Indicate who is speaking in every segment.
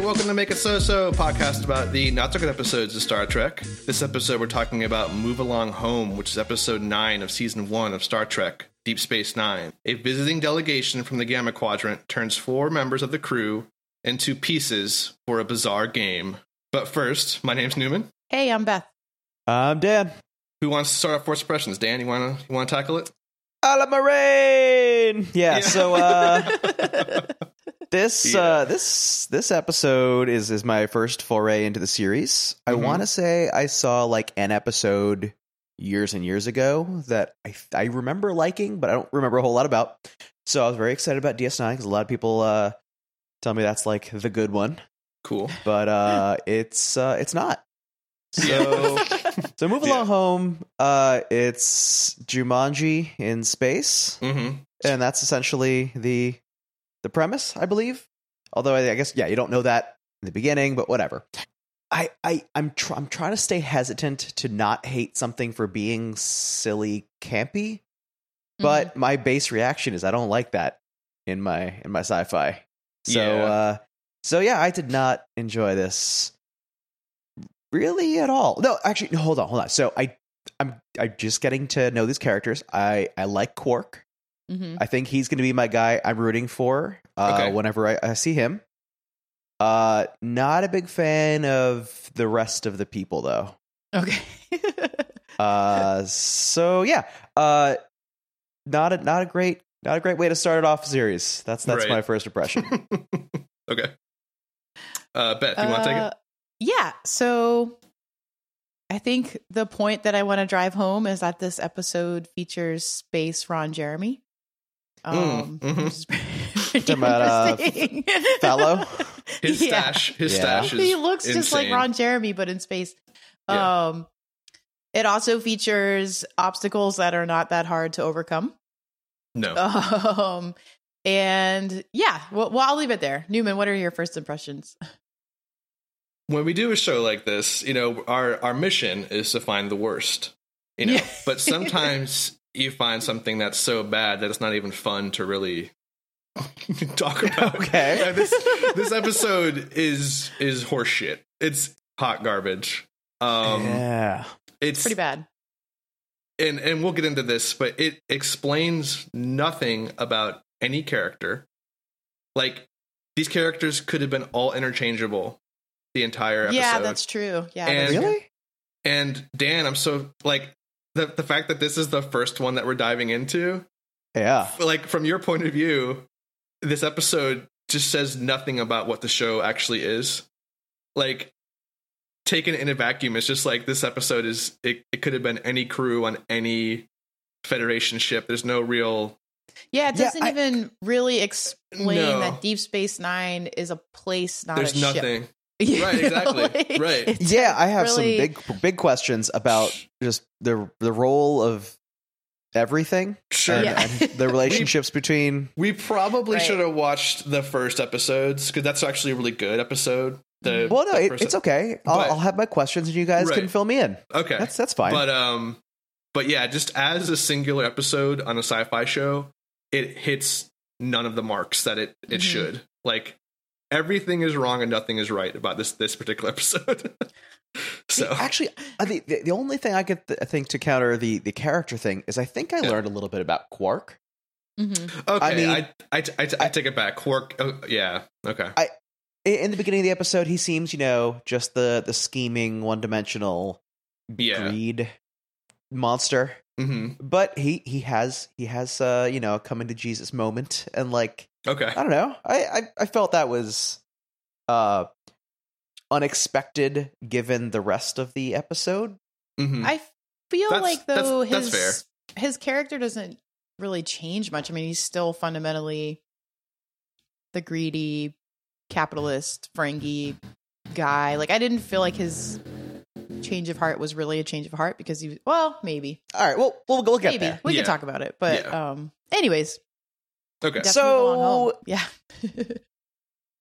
Speaker 1: welcome to Make It So So, a podcast about the not so good episodes of Star Trek. This episode, we're talking about Move Along Home, which is episode 9 of season 1 of Star Trek Deep Space Nine. A visiting delegation from the Gamma Quadrant turns four members of the crew into pieces for a bizarre game. But first, my name's Newman.
Speaker 2: Hey, I'm Beth.
Speaker 3: I'm Dan.
Speaker 1: Who wants to start off force impressions? Dan, you wanna you wanna tackle it?
Speaker 3: A la Moraine! Yeah,
Speaker 1: Yeah.
Speaker 3: so uh, this
Speaker 1: Yeah.
Speaker 3: uh, this this episode is is my first foray into the series. I
Speaker 1: Mhm.
Speaker 3: want to say I saw like an episode years and years ago that I I remember liking, but I don't remember a whole lot about. So I was very excited about DS9 because a lot of people uh, tell me that's like the good one,
Speaker 1: cool.
Speaker 3: but uh, it's uh, it's not. So.
Speaker 1: Yeah.
Speaker 3: So move
Speaker 1: Yeah.
Speaker 3: along home. Uh, it's Jumanji in space,
Speaker 1: Mm-hmm.
Speaker 3: and that's essentially the the premise, I believe. Although I, I guess yeah, you don't know that in the beginning, but whatever. I I I'm tr- I'm trying to stay hesitant to not hate something for being silly campy, but my base reaction is I don't like that in my in my sci-fi. So
Speaker 1: Yeah.
Speaker 3: uh so yeah, I did not enjoy this really at all. No, actually no, hold on, hold on. So I I'm I'm just getting to know these characters. I I like Quark.
Speaker 2: Mhm.
Speaker 3: I think he's going to be my guy I'm rooting for uh
Speaker 1: Okay.
Speaker 3: whenever I, I see him. Uh not a big fan of the rest of the people though.
Speaker 2: Okay.
Speaker 3: Uh, so yeah, uh, not a not a great not a great way to start it off a series. That's that's
Speaker 1: Right.
Speaker 3: my first impression.
Speaker 1: okay. Uh, Beth, you want to take
Speaker 2: Uh,
Speaker 1: it?
Speaker 2: Yeah. So I think the point that I want to drive home is that this episode features space Ron Jeremy. Um,
Speaker 1: Mm, mhm.
Speaker 2: which is pretty
Speaker 3: Talking about, uh,
Speaker 2: interesting.
Speaker 3: Fallow?
Speaker 1: His
Speaker 2: Yeah.
Speaker 1: stash, his
Speaker 3: Yeah.
Speaker 1: stash is
Speaker 2: he looks just like
Speaker 1: insane.
Speaker 2: Ron Jeremy, but in space.
Speaker 1: Yeah.
Speaker 2: Um, it also features obstacles that are not that hard to overcome.
Speaker 1: No,
Speaker 2: Um, and yeah, well, well, I'll leave it there. Newman, what are your first impressions?
Speaker 1: when we do a show like this, you know, our our mission is to find the worst. You know,
Speaker 2: Yeah.
Speaker 1: but sometimes you find something that's so bad that it's not even fun to really talk about.
Speaker 3: Okay.
Speaker 1: Like, this this episode is is horseshit. It's hot garbage. Um
Speaker 3: yeah,
Speaker 1: it's
Speaker 2: Pretty bad.
Speaker 1: and and we'll get into this, but it explains nothing about any character. Like these characters could have been all interchangeable the entire episode.
Speaker 2: Yeah, that's true. Yeah,
Speaker 1: And-
Speaker 2: that's true.
Speaker 3: really?
Speaker 1: And Dan, I'm so like the the fact that this is the first one that we're diving into,
Speaker 3: Yeah,
Speaker 1: like from your point of view, this episode just says nothing about what the show actually is. Like taken in a vacuum, it's just like this episode is it, it could have been any crew on any Federation ship. There's no real
Speaker 2: yeah. It
Speaker 3: Yeah,
Speaker 2: doesn't
Speaker 3: I-
Speaker 2: even really explain
Speaker 1: No.
Speaker 2: that Deep Space Nine is a place, not
Speaker 1: there's
Speaker 2: a ship.
Speaker 1: nothing.
Speaker 2: You
Speaker 1: Right,
Speaker 2: know,
Speaker 1: exactly.
Speaker 2: like,
Speaker 1: Right.
Speaker 2: it's
Speaker 3: yeah. I have
Speaker 2: really-
Speaker 3: some big big questions about just the the role of everything
Speaker 1: Sure.
Speaker 3: and,
Speaker 2: Yeah.
Speaker 3: and the relationships between.
Speaker 1: We probably
Speaker 2: Right.
Speaker 1: should have watched the first episodes because that's actually a really good episode. The,
Speaker 3: Well, no,
Speaker 1: the
Speaker 3: it,
Speaker 1: first-
Speaker 3: it's okay. I'll,
Speaker 1: But-
Speaker 3: I'll have my questions, and you guys can
Speaker 1: Right.
Speaker 3: fill me in.
Speaker 1: okay.
Speaker 3: That's that's fine.
Speaker 1: But um, but yeah, just as a singular episode on a sci-fi show, it hits none of the marks that it
Speaker 3: Mm-hmm.
Speaker 1: it
Speaker 2: Mhm.
Speaker 1: should. Like everything is wrong and nothing is right about this this particular episode. so
Speaker 3: The- actually, I think the, the only thing I could th- think to counter the the character thing is I think I
Speaker 1: Yeah.
Speaker 3: learned a little bit about Quark.
Speaker 2: Mhm.
Speaker 1: okay, I,
Speaker 3: mean-
Speaker 1: I, I, I, take it back. Quark, oh, yeah, okay,
Speaker 3: I- In the beginning of the episode, he seems, you know, just the the scheming, one dimensional
Speaker 1: yeah,
Speaker 3: greed monster.
Speaker 1: hmm
Speaker 3: But he he has he has uh you know a coming to Jesus moment, and like
Speaker 1: okay,
Speaker 3: I don't know, I I, I felt that was uh unexpected given the rest of the episode.
Speaker 1: hmm
Speaker 2: I feel
Speaker 1: That's-
Speaker 2: like
Speaker 1: that's-
Speaker 2: though
Speaker 1: that's
Speaker 2: his his character doesn't really change much. I mean, he's still fundamentally the greedy capitalist Ferengi guy. Like I didn't feel like his change of heart was really a change of heart because he was well, maybe.
Speaker 3: All right, well we'll, we'll get
Speaker 2: maybe.
Speaker 3: there.
Speaker 2: We
Speaker 1: Yeah.
Speaker 2: can talk about it. But um anyways,
Speaker 1: okay,
Speaker 2: definitely
Speaker 3: So-
Speaker 2: belong home. yeah.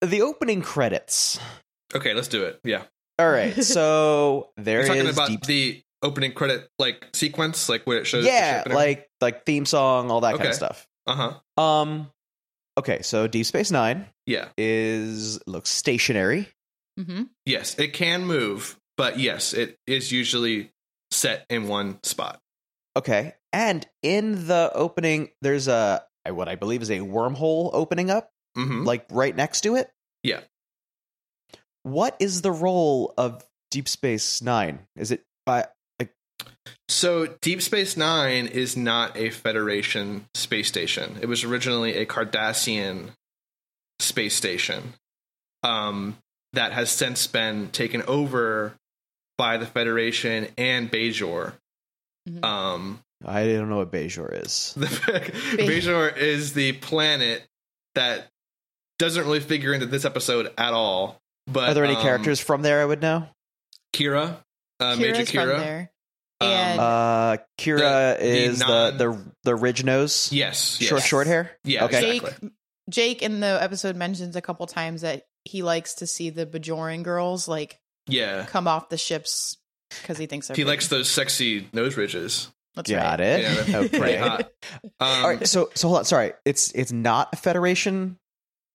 Speaker 3: The opening credits.
Speaker 1: okay. Let's do it. Yeah,
Speaker 3: All right, so
Speaker 1: you're
Speaker 3: there is
Speaker 1: talking about
Speaker 3: deep
Speaker 1: the opening credit like sequence, like what it shows.
Speaker 3: yeah, like like theme song, all that kind
Speaker 1: Okay.
Speaker 3: of stuff.
Speaker 1: uh huh,
Speaker 3: Um, okay, so Deep Space Nine
Speaker 1: yeah,
Speaker 3: is looks stationary.
Speaker 2: Mm-hmm.
Speaker 1: Yes, it can move, but yes, it is usually set in one spot.
Speaker 3: Okay. And in the opening, there's a what I believe is a wormhole opening up,
Speaker 1: hmm
Speaker 3: like right next to it.
Speaker 1: Yeah.
Speaker 3: What is the role of Deep Space Nine? Is it by
Speaker 1: So Deep Space Nine is not a Federation space station. It was originally a Cardassian space station um, that has since been taken over by the Federation and Bajor.
Speaker 2: Mhm.
Speaker 1: Um,
Speaker 3: I don't know what Bejor is.
Speaker 1: the Bajor is the planet that doesn't really figure into this episode at all. But
Speaker 3: Are there any
Speaker 1: um,
Speaker 3: characters from there I would know?
Speaker 1: Kira, uh, Major
Speaker 2: Kira's from
Speaker 1: Kira.
Speaker 2: there.
Speaker 1: Um,
Speaker 2: And-
Speaker 3: Uh, Kira
Speaker 1: the
Speaker 3: is
Speaker 1: non-
Speaker 3: the the the ridge nose,
Speaker 1: yes, yes,
Speaker 3: short short hair.
Speaker 1: Yeah,
Speaker 3: Okay.
Speaker 1: exactly.
Speaker 2: Jake Jake in the episode mentions a couple times that he likes to see the Bajoran girls like
Speaker 1: yeah.
Speaker 2: come off the ships because he thinks they're
Speaker 1: He
Speaker 2: pretty.
Speaker 1: likes those sexy nose ridges.
Speaker 2: That's right.
Speaker 3: Got it.
Speaker 1: Yeah, that's
Speaker 3: okay.
Speaker 1: Pretty hot. Um,
Speaker 3: All right. So so hold on. Sorry. It's it's not a Federation,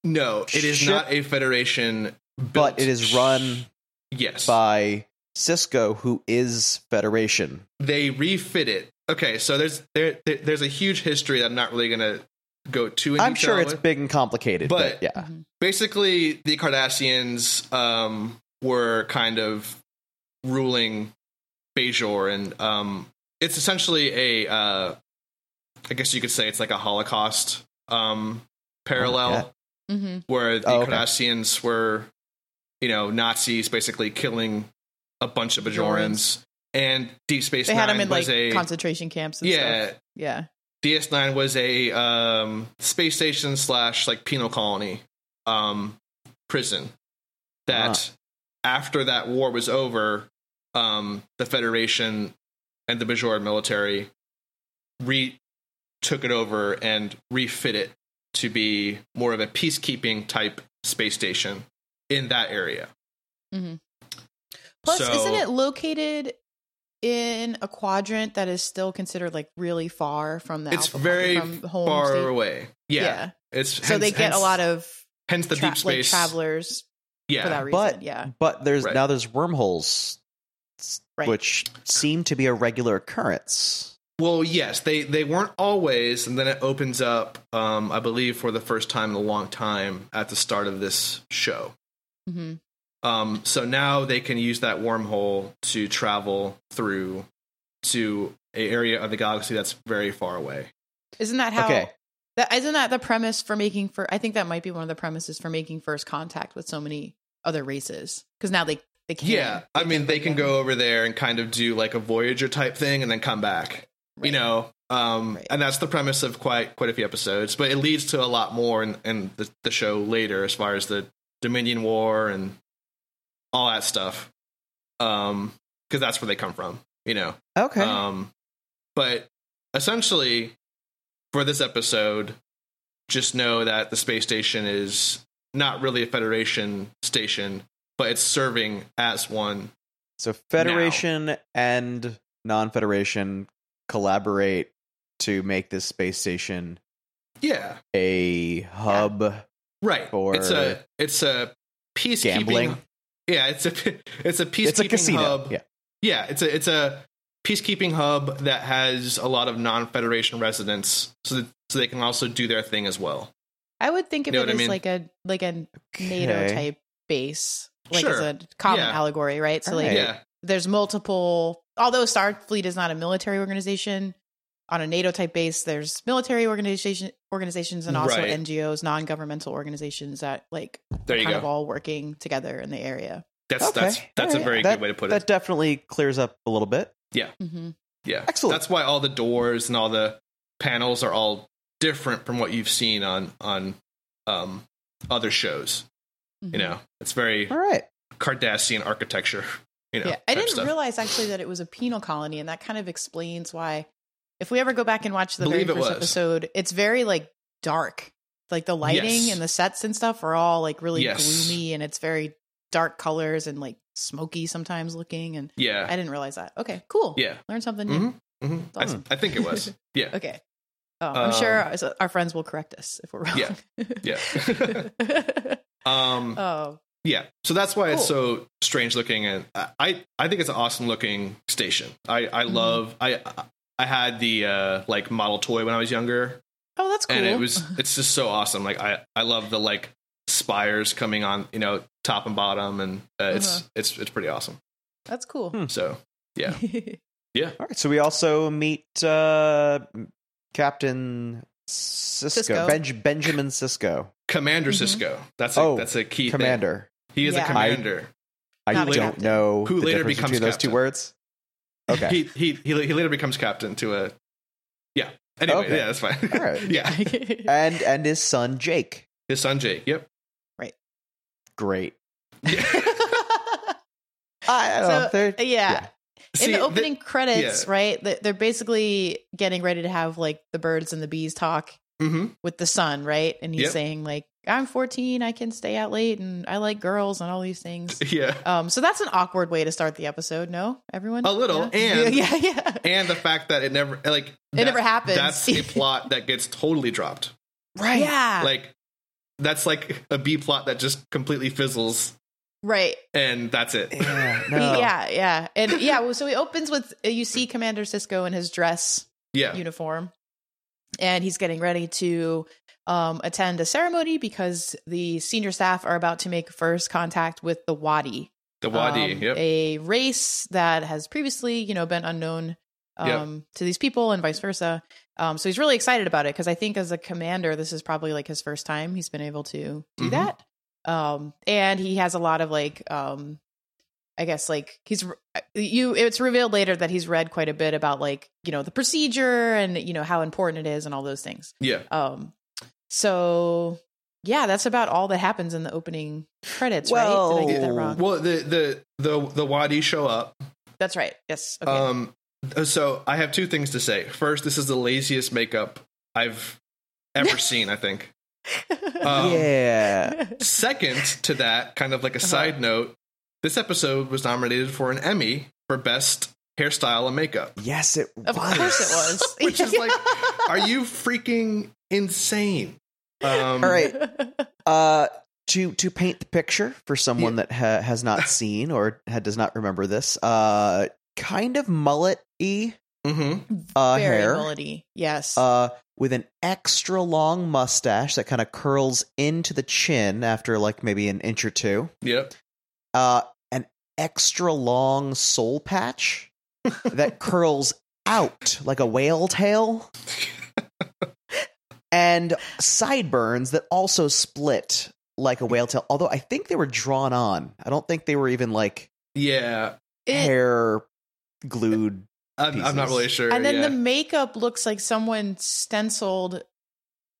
Speaker 1: No, it is
Speaker 3: Ship.
Speaker 1: not a Federation, built.
Speaker 3: but it is run
Speaker 1: Yes,
Speaker 3: by Cisco, who is Federation.
Speaker 1: they refit it. Okay, so there's there, there there's a huge history that I'm not really gonna go too. In
Speaker 3: I'm
Speaker 1: detail
Speaker 3: sure it's
Speaker 1: with.
Speaker 3: big and complicated, but,
Speaker 1: But-
Speaker 3: yeah.
Speaker 2: Mhm.
Speaker 1: basically the Cardassians um, were kind of ruling Bajor, and um, it's essentially a, uh, I guess you could say it's like a Holocaust um,
Speaker 3: Oh,
Speaker 1: parallel
Speaker 3: yeah.
Speaker 2: Mhm.
Speaker 1: where the
Speaker 3: Oh, okay.
Speaker 1: Cardassians were, you know, Nazis basically killing a bunch of Bajorans, and Deep Space
Speaker 2: They
Speaker 1: Nine
Speaker 2: had him in like
Speaker 1: was a
Speaker 2: concentration camps. And
Speaker 1: yeah.
Speaker 2: stuff. yeah.
Speaker 1: DS9 was a um, space station slash like penal colony um, prison
Speaker 2: Uh-huh.
Speaker 1: that after that war was over, um, the Federation and the Bajoran military re took it over and refit it to be more of a peacekeeping type space station in that area.
Speaker 2: Mm-hmm. Plus,
Speaker 1: So-
Speaker 2: isn't it located in a quadrant that is still considered like really far from the?
Speaker 1: It's
Speaker 2: Alpha
Speaker 1: very
Speaker 2: quadrant, from home
Speaker 1: Far
Speaker 2: state?
Speaker 1: away. Yeah. It's
Speaker 2: So they get a lot of
Speaker 1: hence the
Speaker 2: tra-
Speaker 1: deep space
Speaker 2: like travelers
Speaker 1: yeah.
Speaker 2: for that reason.
Speaker 3: But-
Speaker 2: yeah.
Speaker 3: But there's
Speaker 1: Right.
Speaker 3: now there's wormholes, s-
Speaker 2: Right.
Speaker 3: which seem to be a regular occurrence.
Speaker 1: Well, yes, they they weren't always, and then it opens up, um, I believe, for the first time in a long time at the start of this show.
Speaker 2: hmm
Speaker 1: Um, so now they can use that wormhole to travel through to a area of the galaxy that's very far away.
Speaker 2: Isn't that how?
Speaker 3: Okay.
Speaker 2: That isn't that the premise for making for? I think that might be one of the premises for making first contact with so many other races because now they they can.
Speaker 1: Yeah, I mean, they can go over there and kind of do like a Voyager type thing, and then come back.
Speaker 2: Right.
Speaker 1: You know. Um,
Speaker 2: Right.
Speaker 1: and that's the premise of quite quite a few episodes, but it leads to a lot more in, in the, the show later, as far as the Dominion War and all that stuff, um, because that's where they come from, you know.
Speaker 3: Okay.
Speaker 1: Um, but essentially, for this episode, just know that the space station is not really a Federation station, but it's serving as one.
Speaker 3: so Federation and non-Federation collaborate to make this space station
Speaker 1: Yeah,
Speaker 3: a hub.
Speaker 1: right.
Speaker 3: For
Speaker 1: it's a it's a peacekeeping.
Speaker 3: gambling?
Speaker 1: Yeah, it's a it's a peacekeeping
Speaker 3: It's a casino.
Speaker 1: hub.
Speaker 3: Yeah.
Speaker 1: Yeah, it's a it's a peacekeeping hub that has a lot of non-Federation residents, so that, so they can also do their thing as well.
Speaker 2: I would think of
Speaker 1: Know
Speaker 2: it
Speaker 1: what I
Speaker 2: as
Speaker 1: mean?
Speaker 2: like a like a NATO
Speaker 3: Okay.
Speaker 2: type base, like as
Speaker 1: Sure.
Speaker 2: a common
Speaker 1: Yeah.
Speaker 2: allegory, right? So like
Speaker 3: Right.
Speaker 1: Yeah,
Speaker 2: there's multiple. Although Starfleet is not a military organization, on a NATO type base, there's military organization organizations and also
Speaker 1: Right.
Speaker 2: NGOs, non governmental organizations that like
Speaker 1: there you
Speaker 2: kind of
Speaker 1: go.
Speaker 2: all working together in the area.
Speaker 1: That's
Speaker 3: Okay.
Speaker 1: that's that's
Speaker 3: Alright.
Speaker 1: a very
Speaker 3: That-
Speaker 1: good way to put it.
Speaker 3: That definitely clears up a little bit.
Speaker 2: hmm
Speaker 1: Yeah.
Speaker 3: Excellent.
Speaker 1: That's why all the doors and all the panels are all different from what you've seen on on um other shows.
Speaker 2: Mm-hmm.
Speaker 1: You know, it's very
Speaker 3: Mm-hmm. All right.
Speaker 1: Cardassian architecture. You know,
Speaker 2: yeah, I
Speaker 1: type
Speaker 2: didn't
Speaker 1: stuff.
Speaker 2: realize actually that it was a penal colony, and that kind of explains why. If we ever go back and watch the
Speaker 1: Believe it
Speaker 2: very first
Speaker 1: was.
Speaker 2: episode, it's very like dark, like the lighting
Speaker 1: Yes.
Speaker 2: and the sets and stuff are all like really
Speaker 1: Yes.
Speaker 2: gloomy, and it's very dark colors and like smoky sometimes looking. And
Speaker 1: Yeah,
Speaker 2: I didn't realize that. Okay, cool.
Speaker 1: Uh. yeah.
Speaker 2: learn something new.
Speaker 1: hmm hmm I,
Speaker 3: Awesome.
Speaker 1: I think it was. Yeah,
Speaker 2: Okay, um, I'm
Speaker 1: Um,
Speaker 2: sure our, so our friends will correct us if we're wrong.
Speaker 1: yeah. yeah. um,
Speaker 2: oh,
Speaker 1: Yeah, so that's why it's
Speaker 2: Uh, Cool.
Speaker 1: so strange looking, and I- I I think it's an awesome looking station. I I
Speaker 2: Mhm.
Speaker 1: love I I had the uh like model toy when I was younger,
Speaker 2: Oh, that's cool.
Speaker 1: and it was it's just so awesome. Like I I love the like spires coming on you know top and bottom, and uh, it's
Speaker 2: Uh-huh.
Speaker 1: it's it's pretty awesome.
Speaker 2: that's cool.
Speaker 3: Hmm.
Speaker 1: So yeah.
Speaker 3: All right. So we also meet uh, Captain Cisco,
Speaker 2: Sisko.
Speaker 3: Benj- Benjamin Cisco,
Speaker 1: Commander
Speaker 2: Mhm.
Speaker 1: Cisco, that's a,
Speaker 3: Oh,
Speaker 1: that's a key thing.
Speaker 3: Commander.
Speaker 1: He is a
Speaker 2: Yeah.
Speaker 1: commander.
Speaker 3: I
Speaker 2: Not
Speaker 1: a
Speaker 3: don't
Speaker 2: captain.
Speaker 3: know
Speaker 1: Who
Speaker 3: the
Speaker 1: later
Speaker 3: difference
Speaker 1: becomes
Speaker 3: between those two
Speaker 1: captain.
Speaker 3: words. Okay.
Speaker 1: He, he he he later becomes captain to a yeah. Anyway,
Speaker 3: Okay.
Speaker 1: yeah, that's fine.
Speaker 3: All right.
Speaker 1: yeah,
Speaker 3: and and his son Jake.
Speaker 1: his son Jake. Yep.
Speaker 3: Great.
Speaker 1: Yeah.
Speaker 3: I, I don't
Speaker 2: So,
Speaker 3: know. They're-
Speaker 2: yeah.
Speaker 1: See,
Speaker 2: in the
Speaker 1: th-
Speaker 2: opening credits,
Speaker 1: yeah.
Speaker 2: right? th- They're basically getting ready to have like the birds and the bees talk
Speaker 1: mhm.
Speaker 2: with the son, right? And he's
Speaker 1: Yep.
Speaker 2: saying like, "I'm 14, I can stay out late, and I like girls and all these things."
Speaker 1: Yeah.
Speaker 2: Um, so that's an awkward way to start the episode. No, everyone,
Speaker 1: A little, and-
Speaker 2: yeah, yeah,
Speaker 1: and the fact that it never like it
Speaker 2: never happens.
Speaker 1: That's a plot that gets totally dropped.
Speaker 3: right.
Speaker 2: yeah,
Speaker 1: Like that's like a B plot that just completely fizzles,
Speaker 2: right.
Speaker 1: and that's it.
Speaker 3: Yeah, no.
Speaker 2: Yeah, yeah, and yeah. well, So he opens with uh, you see Commander Cisco in his dress
Speaker 1: yeah.
Speaker 2: uniform, and he's getting ready to um, attend a ceremony because the senior staff are about to make first contact with the Wadi,
Speaker 1: the Wadi.
Speaker 2: um,
Speaker 1: yep.
Speaker 2: a race that has previously, you know, been unknown
Speaker 1: Yep.
Speaker 2: um, to these people and vice versa. Um, so he's really excited about it because I think as a commander, this is probably like his first time he's been able to do
Speaker 1: Mhm.
Speaker 2: that. Um, and he has a lot of like, um, I guess like he's uh, you. It's revealed later that he's read quite a bit about like you know the procedure and you know how important it is and all those things.
Speaker 1: yeah.
Speaker 2: Um, so yeah, that's about all that happens in the opening credits. right? Did I get that
Speaker 3: Well-
Speaker 2: wrong?
Speaker 1: Well, the the the the Wadi show up.
Speaker 2: That's right. Yes. Okay.
Speaker 1: Um. So I have two things to say. First, this is the laziest makeup I've ever seen. I think. Um,
Speaker 3: yeah.
Speaker 1: Second to that, kind of like a
Speaker 2: Uh-huh.
Speaker 1: side note, this episode was nominated for an Emmy for best hairstyle and makeup.
Speaker 3: Yes, it
Speaker 2: of
Speaker 3: was.
Speaker 2: course it was.
Speaker 1: Which is like, Are you freaking insane? Um,
Speaker 3: All right. Uh, to to paint the picture for someone that ha- has not seen or ha- does not remember this, uh, kind of mullet y
Speaker 1: mhm.
Speaker 3: uh,
Speaker 2: Very
Speaker 3: hair,
Speaker 2: mullety. Yes.
Speaker 3: uh, with an extra long mustache that kind of curls into the chin after like maybe an inch or two,
Speaker 1: Yep.
Speaker 3: uh, an extra long soul patch that curls out like a whale tail. And sideburns that also split like a whale tail, although I think they were drawn on. I don't think they were even like
Speaker 1: Yeah.
Speaker 2: It-
Speaker 3: hair glued.
Speaker 1: I'm, I'm not
Speaker 3: Pieces.
Speaker 1: really sure.
Speaker 2: and then
Speaker 1: yeah.
Speaker 2: the makeup looks like someone stenciled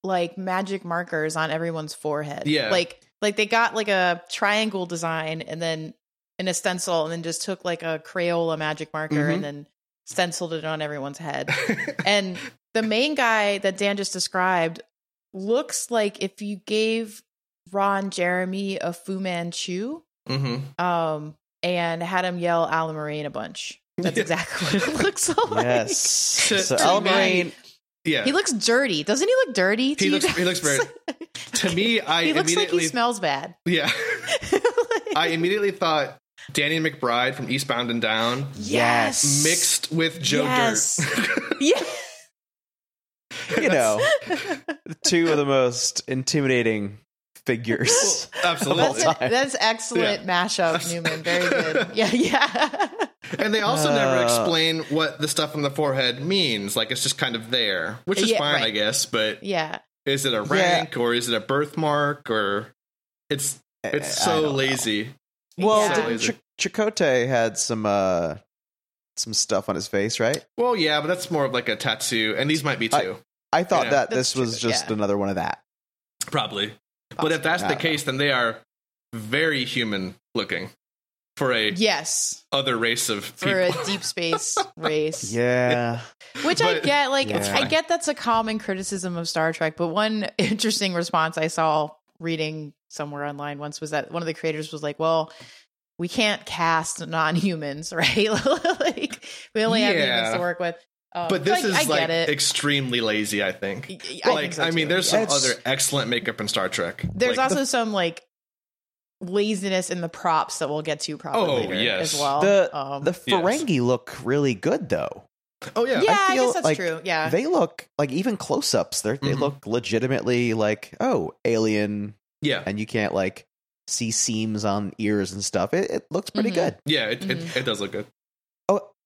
Speaker 2: like magic markers on everyone's forehead.
Speaker 1: Yeah.
Speaker 2: Like like they got like a triangle design and then in a stencil and then just took like a Crayola magic marker
Speaker 1: Mm-hmm.
Speaker 2: and then stenciled it on everyone's head. and the main guy that Dan just described looks like if you gave Ron Jeremy a Fu Manchu
Speaker 1: Mhm.
Speaker 2: um, and had him yell Alan Marine a bunch. That's
Speaker 1: Yeah.
Speaker 2: exactly what it looks like.
Speaker 3: Yes.
Speaker 1: To-
Speaker 3: so
Speaker 1: to
Speaker 3: Al
Speaker 2: me-
Speaker 3: Green-
Speaker 1: Yeah.
Speaker 2: He looks dirty. Doesn't he look dirty? to
Speaker 1: He
Speaker 2: you
Speaker 1: looks- he looks
Speaker 2: guys?
Speaker 1: to me, I
Speaker 2: he looks like
Speaker 1: immediately
Speaker 2: he smells bad.
Speaker 1: yeah.
Speaker 2: Like-
Speaker 1: I immediately thought Danny McBride from Eastbound and Down
Speaker 3: Yes.
Speaker 1: mixed with Joe
Speaker 2: Yes.
Speaker 1: Dirt.
Speaker 2: Yes.
Speaker 3: you know, two of the most intimidating figures.
Speaker 1: Absolutely.
Speaker 2: That's,
Speaker 3: all time.
Speaker 2: that's excellent mashup, Newman. Very good. Yeah, yeah.
Speaker 1: And they also never
Speaker 3: Uh,
Speaker 1: explain what the stuff on the forehead means. Like it's just kind of there, which is
Speaker 2: Yeah,
Speaker 1: fine,
Speaker 2: right.
Speaker 1: I guess. But
Speaker 2: yeah.
Speaker 1: is it a rank or is it a birthmark or it's it's
Speaker 3: Uh, I don't
Speaker 1: so
Speaker 3: know.
Speaker 1: lazy.
Speaker 3: Well,
Speaker 2: Yeah.
Speaker 3: didn't Ch- Chakotay had some uh some stuff on his face, right?
Speaker 1: Well, yeah, but that's more of like a tattoo, and these might be
Speaker 3: I-
Speaker 1: too,
Speaker 3: I thought
Speaker 1: Yeah.
Speaker 3: that
Speaker 2: That's
Speaker 3: this was
Speaker 2: true,
Speaker 3: just
Speaker 2: yeah.
Speaker 3: another one of that.
Speaker 1: probably. But if that's
Speaker 3: I
Speaker 1: the
Speaker 3: don't know.
Speaker 1: case, then they are very human looking for a
Speaker 2: yes.
Speaker 1: other race of people.
Speaker 2: For a deep space race.
Speaker 3: Yeah.
Speaker 2: Which I
Speaker 1: But-
Speaker 2: get, like
Speaker 3: It's
Speaker 2: I
Speaker 3: fine.
Speaker 2: get that's a common criticism of Star Trek, but one interesting response I saw reading somewhere online once was that one of the creators was like, "Well, we can't cast non-humans, right? like we only have
Speaker 1: Yeah.
Speaker 2: humans to work with." Um,
Speaker 1: but this
Speaker 2: I,
Speaker 1: is
Speaker 2: I
Speaker 1: like
Speaker 2: get it.
Speaker 1: extremely lazy, I think.
Speaker 2: Y- y- I
Speaker 1: like
Speaker 2: think so
Speaker 1: I mean,
Speaker 2: too,
Speaker 1: there's
Speaker 2: yeah.
Speaker 1: some
Speaker 3: It's-
Speaker 1: other excellent makeup in Star Trek.
Speaker 2: there's
Speaker 1: Like,
Speaker 2: also some like laziness in the props that we'll get to probably
Speaker 1: Oh,
Speaker 2: later
Speaker 1: yes.
Speaker 2: as well.
Speaker 3: the
Speaker 2: um,
Speaker 3: the
Speaker 1: yes.
Speaker 3: Ferengi look really good though.
Speaker 1: Oh yeah.
Speaker 2: yeah, I,
Speaker 3: feel
Speaker 2: guess that's
Speaker 3: like
Speaker 2: true. Yeah,
Speaker 3: They look like even close ups. They they
Speaker 1: Mhm.
Speaker 3: look legitimately like oh alien,
Speaker 1: Yeah.
Speaker 3: and you can't like see seams on ears and stuff. It, it looks pretty
Speaker 2: Mhm.
Speaker 3: good.
Speaker 1: Yeah, it, it,
Speaker 2: Mhm.
Speaker 1: it does look good.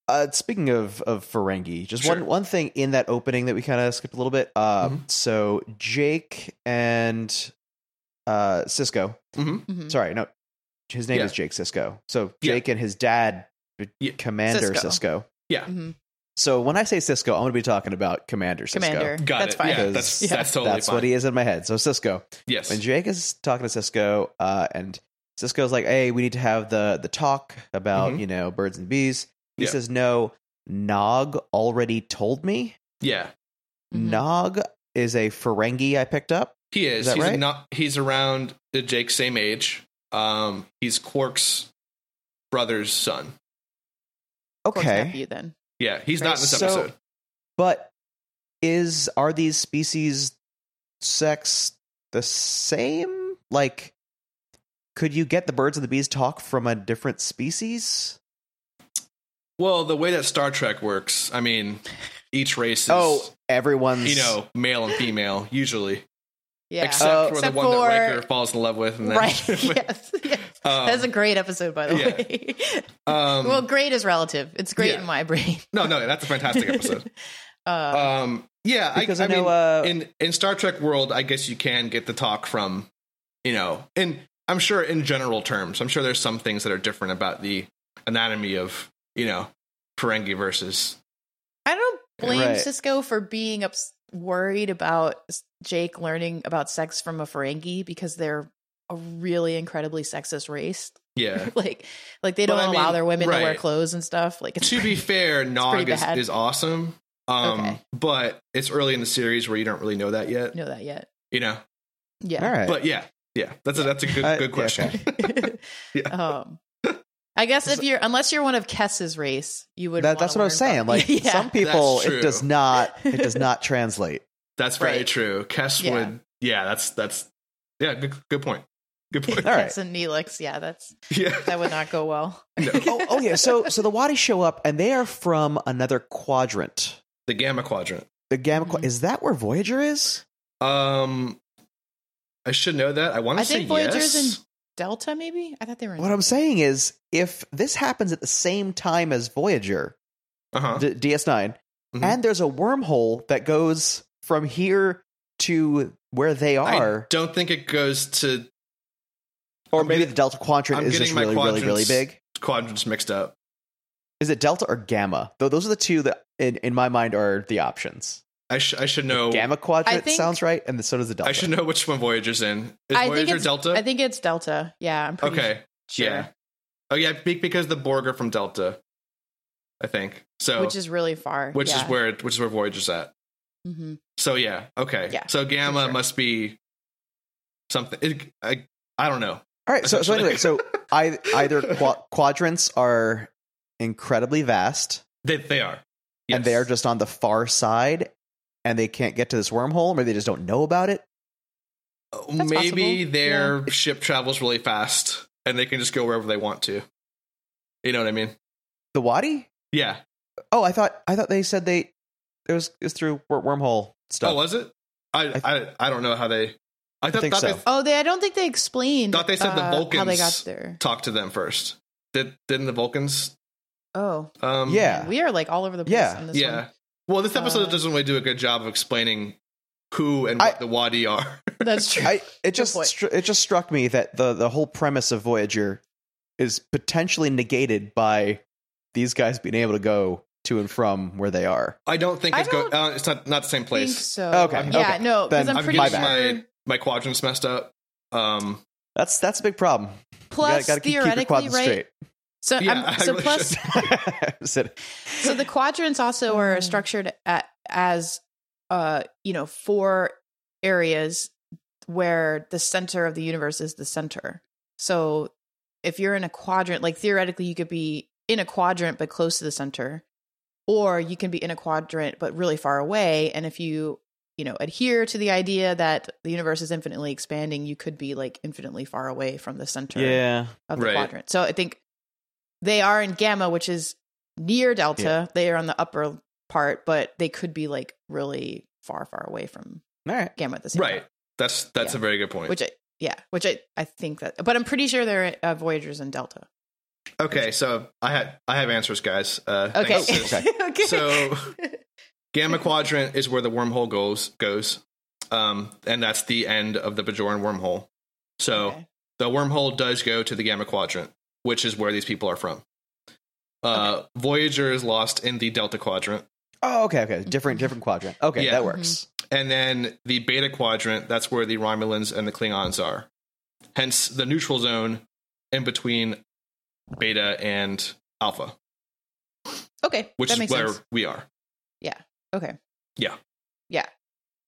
Speaker 3: Uh, speaking of of Ferengi, just
Speaker 1: Sure. Mm-hmm.
Speaker 3: one one thing in that opening that we kind of skipped a little bit. Um, so Jake and uh Cisco.
Speaker 1: hmm
Speaker 2: Mhm.
Speaker 3: Sorry, no, his name
Speaker 1: Yeah.
Speaker 3: is Jake Cisco. So
Speaker 1: Yeah.
Speaker 3: Jake and his dad, uh,
Speaker 1: Yeah.
Speaker 3: Commander
Speaker 2: Sisko.
Speaker 3: Cisco.
Speaker 2: Mhm.
Speaker 3: So when I say Cisco, I'm going to be talking about Commander Cisco.
Speaker 2: Commander.
Speaker 1: Got
Speaker 2: that's
Speaker 1: it.
Speaker 2: fine.
Speaker 1: Yeah,
Speaker 3: Because
Speaker 1: that's
Speaker 2: Yeah.
Speaker 1: that's totally
Speaker 3: That's
Speaker 1: fine.
Speaker 3: what he is in my head. So Cisco.
Speaker 1: yes.
Speaker 3: When Jake is talking to Cisco, uh, and Cisco's like, "Hey, we need to have the the talk about
Speaker 1: Mhm.
Speaker 3: you know birds and bees." He
Speaker 1: Yeah.
Speaker 3: says, "No, Nog already told me."
Speaker 1: yeah.
Speaker 2: Mhm.
Speaker 3: Nog is a Ferengi I picked up.
Speaker 1: He is.
Speaker 3: Is that
Speaker 1: he's
Speaker 3: right?
Speaker 1: not. He's around the Jake's same age. Um, he's Quark's brother's son.
Speaker 2: Of course, E
Speaker 3: Okay.
Speaker 2: nephew then.
Speaker 1: Yeah, he's not in this
Speaker 3: So-
Speaker 1: episode.
Speaker 3: But is are these species sex the same? Like could you get the birds and the bees talk from a different species?
Speaker 1: Well, the way that Star Trek works, I mean, each race is
Speaker 3: Oh, everyone's
Speaker 1: you know male and female usually,
Speaker 2: Yeah,
Speaker 1: except
Speaker 3: Uh,
Speaker 1: for
Speaker 2: Except
Speaker 1: the one that
Speaker 2: for-
Speaker 1: Riker falls in love with, and then
Speaker 2: Oh, right. yes, yes.
Speaker 1: Um,
Speaker 2: That's a great episode, by the
Speaker 1: yeah.
Speaker 2: way.
Speaker 1: um,
Speaker 2: well, great is relative. It's great
Speaker 1: yeah.
Speaker 2: in my brain.
Speaker 1: no, no, that's a fantastic episode.
Speaker 2: Uh,
Speaker 1: Um, yeah,
Speaker 3: because I,
Speaker 1: mean,
Speaker 3: know uh,
Speaker 1: in in Star Trek world, I guess you can get the talk from, you know, and I'm sure in general terms, I'm sure there's some things that are different about the anatomy of you know Ferengi versus
Speaker 2: I don't blame
Speaker 3: Right.
Speaker 2: Cisco for being ups- worried about s- Jake learning about sex from a Ferengi because they're a really incredibly sexist race.
Speaker 1: yeah.
Speaker 2: like, like they
Speaker 1: But
Speaker 2: don't
Speaker 1: I
Speaker 2: allow
Speaker 1: mean,
Speaker 2: their women to wear
Speaker 1: right.
Speaker 2: clothes and stuff. Like, it's
Speaker 1: to be fair, Nog
Speaker 2: pretty
Speaker 1: is,
Speaker 2: bad.
Speaker 1: is awesome, um,
Speaker 2: Okay.
Speaker 1: but it's early in the series where you don't really know that yet,
Speaker 2: know that yet?
Speaker 1: you know.
Speaker 2: Yeah.
Speaker 3: all right.
Speaker 1: But yeah, yeah, that's a that's a good
Speaker 3: Uh,
Speaker 1: good
Speaker 3: yeah,
Speaker 1: question. Yeah.
Speaker 2: Um, I guess if you're, unless you're one of Kess's race, you would.
Speaker 3: that, that's what
Speaker 2: wanna
Speaker 3: I was
Speaker 2: learn
Speaker 3: saying.
Speaker 2: about-
Speaker 3: Like
Speaker 2: yeah.
Speaker 3: some people
Speaker 1: That's
Speaker 3: it does
Speaker 1: true.
Speaker 3: not it does not translate.
Speaker 1: That's very
Speaker 2: Right.
Speaker 1: true. Kess
Speaker 2: Yeah.
Speaker 1: would, yeah, that's that's yeah, good good point, good point.
Speaker 3: All right.
Speaker 2: Kess and Neelix. Yeah, that's
Speaker 1: yeah,
Speaker 2: that would not go well.
Speaker 1: No.
Speaker 3: oh, oh yeah. So so the Wadi show up and they are from another quadrant.
Speaker 1: the Gamma Quadrant.
Speaker 3: The Gamma Qua-
Speaker 2: Mhm.
Speaker 3: is that where Voyager is?
Speaker 1: Um, I should know that. I want
Speaker 2: I
Speaker 1: to say
Speaker 2: think Voyager's
Speaker 1: yes.
Speaker 2: in Delta, maybe. I thought they were. In
Speaker 3: What I'm saying is, if this happens at the same time as Voyager,
Speaker 1: uh-huh.
Speaker 3: D- DS9,
Speaker 1: Mhm.
Speaker 3: and there's a wormhole that goes from here to where they
Speaker 1: I
Speaker 3: are,
Speaker 1: don't think it goes to
Speaker 3: or
Speaker 1: I'm
Speaker 3: maybe
Speaker 1: getting-
Speaker 3: the Delta Quadrant
Speaker 1: I'm
Speaker 3: is
Speaker 1: getting
Speaker 3: just
Speaker 1: my
Speaker 3: really, really, really
Speaker 1: quadrants-
Speaker 3: big.
Speaker 1: quadrants mixed up.
Speaker 3: Is it Delta or Gamma? Though those are the two that, in, in my mind, are the options.
Speaker 1: I sh- I should know.
Speaker 3: Gamma Quadrant
Speaker 2: think-
Speaker 3: sounds right, and so does the Delta.
Speaker 1: Oh. I should know which one Voyager's in. Is
Speaker 2: I think
Speaker 1: Voyager
Speaker 2: it's-
Speaker 1: Delta?
Speaker 2: I think it's Delta. Yeah, I'm pretty
Speaker 1: okay.
Speaker 2: sure.
Speaker 1: Yeah. Oh yeah, be- because the Borg are from Delta. I think so.
Speaker 2: which is really far.
Speaker 1: which
Speaker 2: yeah.
Speaker 1: is where which is where Voyager's at.
Speaker 2: Mhm.
Speaker 1: So yeah, okay.
Speaker 2: Yeah,
Speaker 1: so Gamma
Speaker 2: sure.
Speaker 1: must be something. It, I I don't know.
Speaker 3: All right. So, so
Speaker 1: Essentially.
Speaker 3: anyway, so I, either qua- quadrants are incredibly vast,
Speaker 1: They they are,
Speaker 3: and they are just on the far side and they can't get to this wormhole maybe they just don't know about it
Speaker 1: just
Speaker 2: That's
Speaker 1: maybe
Speaker 2: possible.
Speaker 1: their ship travels really fast and they can just go wherever they want to. You know what I mean?
Speaker 3: the wadi
Speaker 1: Yeah.
Speaker 3: oh i thought i thought they said they it was it's through wor- wormhole stuff
Speaker 1: Oh, was it? I I,
Speaker 3: th-
Speaker 1: I, don't know how they. I thought,
Speaker 3: think
Speaker 1: thought
Speaker 3: so.
Speaker 1: they
Speaker 2: Oh, they. I don't think they explained. uh,
Speaker 1: Thought they said the
Speaker 2: how they got
Speaker 1: Vulcans-
Speaker 2: there.
Speaker 1: talked to them first. Did didn't the Vulcans?
Speaker 2: Oh,
Speaker 1: Um,
Speaker 3: Yeah.
Speaker 2: we are like all over the place.
Speaker 3: Yeah.
Speaker 2: in this
Speaker 1: Yeah.
Speaker 2: one.
Speaker 1: Well, this episode
Speaker 2: Uh,
Speaker 1: doesn't really do a good job of explaining who and what
Speaker 3: I-
Speaker 1: the Wadi are.
Speaker 2: that's true.
Speaker 3: I, it just
Speaker 2: point.
Speaker 3: stru- it just struck me that the the whole premise of voyager is potentially negated by these guys being able to go to and from where they are
Speaker 1: I don't think
Speaker 2: I
Speaker 1: it's
Speaker 2: don't
Speaker 1: go. Uh, it's not not the same
Speaker 2: think
Speaker 1: place.
Speaker 2: so.
Speaker 3: Okay,
Speaker 2: Oh, Yeah.
Speaker 3: okay.
Speaker 2: No, because
Speaker 3: Then
Speaker 2: I'm,
Speaker 1: I'm
Speaker 2: pretty
Speaker 1: getting
Speaker 2: sure.
Speaker 1: my my quadrants messed up. Um,
Speaker 3: that's that's a big problem You
Speaker 2: Plus,
Speaker 3: gotta- gotta keep- keep your
Speaker 2: theoretically,
Speaker 3: quadrants
Speaker 2: right? So,
Speaker 1: Yeah,
Speaker 2: I'm,
Speaker 1: I
Speaker 2: so
Speaker 1: really
Speaker 2: plus,
Speaker 3: straight. Said-
Speaker 2: so the quadrants also are
Speaker 3: Mm.
Speaker 2: structured at, as uh you know four areas where the center of the universe is the center so if you're in a quadrant like theoretically you could be in a quadrant but close to the center or you can be in a quadrant but really far away and if you you know adhere to the idea that the universe is infinitely expanding you could be like infinitely far away from the center
Speaker 3: Yeah.
Speaker 2: of the
Speaker 1: Right.
Speaker 2: quadrant so i think they are in gamma which is near delta they are on the upper part but they could be like really far far away from
Speaker 3: All right.
Speaker 2: gamma at the same
Speaker 1: Right. That's that's
Speaker 2: Yeah.
Speaker 1: a very good point.
Speaker 2: time, which i yeah which i i think that but i'm pretty sure they're uh, voyagers and delta
Speaker 1: okay, so I had I have answers, guys. Uh,
Speaker 2: okay
Speaker 1: thanks, sis.
Speaker 2: okay
Speaker 1: So- Gamma quadrant is where the wormhole goes goes, um, and that's the end of the Bajoran wormhole. So
Speaker 2: Okay.
Speaker 1: the wormhole does go to the Gamma quadrant, which is where these people are from. Uh, Voyager is lost in the Delta quadrant,
Speaker 3: Oh, okay, okay. Different, different quadrant. Okay,
Speaker 1: Yeah.
Speaker 3: that
Speaker 2: Mm-hmm.
Speaker 3: works.
Speaker 1: and then the Beta quadrant. That's where the Romulans and the Klingons are. Hence the neutral zone in between Beta and Alpha,
Speaker 2: okay
Speaker 1: which
Speaker 2: that
Speaker 1: is
Speaker 2: makes
Speaker 1: where
Speaker 2: sense.
Speaker 1: we are.
Speaker 2: Okay.
Speaker 1: Yeah.
Speaker 2: Yeah.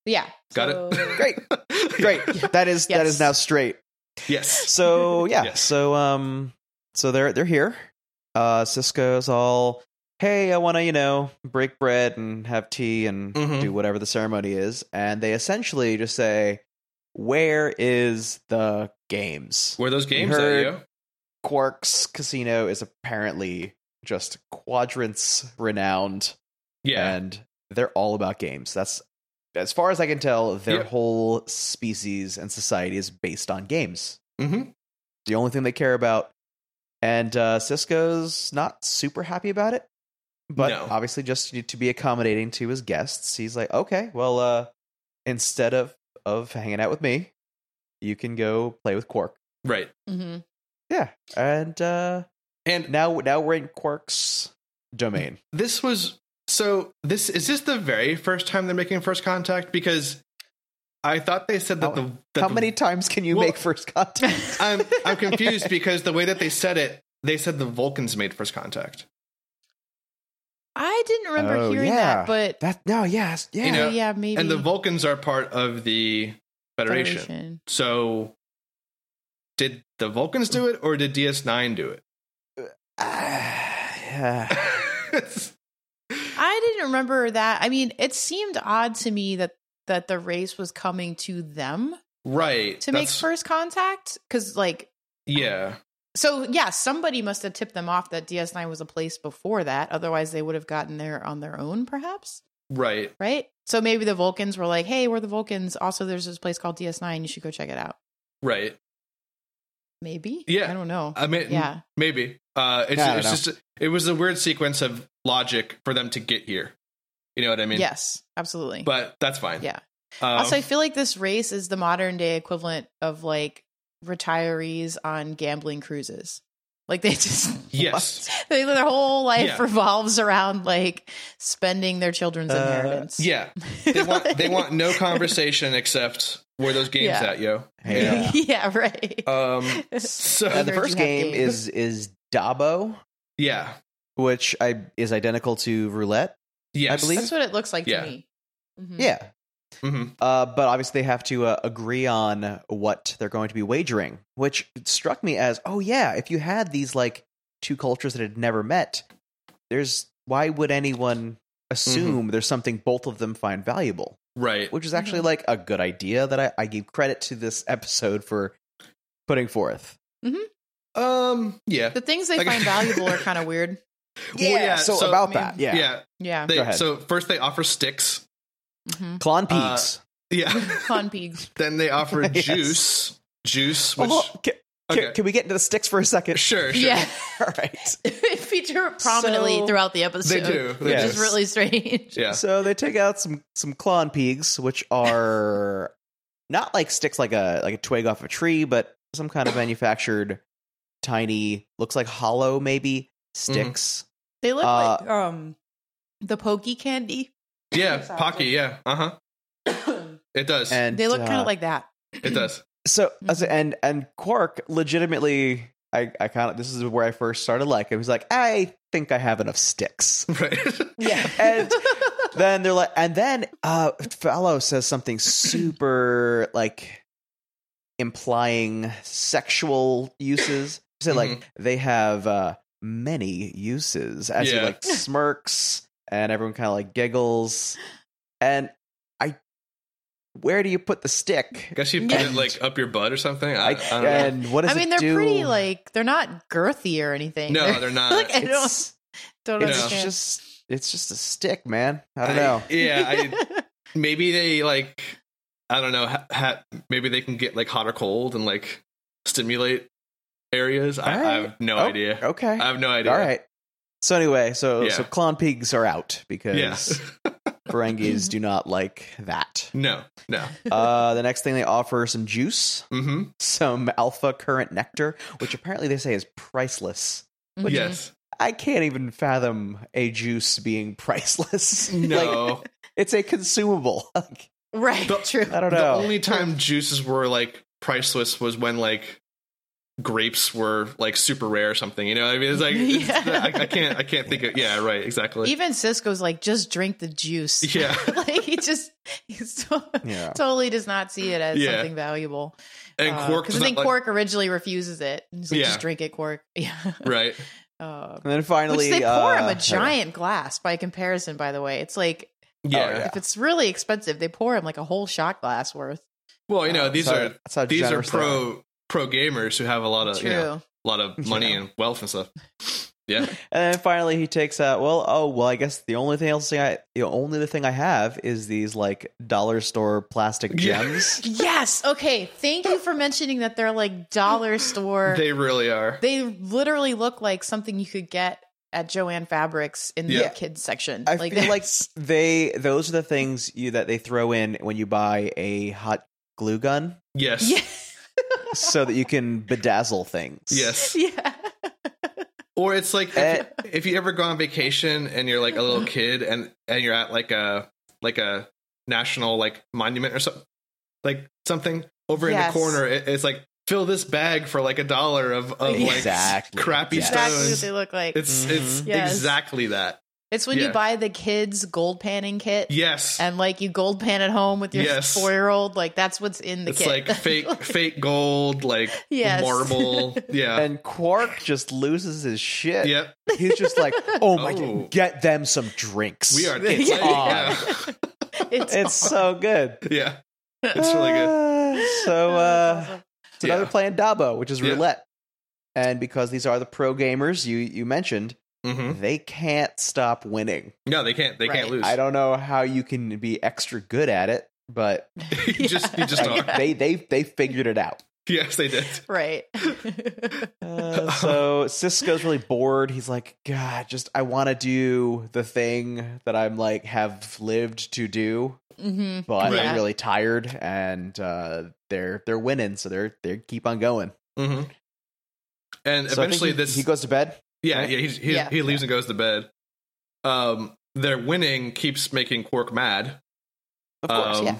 Speaker 2: Yeah.
Speaker 1: Got
Speaker 2: So-
Speaker 1: it.
Speaker 3: Great. Great. That is that
Speaker 2: Yes.
Speaker 3: is now straight.
Speaker 1: Yes.
Speaker 3: So yeah.
Speaker 1: Yes.
Speaker 3: So um so they're they're here. Uh Cisco's all hey, I wanna, you know, break bread and have tea and
Speaker 1: Mhm.
Speaker 3: do whatever the ceremony is. And they essentially just say, Where is the games?
Speaker 1: Where those games
Speaker 3: heard-
Speaker 1: are, yo?
Speaker 3: Quark's casino is apparently just quadrants renowned.
Speaker 1: Yeah.
Speaker 3: and they're all about games. That's as far as I can tell, their
Speaker 1: Yep.
Speaker 3: whole species and society is based on games.
Speaker 1: hmm
Speaker 3: The only thing they care about, and uh, Cisco's not super happy about it, but
Speaker 1: No.
Speaker 3: obviously just to- to be accommodating to his guests, he's like, okay, well, uh, instead of of hanging out with me, you can go play with Quark.
Speaker 1: Right.
Speaker 2: Mhm.
Speaker 3: And uh,
Speaker 1: And
Speaker 3: now now we're in Quark's domain.
Speaker 1: this was so this is this the very first time they're making first contact because I thought they said that
Speaker 3: How-
Speaker 1: the that
Speaker 3: How
Speaker 1: the-
Speaker 3: many times can you
Speaker 1: Well-
Speaker 3: make first contact?
Speaker 1: I'm I'm confused because the way that they said it, they said the Vulcans made first contact.
Speaker 2: I didn't remember
Speaker 3: Oh,
Speaker 2: hearing
Speaker 3: yeah.
Speaker 2: that, but
Speaker 3: That no, yes, yeah.
Speaker 1: You know,
Speaker 2: oh, yeah, maybe.
Speaker 1: And the Vulcans are part of the Federation.
Speaker 2: Federation.
Speaker 1: So did the Vulcans do it or did DS9 do it?
Speaker 3: Ah, yeah.
Speaker 2: I didn't remember that. I mean, it seemed odd to me that that the race was coming to them
Speaker 1: right.
Speaker 2: to make
Speaker 1: That's-
Speaker 2: first contact because like
Speaker 1: Yeah.
Speaker 2: so yeah somebody must have tipped them off that ds9 was a place before that otherwise they would have gotten there on their own perhaps
Speaker 1: Right.
Speaker 2: right so maybe the vulcans were like hey we're the vulcans also there's this place called ds9 you should go check it out
Speaker 1: Right.
Speaker 2: Maybe.
Speaker 1: Yeah.
Speaker 2: I don't know.
Speaker 1: I mean,
Speaker 2: yeah.
Speaker 1: Maybe. Uh, it's,
Speaker 3: Yeah, I
Speaker 1: it's
Speaker 3: don't
Speaker 1: just it was a weird sequence of logic for them to get here. You know what I mean?
Speaker 2: yes. Absolutely.
Speaker 1: But that's fine.
Speaker 2: Yeah.
Speaker 1: Um,
Speaker 2: also, I feel like this race is the modern day equivalent of like retirees on gambling cruises. Like they just
Speaker 1: yes.
Speaker 2: they, their whole life
Speaker 1: Yeah.
Speaker 2: revolves around like spending their children's
Speaker 3: Uh,
Speaker 2: inheritance.
Speaker 1: Yeah. They want they want no conversation except where those games
Speaker 2: Yeah.
Speaker 1: at, yo.
Speaker 3: Yeah.
Speaker 2: Yeah. right.
Speaker 1: Um.
Speaker 3: Uh,
Speaker 1: So
Speaker 3: the
Speaker 2: Virgin Hot
Speaker 3: first game
Speaker 2: Game.
Speaker 3: is is Dabo,
Speaker 1: yeah.
Speaker 3: which I is identical to roulette.
Speaker 1: Yes.
Speaker 3: believe-
Speaker 2: That's what it looks like
Speaker 1: Yeah.
Speaker 2: to me. Mhm.
Speaker 3: Yeah,
Speaker 1: hmm
Speaker 3: uh, but obviously they have to uh, agree on what they're going to be wagering, which struck me as oh yeah, if you had these like two cultures that had never met, there's why would anyone assume there's something both of them find valuable?
Speaker 1: Right.
Speaker 3: Which is actually
Speaker 2: Mhm.
Speaker 3: like a good idea that I, I give credit to this episode for putting forth.
Speaker 1: Um. Yeah.
Speaker 2: The things they
Speaker 1: Like-
Speaker 2: find valuable are kind of weird.
Speaker 1: Well,
Speaker 3: Yeah, so, about
Speaker 2: I mean,
Speaker 3: that, yeah,
Speaker 1: Yeah.
Speaker 2: Yeah.
Speaker 1: They-
Speaker 3: Go ahead.
Speaker 1: So first they offer sticks.
Speaker 2: Mhm.
Speaker 3: Clon
Speaker 1: Uh,
Speaker 3: Peaks.
Speaker 1: Yeah.
Speaker 2: Con pigs.
Speaker 1: then they offer
Speaker 3: Yes.
Speaker 1: juice. Juice. Uh, Which.
Speaker 3: Well, Oh,
Speaker 2: Oh.
Speaker 3: can, can-
Speaker 1: okay.
Speaker 3: can we get into the sticks for a second?
Speaker 1: sure. Sure.
Speaker 2: Yeah.
Speaker 3: All right.
Speaker 2: They feature prominently
Speaker 3: So-
Speaker 2: throughout the episode.
Speaker 1: They do. They
Speaker 2: Which
Speaker 3: Yeah.
Speaker 1: do.
Speaker 2: is really strange.
Speaker 1: Yeah.
Speaker 3: So they take out some some clawn pigs, which are not like sticks like a like a twig off a tree, but some kind of manufactured tiny, looks like hollow maybe sticks.
Speaker 2: They look
Speaker 3: Uh,
Speaker 2: like um the pokey candy.
Speaker 1: Yeah.
Speaker 2: Sorry.
Speaker 1: Pocky. Yeah. Uh huh.
Speaker 2: they
Speaker 1: It does.
Speaker 3: And
Speaker 2: look kind
Speaker 3: uh,
Speaker 2: of like that.
Speaker 1: it does.
Speaker 3: So
Speaker 2: Mhm.
Speaker 3: as- and and Quark legitimately I, I kind of this is where I first started like him. He's like, I think I have enough sticks.
Speaker 1: Right.
Speaker 2: Yeah.
Speaker 3: And then they're like, and then uh Fallow says something super like implying sexual uses. He said
Speaker 1: Mhm.
Speaker 3: like they have uh many uses as
Speaker 1: Yeah.
Speaker 3: he like smirks and everyone kind of like giggles. And I where do you put the stick?
Speaker 1: Guess you put it like up your butt or something. uh, I, I,
Speaker 3: Like,
Speaker 1: don't know.
Speaker 3: and what does
Speaker 2: I mean,
Speaker 3: it
Speaker 2: they're
Speaker 3: do?
Speaker 2: pretty like they're not girthy or anything.
Speaker 1: No, they're not.
Speaker 2: like, I don't,
Speaker 3: It's,
Speaker 2: don't
Speaker 1: you know.
Speaker 3: it's
Speaker 2: understand.
Speaker 3: just it's just a stick, man. I don't know.
Speaker 1: Yeah, I, maybe they like I don't know. Ha, ha, maybe they can get like hot or cold and like stimulate areas. I, I have no
Speaker 3: Oh,
Speaker 1: idea.
Speaker 3: Okay.
Speaker 1: I have no idea.
Speaker 3: All right. So anyway, so
Speaker 1: Yeah.
Speaker 3: so clown pigs are out because
Speaker 1: Yes.
Speaker 3: Ferengis do not like that.
Speaker 1: no. No.
Speaker 3: Uh, the next thing they offer is some juice,
Speaker 1: Mm-hmm.
Speaker 3: some alpha current nectar, which apparently they say is priceless.
Speaker 2: Mhm.
Speaker 1: Yes.
Speaker 3: I can't even fathom a juice being priceless. like,
Speaker 1: No.
Speaker 3: it's a consumable. Like,
Speaker 2: right.
Speaker 1: The-
Speaker 2: True.
Speaker 3: I don't
Speaker 1: the
Speaker 3: know.
Speaker 1: only time juices were like priceless was when like grapes were like super rare or something. You know, I mean, it's like it's-
Speaker 2: Yeah.
Speaker 1: I, I can't. I can't think of. Yeah. Right. Exactly.
Speaker 2: Even Cisco's like, just drink the juice.
Speaker 1: yeah.
Speaker 2: like he just he's so,
Speaker 3: yeah.
Speaker 2: totally does not see it as
Speaker 1: Yeah.
Speaker 2: something valuable.
Speaker 1: And Quark
Speaker 2: because
Speaker 1: does
Speaker 2: Uh, I think
Speaker 1: not like-
Speaker 2: Quark originally refuses it. He's like,
Speaker 1: Yeah.
Speaker 2: just drink it, Quark. Yeah.
Speaker 1: Right.
Speaker 2: Uh,
Speaker 3: And then
Speaker 2: which
Speaker 3: finally,
Speaker 2: they pour him
Speaker 3: uh,
Speaker 2: a giant glass by comparison, by the way. It's like
Speaker 1: Oh, Yeah.
Speaker 3: yeah.
Speaker 2: if it's really expensive, they pour him like a whole shot glass worth.
Speaker 1: Well, you know,
Speaker 2: Uh,
Speaker 1: these
Speaker 3: that's how-
Speaker 1: are
Speaker 3: that's how
Speaker 1: these are
Speaker 3: generous they
Speaker 1: pro pro gamers who have a lot of
Speaker 2: True.
Speaker 1: you know, a lot of money
Speaker 3: Yeah.
Speaker 1: and wealth and stuff. Yeah.
Speaker 3: And then finally, he takes out. Well, oh well. I guess the only thing else thing I the only other thing I have is these like dollar store plastic
Speaker 1: Yeah.
Speaker 3: gems.
Speaker 2: Yes. Okay. Thank you for mentioning that they're like dollar store.
Speaker 1: they really are.
Speaker 2: They literally look like something you could get at Joanne Fabrics in
Speaker 1: Yeah.
Speaker 2: the kids section.
Speaker 3: I feel like
Speaker 2: there's-
Speaker 3: they those are the things you that they throw in when you buy a hot glue gun,
Speaker 1: Yes.
Speaker 2: yeah,
Speaker 3: so that you can bedazzle things.
Speaker 1: Yes.
Speaker 2: yeah,
Speaker 1: Or it's like
Speaker 3: Eh.
Speaker 1: if, if you ever go on vacation and you're like a little kid and and you're at like a like a national like monument or something like something over in
Speaker 2: Yes.
Speaker 1: the corner it, it's like fill this bag for like a dollar of of
Speaker 3: Exactly.
Speaker 1: like crappy
Speaker 3: Yes.
Speaker 2: exactly what
Speaker 1: stones.
Speaker 2: they look like. It's,
Speaker 1: It's
Speaker 3: Mhm.
Speaker 1: it's
Speaker 2: Yes.
Speaker 1: exactly that.
Speaker 2: when
Speaker 1: yeah.
Speaker 2: you buy the kids gold panning kit
Speaker 1: Yes.
Speaker 2: and like you gold pan at home with your
Speaker 1: Yes.
Speaker 2: four year old. Like that's what's in the
Speaker 1: it's
Speaker 2: kit.
Speaker 1: like fake fake gold, like
Speaker 2: Yes.
Speaker 1: marble. Yeah.
Speaker 3: And Quark just loses his shit.
Speaker 1: Yep.
Speaker 3: He's just like, oh my,
Speaker 1: Oh.
Speaker 3: god, get them some drinks.
Speaker 1: We are
Speaker 3: It's
Speaker 1: like,
Speaker 3: on.
Speaker 2: it's,
Speaker 3: It's so good.
Speaker 1: Yeah. yeah. It's really good.
Speaker 3: good. So
Speaker 2: Oh,
Speaker 3: uh,
Speaker 2: that's awesome.
Speaker 3: So now they're
Speaker 1: Yeah.
Speaker 3: playing Dabo, which is
Speaker 1: Yeah.
Speaker 3: roulette. And because these are the pro gamers you you mentioned,
Speaker 1: hmm
Speaker 3: they can't stop winning.
Speaker 1: No, they can't. They can't
Speaker 2: Right.
Speaker 1: lose.
Speaker 3: I don't know how you can be extra good at it, but
Speaker 1: you just you just
Speaker 2: Yeah.
Speaker 1: are.
Speaker 3: they they they figured it out.
Speaker 1: Yes, they did.
Speaker 2: right.
Speaker 3: Uh, so Cisco's really bored. He's like, God, just I want to do the thing that I'm like have lived to do,
Speaker 2: hmm
Speaker 3: but
Speaker 1: Right.
Speaker 3: I'm really tired. And uh, they're they're winning, so they're they keep on going.
Speaker 1: hmm And
Speaker 3: So I think
Speaker 1: eventually,
Speaker 3: he-
Speaker 1: this
Speaker 3: he goes to bed.
Speaker 1: yeah
Speaker 3: right?
Speaker 1: yeah he he,
Speaker 2: Yeah.
Speaker 1: he leaves and goes to bed. Um, their winning keeps making Quark mad.
Speaker 3: Of course,
Speaker 1: um,
Speaker 3: yeah.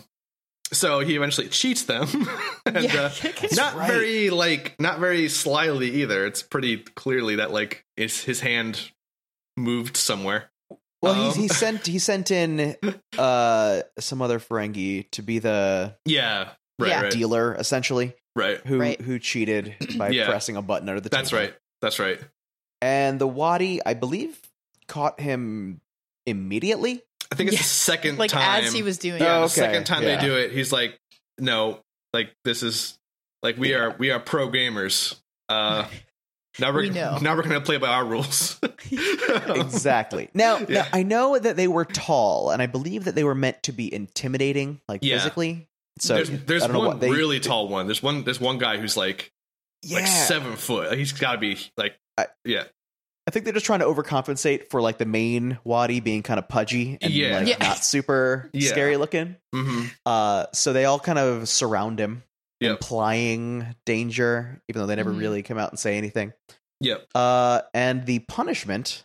Speaker 1: So he eventually cheats them, and uh,
Speaker 3: That's
Speaker 1: not
Speaker 3: right.
Speaker 1: very like not very slyly either. It's pretty clearly that like it's his hand moved somewhere.
Speaker 3: Well,
Speaker 1: Um,
Speaker 3: he he sent he sent in uh some other Ferengi to be the
Speaker 1: Yeah. Right.
Speaker 2: Yeah.
Speaker 1: Right.
Speaker 3: dealer essentially
Speaker 1: Right.
Speaker 3: who
Speaker 2: Right.
Speaker 3: who cheated by
Speaker 1: Yeah.
Speaker 3: pressing a button under the
Speaker 1: That's
Speaker 3: table.
Speaker 1: right. That's right.
Speaker 3: And the Wadi, I believe, caught him immediately.
Speaker 1: I think it's the
Speaker 2: Yes.
Speaker 1: second
Speaker 2: like
Speaker 1: time.
Speaker 2: as he was doing
Speaker 1: yeah,
Speaker 3: Oh,
Speaker 1: the
Speaker 3: okay.
Speaker 1: second time
Speaker 3: Yeah.
Speaker 1: they do it, he's like, "No, like this is like we are we are pro gamers. Uh, now we're
Speaker 2: We know.
Speaker 1: now we're gonna play by our rules."
Speaker 3: Exactly. Now, now,
Speaker 1: Oh. Yeah.
Speaker 3: I know that they were tall, and I believe that they were meant to be intimidating, like
Speaker 1: Yeah.
Speaker 3: physically. So
Speaker 1: there's
Speaker 3: I
Speaker 1: there's
Speaker 3: don't know
Speaker 1: one
Speaker 3: what they-
Speaker 1: really tall one. There's one there's one guy who's like
Speaker 3: yeah,
Speaker 1: like seven foot. Like, He's got to be like
Speaker 3: I-
Speaker 1: yeah
Speaker 3: I think they're just trying to overcompensate for like the main Wadi being kind of pudgy and
Speaker 1: Yeah.
Speaker 3: like
Speaker 2: Yeah.
Speaker 3: not super
Speaker 1: Yeah.
Speaker 3: scary looking.
Speaker 1: hmm
Speaker 3: Uh, so they all kind of surround him,
Speaker 1: Yep.
Speaker 3: implying danger, even though they never
Speaker 2: Mhm.
Speaker 3: really come out and say anything.
Speaker 1: yep
Speaker 3: Uh, and the punishment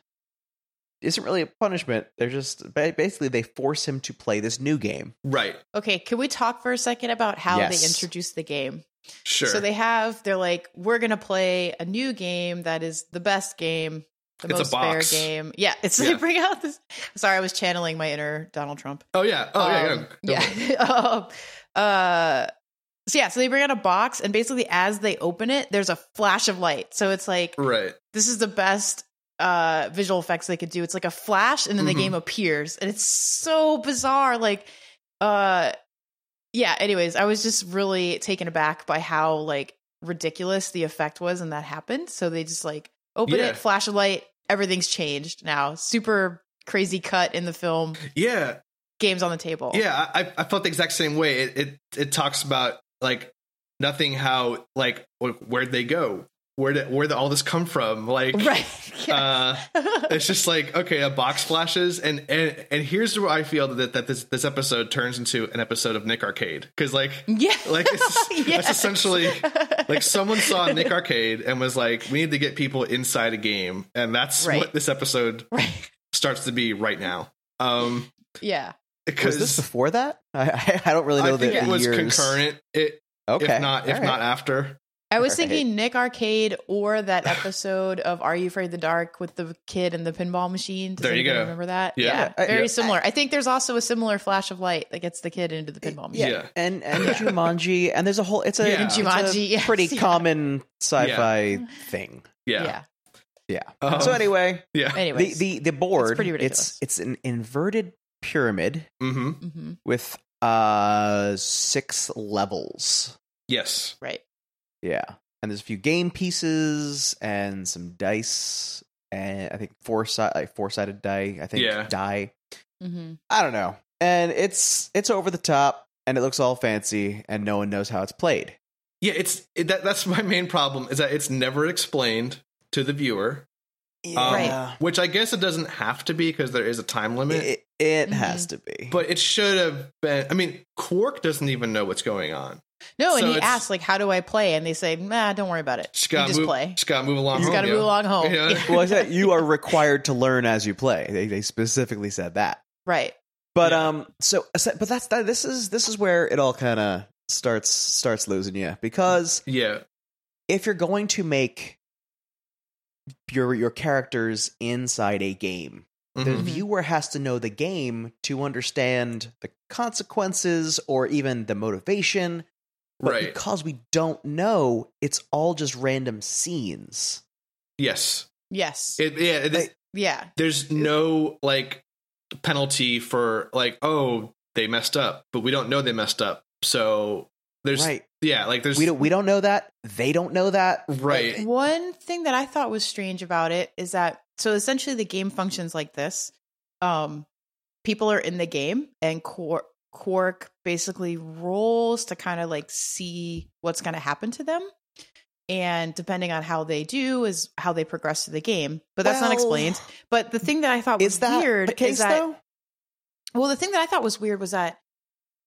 Speaker 3: isn't really a punishment. They're just ba- basically they force him to play this new game.
Speaker 1: right
Speaker 2: Okay, can we talk for a second about how
Speaker 3: Yes.
Speaker 2: they introduced the game?
Speaker 1: sure
Speaker 2: So they have they're like, we're gonna play a new game that is the best game, the
Speaker 1: It's a
Speaker 2: most fair
Speaker 1: box.
Speaker 2: game. Yeah, it's
Speaker 1: Yeah.
Speaker 2: they bring out this. Sorry, I was channeling my inner Donald Trump.
Speaker 1: oh yeah oh yeah,
Speaker 2: Um,
Speaker 1: yeah
Speaker 2: yeah. Um, uh, so yeah, so they bring out a box, and basically, as they open it, there's a flash of light. So it's like
Speaker 1: right
Speaker 2: this is the best uh visual effects they could do it's like a flash and then
Speaker 1: Mhm.
Speaker 2: the game appears and it's so bizarre like uh yeah, anyways, I was just really taken aback by how like ridiculous the effect was and that happened. So they just like open
Speaker 1: Yeah.
Speaker 2: it, flash a light, everything's changed now. Super crazy cut in the film,
Speaker 1: Yeah,
Speaker 2: games on the table.
Speaker 1: Yeah, I, I felt the exact same way. It, it it talks about like nothing. How like wh- where'd they go? Where did where did all this come from? Like
Speaker 2: Right. Yeah.
Speaker 1: uh, it's just like okay, a box flashes, and and and here's where I feel that that this this episode turns into an episode of Nick Arcade because like
Speaker 2: yeah.
Speaker 1: like it's,
Speaker 2: Yes.
Speaker 1: that's essentially like someone saw Nick Arcade and was like, we need to get people inside a game, and that's
Speaker 2: Right.
Speaker 1: what this episode
Speaker 2: right.
Speaker 1: starts to be right now. Um,
Speaker 2: Yeah.
Speaker 3: Was this
Speaker 1: because
Speaker 3: before that? I- I, I don't really know
Speaker 1: I think
Speaker 3: the,
Speaker 1: it
Speaker 3: the
Speaker 1: was
Speaker 3: years.
Speaker 1: concurrent. It,
Speaker 3: Okay,
Speaker 1: if not if
Speaker 3: All right.
Speaker 1: not after
Speaker 2: I was
Speaker 3: Right.
Speaker 2: thinking Nick Arcade or that episode of Are You Afraid of the Dark with the kid and the pinball machine. Does
Speaker 1: There you
Speaker 2: anybody
Speaker 1: go.
Speaker 2: Remember that?
Speaker 1: Yeah.
Speaker 3: Uh, Yeah, I-
Speaker 2: Very
Speaker 1: yeah.
Speaker 2: similar. I think there's also a similar flash of light that gets the kid into the pinball machine.
Speaker 3: yeah.
Speaker 1: Yeah.
Speaker 3: and and Jumanji, and there's a whole. It's a,
Speaker 1: Yeah.
Speaker 3: it's a
Speaker 2: Jumanji, yes,
Speaker 3: pretty
Speaker 2: yeah.
Speaker 3: common sci-fi
Speaker 2: Yeah.
Speaker 3: thing.
Speaker 1: yeah
Speaker 2: Yeah.
Speaker 3: Yeah.
Speaker 1: Um,
Speaker 3: so anyway,
Speaker 1: yeah
Speaker 2: Anyways.
Speaker 3: the the the board.
Speaker 2: It's pretty
Speaker 3: it's
Speaker 2: ridiculous.
Speaker 3: it's an inverted pyramid
Speaker 1: hmm
Speaker 2: hmm
Speaker 3: with uh six levels.
Speaker 1: yes
Speaker 2: Right.
Speaker 3: Yeah. And there's a few game pieces and some dice and I think four side like four sided die, I think
Speaker 1: Yeah.
Speaker 3: die.
Speaker 2: hmm
Speaker 3: I don't know. And it's it's over the top and it looks all fancy and no one knows how it's played.
Speaker 1: yeah it's it, that, that's my main problem is that it's never explained to the viewer um,
Speaker 2: Right.
Speaker 1: which i guess it doesn't have to be because there is a time limit
Speaker 3: It, it
Speaker 2: Mhm.
Speaker 3: has to be.
Speaker 1: but it should have been i mean quark doesn't even know what's going on
Speaker 2: No,
Speaker 1: So
Speaker 2: and he
Speaker 1: it's-
Speaker 2: asks like, "How do I play?" And they say, "Nah, don't worry about it.
Speaker 1: just
Speaker 2: you
Speaker 1: gotta
Speaker 2: just
Speaker 1: move
Speaker 2: play.
Speaker 1: just gotta move along
Speaker 2: You just
Speaker 1: home,
Speaker 2: got to
Speaker 1: yeah.
Speaker 2: move along home."
Speaker 1: Yeah.
Speaker 2: Yeah.
Speaker 3: well, I said you are required to learn as you play. They, they specifically said that.
Speaker 2: Right.
Speaker 3: But
Speaker 1: Yeah.
Speaker 3: um, so but that's that. This is this is where it all kind of starts starts losing you because
Speaker 1: yeah
Speaker 3: if you're going to make your your characters inside a game, the
Speaker 1: Mhm.
Speaker 3: viewer has to know the game to understand the consequences or even the motivation. But
Speaker 1: right
Speaker 3: because we don't know, it's all just random scenes.
Speaker 1: yes
Speaker 2: Yes.
Speaker 1: it, yeah it,
Speaker 3: Like-
Speaker 2: yeah.
Speaker 1: there's no like penalty for like oh they messed up but we don't know they messed up so there's
Speaker 3: right.
Speaker 1: yeah like there's
Speaker 3: We don't we don't know that. They don't know that.
Speaker 1: right
Speaker 2: One thing that I thought was strange about it is that so essentially the game functions like this. Um people are in the game and Quark, Quark basically rolls to kind of like see what's going to happen to them. And depending on how they do is how they progress to the game. But that's not
Speaker 3: Well,
Speaker 2: explained. But the thing that I thought was
Speaker 3: Is that
Speaker 2: weird
Speaker 3: the case
Speaker 2: is that
Speaker 3: though?
Speaker 2: well, the thing that I thought was weird was that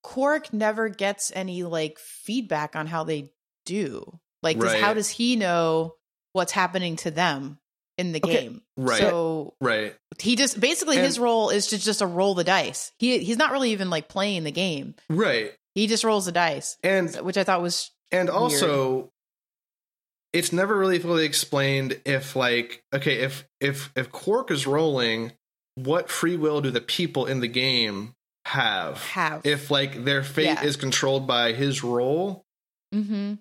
Speaker 2: Cork never gets any like feedback on how they do. Like, does, how
Speaker 1: Right.
Speaker 2: does he know what's happening to them in the
Speaker 3: Okay,
Speaker 2: game?
Speaker 1: right
Speaker 2: So
Speaker 1: right
Speaker 2: he just basically his
Speaker 1: And-
Speaker 2: role is to just to roll the dice. He he's not really even like playing the game.
Speaker 1: right
Speaker 2: He just rolls the dice,
Speaker 1: and
Speaker 2: which I thought was
Speaker 1: and also it's never really fully explained if like okay if if if quark is rolling what free will do the people in the game have
Speaker 2: have.
Speaker 1: if like their fate
Speaker 2: Yeah.
Speaker 1: is controlled by his role
Speaker 2: hmm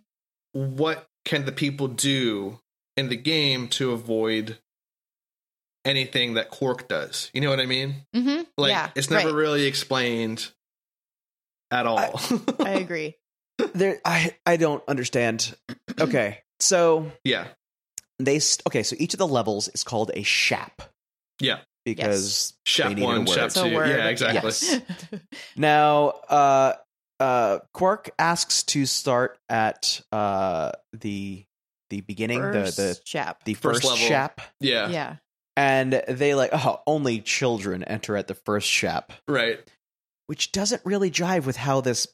Speaker 1: what can the people do in the game to avoid anything that Quark does? You know what I mean?
Speaker 2: hmm
Speaker 1: Like
Speaker 2: yeah,
Speaker 1: it's never
Speaker 2: right.
Speaker 1: really explained at all.
Speaker 2: I agree.
Speaker 3: there i i don't understand okay so
Speaker 1: yeah.
Speaker 3: they st- okay so each of the levels is called a shap
Speaker 1: Yeah.
Speaker 3: because They
Speaker 1: Shap
Speaker 3: need a
Speaker 1: one,
Speaker 3: word.
Speaker 1: Shap
Speaker 2: It's a
Speaker 1: two.
Speaker 2: word.
Speaker 1: Yeah, exactly.
Speaker 3: now uh uh quark asks to start at uh the the beginning
Speaker 2: First
Speaker 3: the
Speaker 2: chap.
Speaker 3: the the
Speaker 1: First
Speaker 3: first,
Speaker 1: level.
Speaker 3: shap
Speaker 1: Yeah.
Speaker 2: yeah.
Speaker 3: and they like oh only children enter at the first shap
Speaker 1: Right.
Speaker 3: which doesn't really jive with how this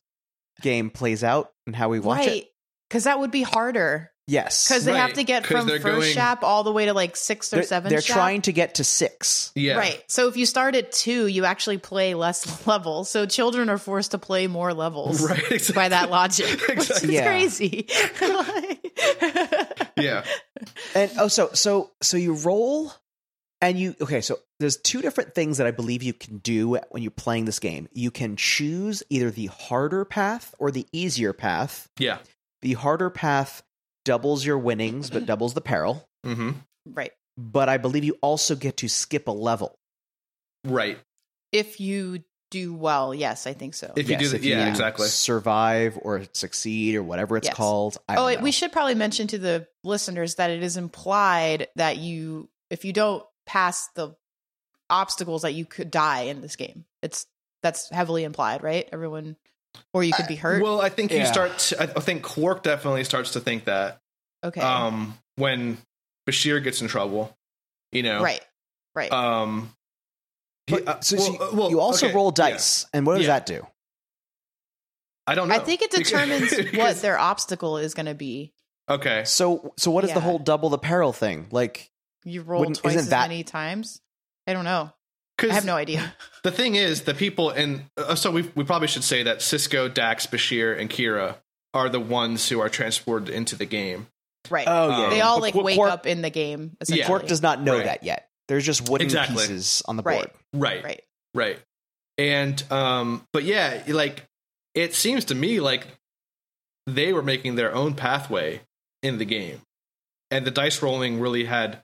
Speaker 3: game plays out and how we watch it
Speaker 2: Right. Because that would be harder.
Speaker 3: yes
Speaker 2: because they have
Speaker 1: Right,
Speaker 2: to get
Speaker 1: 'cause
Speaker 2: from
Speaker 1: they're
Speaker 2: first
Speaker 1: going-
Speaker 2: shop all the way to like sixth or
Speaker 3: they're,
Speaker 2: seventh.
Speaker 3: they're
Speaker 2: shop.
Speaker 3: trying to get to six
Speaker 1: Yeah.
Speaker 2: right. So if you start at two, you actually play less levels. So children are forced to play more levels
Speaker 1: Right. Exactly.
Speaker 2: by that logic, which is
Speaker 1: Exactly.
Speaker 3: Yeah.
Speaker 2: crazy. Like-
Speaker 1: Yeah.
Speaker 3: And oh, so so so you roll, and you okay. So there's two different things that I believe you can do when you're playing this game. You can choose either the harder path or the easier path.
Speaker 1: Yeah.
Speaker 3: The harder path doubles your winnings, but doubles the peril.
Speaker 1: hmm
Speaker 2: right.
Speaker 3: But I believe you also get to skip a level.
Speaker 1: Right.
Speaker 2: If you do well, yes, I think so.
Speaker 1: If you do
Speaker 3: Yes,
Speaker 1: that, yeah,
Speaker 3: you
Speaker 1: exactly.
Speaker 3: Survive or succeed or whatever it's
Speaker 2: Yes.
Speaker 3: called. I
Speaker 2: oh,
Speaker 3: don't
Speaker 2: it,
Speaker 3: know.
Speaker 2: we should probably mention to the listeners that it is implied that you, if you don't pass the obstacles, that you could die in this game. It's that's heavily implied, right? Everyone, or you
Speaker 3: Uh,
Speaker 2: could be hurt.
Speaker 1: Well, I think you
Speaker 3: Yeah.
Speaker 1: start. To, I I think Quark definitely starts to think that
Speaker 2: okay,
Speaker 1: um, when Bashir gets in trouble, you know,
Speaker 2: right,
Speaker 3: Uh,
Speaker 2: right.
Speaker 1: Um, he-
Speaker 3: But-
Speaker 1: uh,
Speaker 3: so
Speaker 1: well,
Speaker 3: you,
Speaker 1: uh, well,
Speaker 3: you also
Speaker 1: okay,
Speaker 3: roll
Speaker 1: yeah.
Speaker 3: dice, and what does
Speaker 1: Yeah.
Speaker 3: that do?
Speaker 1: I don't know.
Speaker 2: I think it
Speaker 1: Because-
Speaker 2: determines what
Speaker 1: because-
Speaker 2: their obstacle is going to be.
Speaker 1: Okay.
Speaker 3: So, so what is the
Speaker 2: Yeah.
Speaker 3: whole double the peril thing? Like,
Speaker 2: You roll
Speaker 3: Wouldn't-
Speaker 2: twice
Speaker 3: isn't
Speaker 2: as
Speaker 3: that-
Speaker 2: many times. I don't know. I
Speaker 1: Because
Speaker 2: have no idea.
Speaker 1: the thing is, the people in. Uh, so we, we probably should say that Cisco, Dax, Bashir, and Kira are the ones who are transported into the game.
Speaker 2: Right.
Speaker 3: oh
Speaker 1: Um,
Speaker 3: yeah,
Speaker 2: they
Speaker 3: yeah.
Speaker 2: all
Speaker 3: But
Speaker 2: like
Speaker 3: Quark-
Speaker 2: wake
Speaker 3: Quark-
Speaker 2: up in the game.
Speaker 1: Yeah.
Speaker 2: Essentially.
Speaker 3: Quark does not know
Speaker 1: Right.
Speaker 3: that yet. There's just wooden
Speaker 1: Exactly.
Speaker 3: pieces on the
Speaker 2: Right.
Speaker 3: board.
Speaker 1: Right.
Speaker 2: Right.
Speaker 1: Right. And um but yeah, like it seems to me like they were making their own pathway in the game. And the dice rolling really had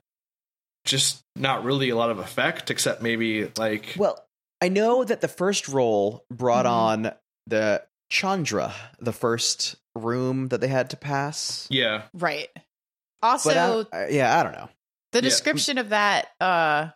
Speaker 1: just not really a lot of effect except maybe like
Speaker 3: Well, I know that the first roll brought
Speaker 2: Mhm.
Speaker 3: on the Chandra, the first room that they had to pass.
Speaker 1: yeah.
Speaker 2: Right. Also,
Speaker 3: But uh, I, I- yeah, I don't know.
Speaker 2: the
Speaker 1: yeah.
Speaker 2: description of that, uh,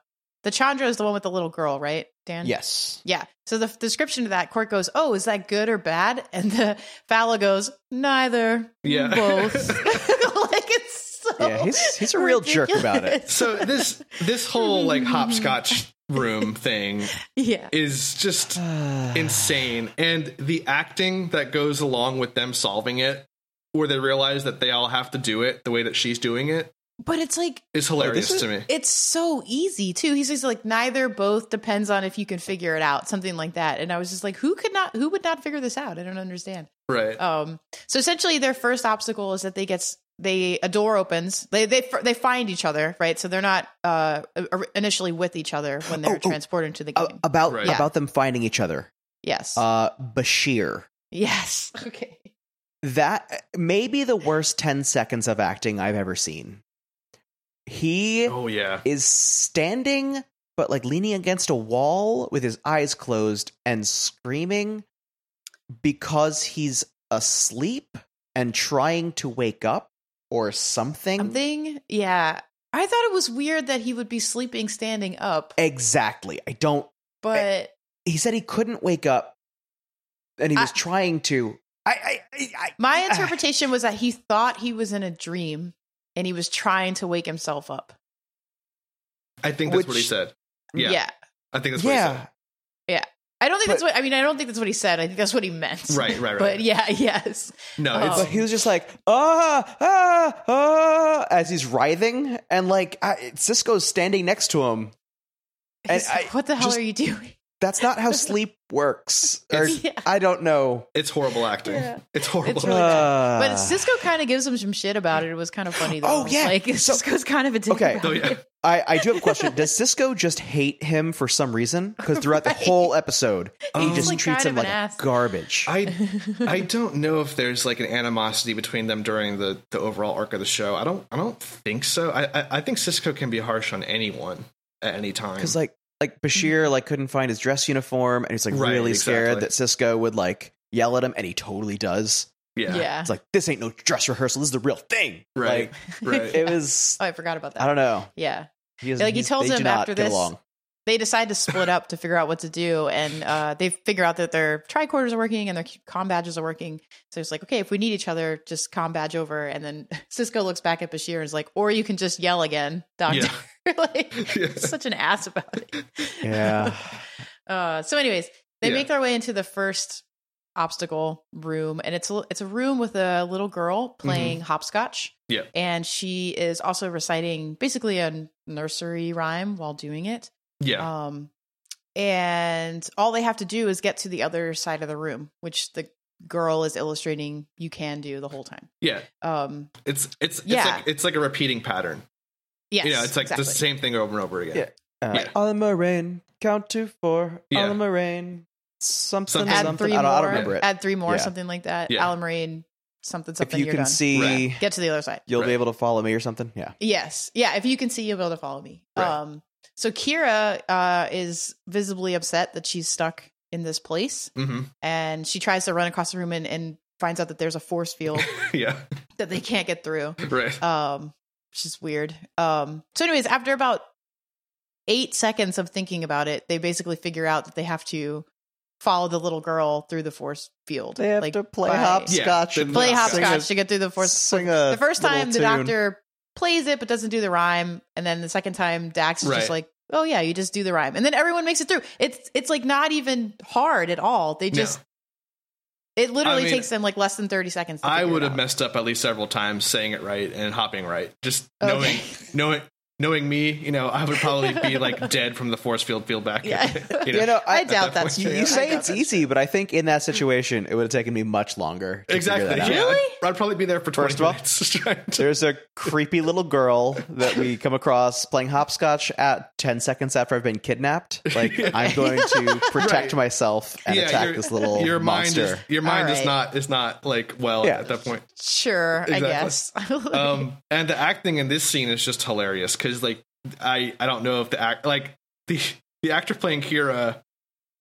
Speaker 2: the Chandra is the one with the little girl, right, Dan?
Speaker 3: Yes,
Speaker 2: Yeah. So the f- description of that, Quark goes, "Oh, is that good or bad?" And the Falla goes, "Neither.
Speaker 1: Yeah.
Speaker 2: Both." like it's so.
Speaker 3: Yeah, he's- he's a real jerk about it.
Speaker 2: ridiculous.
Speaker 1: So this this whole like hopscotch room thing
Speaker 2: yeah.
Speaker 1: is just insane and the acting that goes along with them solving it where they realize that they all have to do it the way that she's doing
Speaker 2: Oh,
Speaker 1: it
Speaker 2: But it's like
Speaker 1: is hilarious
Speaker 3: is-
Speaker 1: to me.
Speaker 2: it's so easy too. He's just like neither both depends on if you can figure it out, something like that. And I was just like, who could not who would not figure this out? I don't understand.
Speaker 1: Right.
Speaker 2: Um so essentially their first obstacle is that they gets they a door opens. They they they find each other, right? So they're not uh initially with each other when they're
Speaker 3: Oh, oh.
Speaker 2: transported into the game.
Speaker 3: A- about
Speaker 1: Right.
Speaker 2: Yeah.
Speaker 3: about them finding each other.
Speaker 2: yes.
Speaker 3: Uh, Bashir.
Speaker 2: yes. Okay.
Speaker 3: That may be the worst 10 seconds of acting I've ever seen. He
Speaker 1: oh yeah.
Speaker 3: is standing, but like leaning against a wall with his eyes closed and screaming because he's asleep and trying to wake up or something.
Speaker 2: Something. Yeah. I thought it was weird that he would be sleeping standing up,
Speaker 3: Eh, exactly. I don't.
Speaker 2: but
Speaker 3: He said he couldn't wake up and he was
Speaker 2: I-
Speaker 3: trying to. I, I, I, I
Speaker 2: My interpretation was that he thought he was in a dream and he was trying to wake himself up.
Speaker 1: I think that's what he
Speaker 3: Which-
Speaker 1: said. Yeah. I think that's what
Speaker 3: yeah.
Speaker 2: I don't think that's what I mean, I don't think that's what he said. I think that's what he meant.
Speaker 1: Right, right, right.
Speaker 2: But yeah, yes.
Speaker 1: he said. No,
Speaker 2: Oh.
Speaker 1: it's
Speaker 3: But he was just like, ah, ah, ah, as he's writhing, and like I, Cisco's standing next to him. And
Speaker 2: He's like,
Speaker 3: I
Speaker 2: what the hell
Speaker 3: just-
Speaker 2: are you doing?
Speaker 3: That's not how sleep works. Or,
Speaker 1: It's-
Speaker 2: Yeah.
Speaker 3: I don't know.
Speaker 1: it's horrible acting.
Speaker 2: Yeah.
Speaker 1: It's horrible.
Speaker 2: It's really-
Speaker 3: Uh,
Speaker 2: But
Speaker 1: Ah.
Speaker 2: Cisco kind of gives him some shit about it. It was kind of funny though.
Speaker 3: Oh, yeah.
Speaker 2: Like
Speaker 3: So-
Speaker 2: Cisco's kind of a dick.
Speaker 3: Okay.
Speaker 2: about
Speaker 1: so
Speaker 2: it.
Speaker 1: Oh, yeah.
Speaker 3: I, I do have a question. Does Cisco just hate him for some reason? Because throughout
Speaker 2: Right.
Speaker 3: the whole episode, he
Speaker 1: Um,
Speaker 3: just
Speaker 2: like,
Speaker 3: treats
Speaker 2: kind
Speaker 3: him
Speaker 2: of an
Speaker 3: like
Speaker 2: ass.
Speaker 3: garbage.
Speaker 1: I I don't know if there's like an animosity between them during the the overall arc of the show. I don't I don't think so. I I, I think Cisco can be harsh on anyone at any time.
Speaker 3: Because like like Bashir like couldn't find his dress uniform, and he's like
Speaker 1: Right,
Speaker 3: really
Speaker 1: exactly.
Speaker 3: scared that Cisco would like yell at him, and he totally does.
Speaker 1: yeah.
Speaker 2: yeah.
Speaker 3: It's like this ain't no dress rehearsal. This is the real thing.
Speaker 1: Right.
Speaker 3: Like,
Speaker 1: Right.
Speaker 3: it was.
Speaker 2: Oh, I forgot about that.
Speaker 3: I don't know.
Speaker 2: yeah.
Speaker 3: He is,
Speaker 2: Like, he
Speaker 3: he's-
Speaker 2: tells
Speaker 3: they
Speaker 2: him
Speaker 3: do not
Speaker 2: after
Speaker 3: get
Speaker 2: this-
Speaker 3: along.
Speaker 2: they decide to split up to figure out what to do and uh, they figure out that their tricorders are working and their com badges are working so it's like okay if we need each other just com badge over and then cisco looks back at bashir and is like or you can just yell again doctor like
Speaker 1: Yeah.
Speaker 2: such an ass about it
Speaker 3: Yeah.
Speaker 2: uh, so anyways they
Speaker 1: Yeah.
Speaker 2: make their way into the first obstacle room and it's a, it's a room with a little girl playing hopscotch
Speaker 1: Mm-hmm. Yeah.
Speaker 2: and she is also reciting basically a nursery rhyme while doing it
Speaker 1: Yeah.
Speaker 2: um, and all they have to do is get to the other side of the room, which the girl is illustrating you can do the whole time.
Speaker 1: Yeah.
Speaker 2: Um,
Speaker 1: It's it's it's
Speaker 2: Yeah.
Speaker 1: like it's like a repeating pattern.
Speaker 2: yes,
Speaker 1: you know, it's like
Speaker 2: exactly.
Speaker 1: the same thing over and over again.
Speaker 3: Yeah. Uh,
Speaker 1: Yeah.
Speaker 3: All in my rain, count to four.
Speaker 1: Yeah.
Speaker 3: All in my rain, something,
Speaker 1: Something-
Speaker 3: something.
Speaker 2: Add
Speaker 3: something.
Speaker 2: three
Speaker 3: I,
Speaker 2: more.
Speaker 3: don't, I don't remember it.
Speaker 2: Add three more,
Speaker 3: Yeah.
Speaker 2: something like that.
Speaker 1: Yeah.
Speaker 2: Alamarine, something,
Speaker 3: if
Speaker 2: something.
Speaker 3: you
Speaker 2: are
Speaker 3: can
Speaker 2: done.
Speaker 3: see,
Speaker 1: Right.
Speaker 2: get to the other side.
Speaker 3: you'll
Speaker 1: Right.
Speaker 3: be able to follow me or something. Yeah.
Speaker 2: Yes, yeah. If you can see, you'll be able to follow me.
Speaker 1: Right.
Speaker 2: Um, so Kira uh, is visibly upset that she's stuck in this place,
Speaker 1: hmm
Speaker 2: and she tries to run across the room and, and finds out that there's a force field
Speaker 1: Yeah.
Speaker 2: that they can't get through.
Speaker 1: Right.
Speaker 2: um which is weird um so anyways after about eight seconds of thinking about it they basically figure out that they have to follow the little girl through the force field
Speaker 3: They have
Speaker 2: Like,
Speaker 3: to play
Speaker 2: by-
Speaker 1: Yeah,
Speaker 3: hopscotch.
Speaker 1: they
Speaker 3: and
Speaker 2: play
Speaker 1: Sing a-
Speaker 2: hopscotch to get through the force
Speaker 3: Sing a
Speaker 2: the first
Speaker 3: little
Speaker 2: time the
Speaker 3: tune.
Speaker 2: doctor plays it but doesn't do the rhyme and then the second time dax is
Speaker 1: Right.
Speaker 2: just like oh yeah you just do the rhyme and then everyone makes it through it's it's like not even hard at all they
Speaker 1: No.
Speaker 2: just it literally
Speaker 1: I mean,
Speaker 2: takes them like less than 30 seconds to
Speaker 1: I
Speaker 2: figure it
Speaker 1: would have
Speaker 2: out.
Speaker 1: messed up at least several times saying it right and hopping right. Just
Speaker 2: Okay.
Speaker 1: knowing knowing knowing me, you know, I would probably be like dead from the force field field back.
Speaker 2: Yeah.
Speaker 1: you know?
Speaker 3: You know,
Speaker 2: i
Speaker 3: I,
Speaker 1: that
Speaker 2: doubt that's
Speaker 1: point.
Speaker 3: you,
Speaker 2: true
Speaker 3: you
Speaker 2: I
Speaker 3: say
Speaker 2: doubt
Speaker 3: it's
Speaker 2: that's
Speaker 3: easy, but I think in that situation, it would have taken me much longer. to figure
Speaker 1: Exactly.
Speaker 3: that out.
Speaker 1: Yeah.
Speaker 2: Really?
Speaker 1: I'd, I'd probably be there for 20
Speaker 3: First of all,
Speaker 1: minutes. just trying to-
Speaker 3: There's a creepy little girl that we come across playing hopscotch at 10 seconds after I've been kidnapped. Like, I'm going to protect
Speaker 1: Right.
Speaker 3: myself and
Speaker 1: Yeah,
Speaker 3: attack
Speaker 1: your-
Speaker 3: this little
Speaker 1: your
Speaker 3: monster.
Speaker 1: mind is your mind
Speaker 2: All
Speaker 1: is
Speaker 2: right.
Speaker 1: not is not like well
Speaker 3: Yeah.
Speaker 1: at that point.
Speaker 2: Sure, I
Speaker 1: Exactly.
Speaker 2: guess.
Speaker 1: Um and the acting in this scene is just hilarious cuz like I I don't know if the act like the the actor playing Kira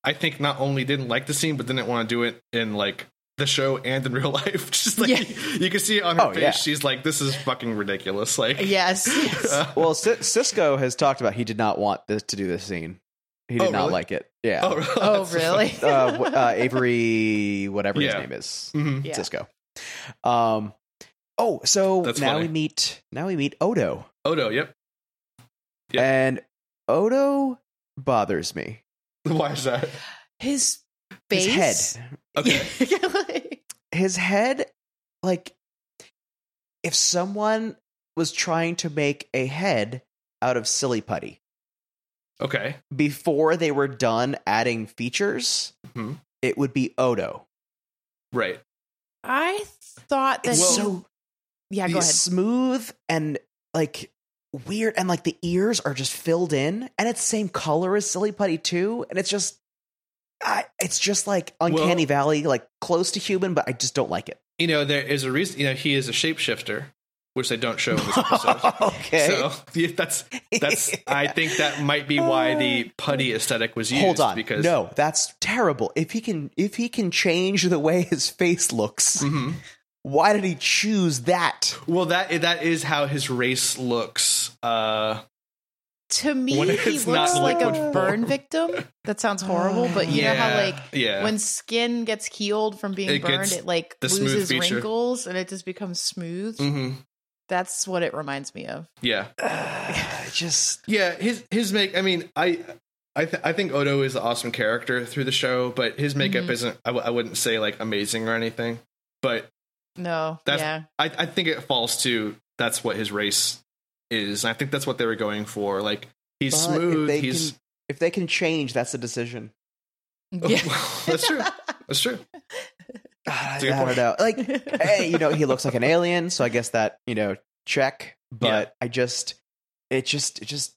Speaker 1: I think not only didn't like the scene but didn't want to do it in like the show and in real life. Just like
Speaker 2: Yeah.
Speaker 1: you can see it on her
Speaker 3: Oh,
Speaker 1: face
Speaker 3: yeah.
Speaker 1: she's like this is fucking ridiculous. Like
Speaker 2: yes. yes.
Speaker 1: uh,
Speaker 3: well, C- Cisco has talked about he did not want this to do this scene. He did
Speaker 1: Oh,
Speaker 3: not
Speaker 1: really?
Speaker 3: like it. Yeah.
Speaker 1: oh,
Speaker 2: oh,
Speaker 1: that's-
Speaker 2: really?
Speaker 3: uh, w- uh, Avery, whatever
Speaker 1: Yeah.
Speaker 3: his name is,
Speaker 1: Mhm.
Speaker 2: Yeah.
Speaker 3: Cisco. Um. Oh, so
Speaker 1: That's
Speaker 3: now
Speaker 1: funny.
Speaker 3: we meet now we meet Odo,
Speaker 1: Odo, yep. Yeah.
Speaker 3: and Odo bothers me.
Speaker 1: Why is that?
Speaker 2: His face.
Speaker 3: His head,
Speaker 1: Okay.
Speaker 3: his head, like if someone was trying to make a head out of silly putty
Speaker 1: Okay.
Speaker 3: before they were done adding features,
Speaker 1: Mhm.
Speaker 3: it would be Odo.
Speaker 1: Right.
Speaker 2: I thought that.
Speaker 3: It's
Speaker 1: Well-
Speaker 3: so
Speaker 2: yeah, go
Speaker 3: He's
Speaker 2: ahead.
Speaker 3: smooth and like weird and like the ears are just filled in and it's same color as silly putty too and it's just I, it's just like uncanny
Speaker 1: Well-
Speaker 3: valley like close to human but i just don't like it
Speaker 1: You know, there is a reason you know, he is a shapeshifter, which they don't show in this episode.
Speaker 3: okay
Speaker 1: So yeah, that's that's. I think that might be why the putty aesthetic was used.
Speaker 3: hold on
Speaker 1: because
Speaker 3: no that's terrible if he can if he can change the way his face looks
Speaker 1: Mhm.
Speaker 3: why did he choose that
Speaker 1: Well, that that is how his race looks. Uh,
Speaker 2: to me,
Speaker 1: When
Speaker 2: he
Speaker 1: it's
Speaker 2: looks
Speaker 1: not
Speaker 2: like
Speaker 3: liquid
Speaker 2: a
Speaker 3: form.
Speaker 2: burn victim. That sounds horrible, but you
Speaker 1: yeah,
Speaker 2: know how, like,
Speaker 1: yeah,
Speaker 2: when skin gets healed from being
Speaker 1: It
Speaker 2: burned,
Speaker 1: gets
Speaker 2: it, like,
Speaker 1: the smooth
Speaker 2: loses
Speaker 1: feature.
Speaker 2: wrinkles and it just becomes smooth?
Speaker 1: hmm
Speaker 2: That's what it reminds me of.
Speaker 1: yeah,
Speaker 3: I just
Speaker 1: yeah. His his make. I mean, I. I, th- I think Odo is an awesome character through the show, but his makeup
Speaker 3: Mm-hmm.
Speaker 2: Mhm.
Speaker 1: isn't. I w- I wouldn't say like amazing or anything, but
Speaker 2: No.
Speaker 1: That's-
Speaker 2: yeah.
Speaker 1: I, I think it falls to that's what his race is. And I think that's what they were going for. Like he's
Speaker 3: but if
Speaker 1: smooth.
Speaker 3: they
Speaker 1: He's
Speaker 3: can if they can change that's a decision
Speaker 1: that's true. That's true. It's
Speaker 3: God,
Speaker 1: a
Speaker 3: I,
Speaker 1: good
Speaker 3: I don't
Speaker 1: point.
Speaker 3: know like hey, you know, he looks like an alien, so I guess that, you know, check. But I just it just it just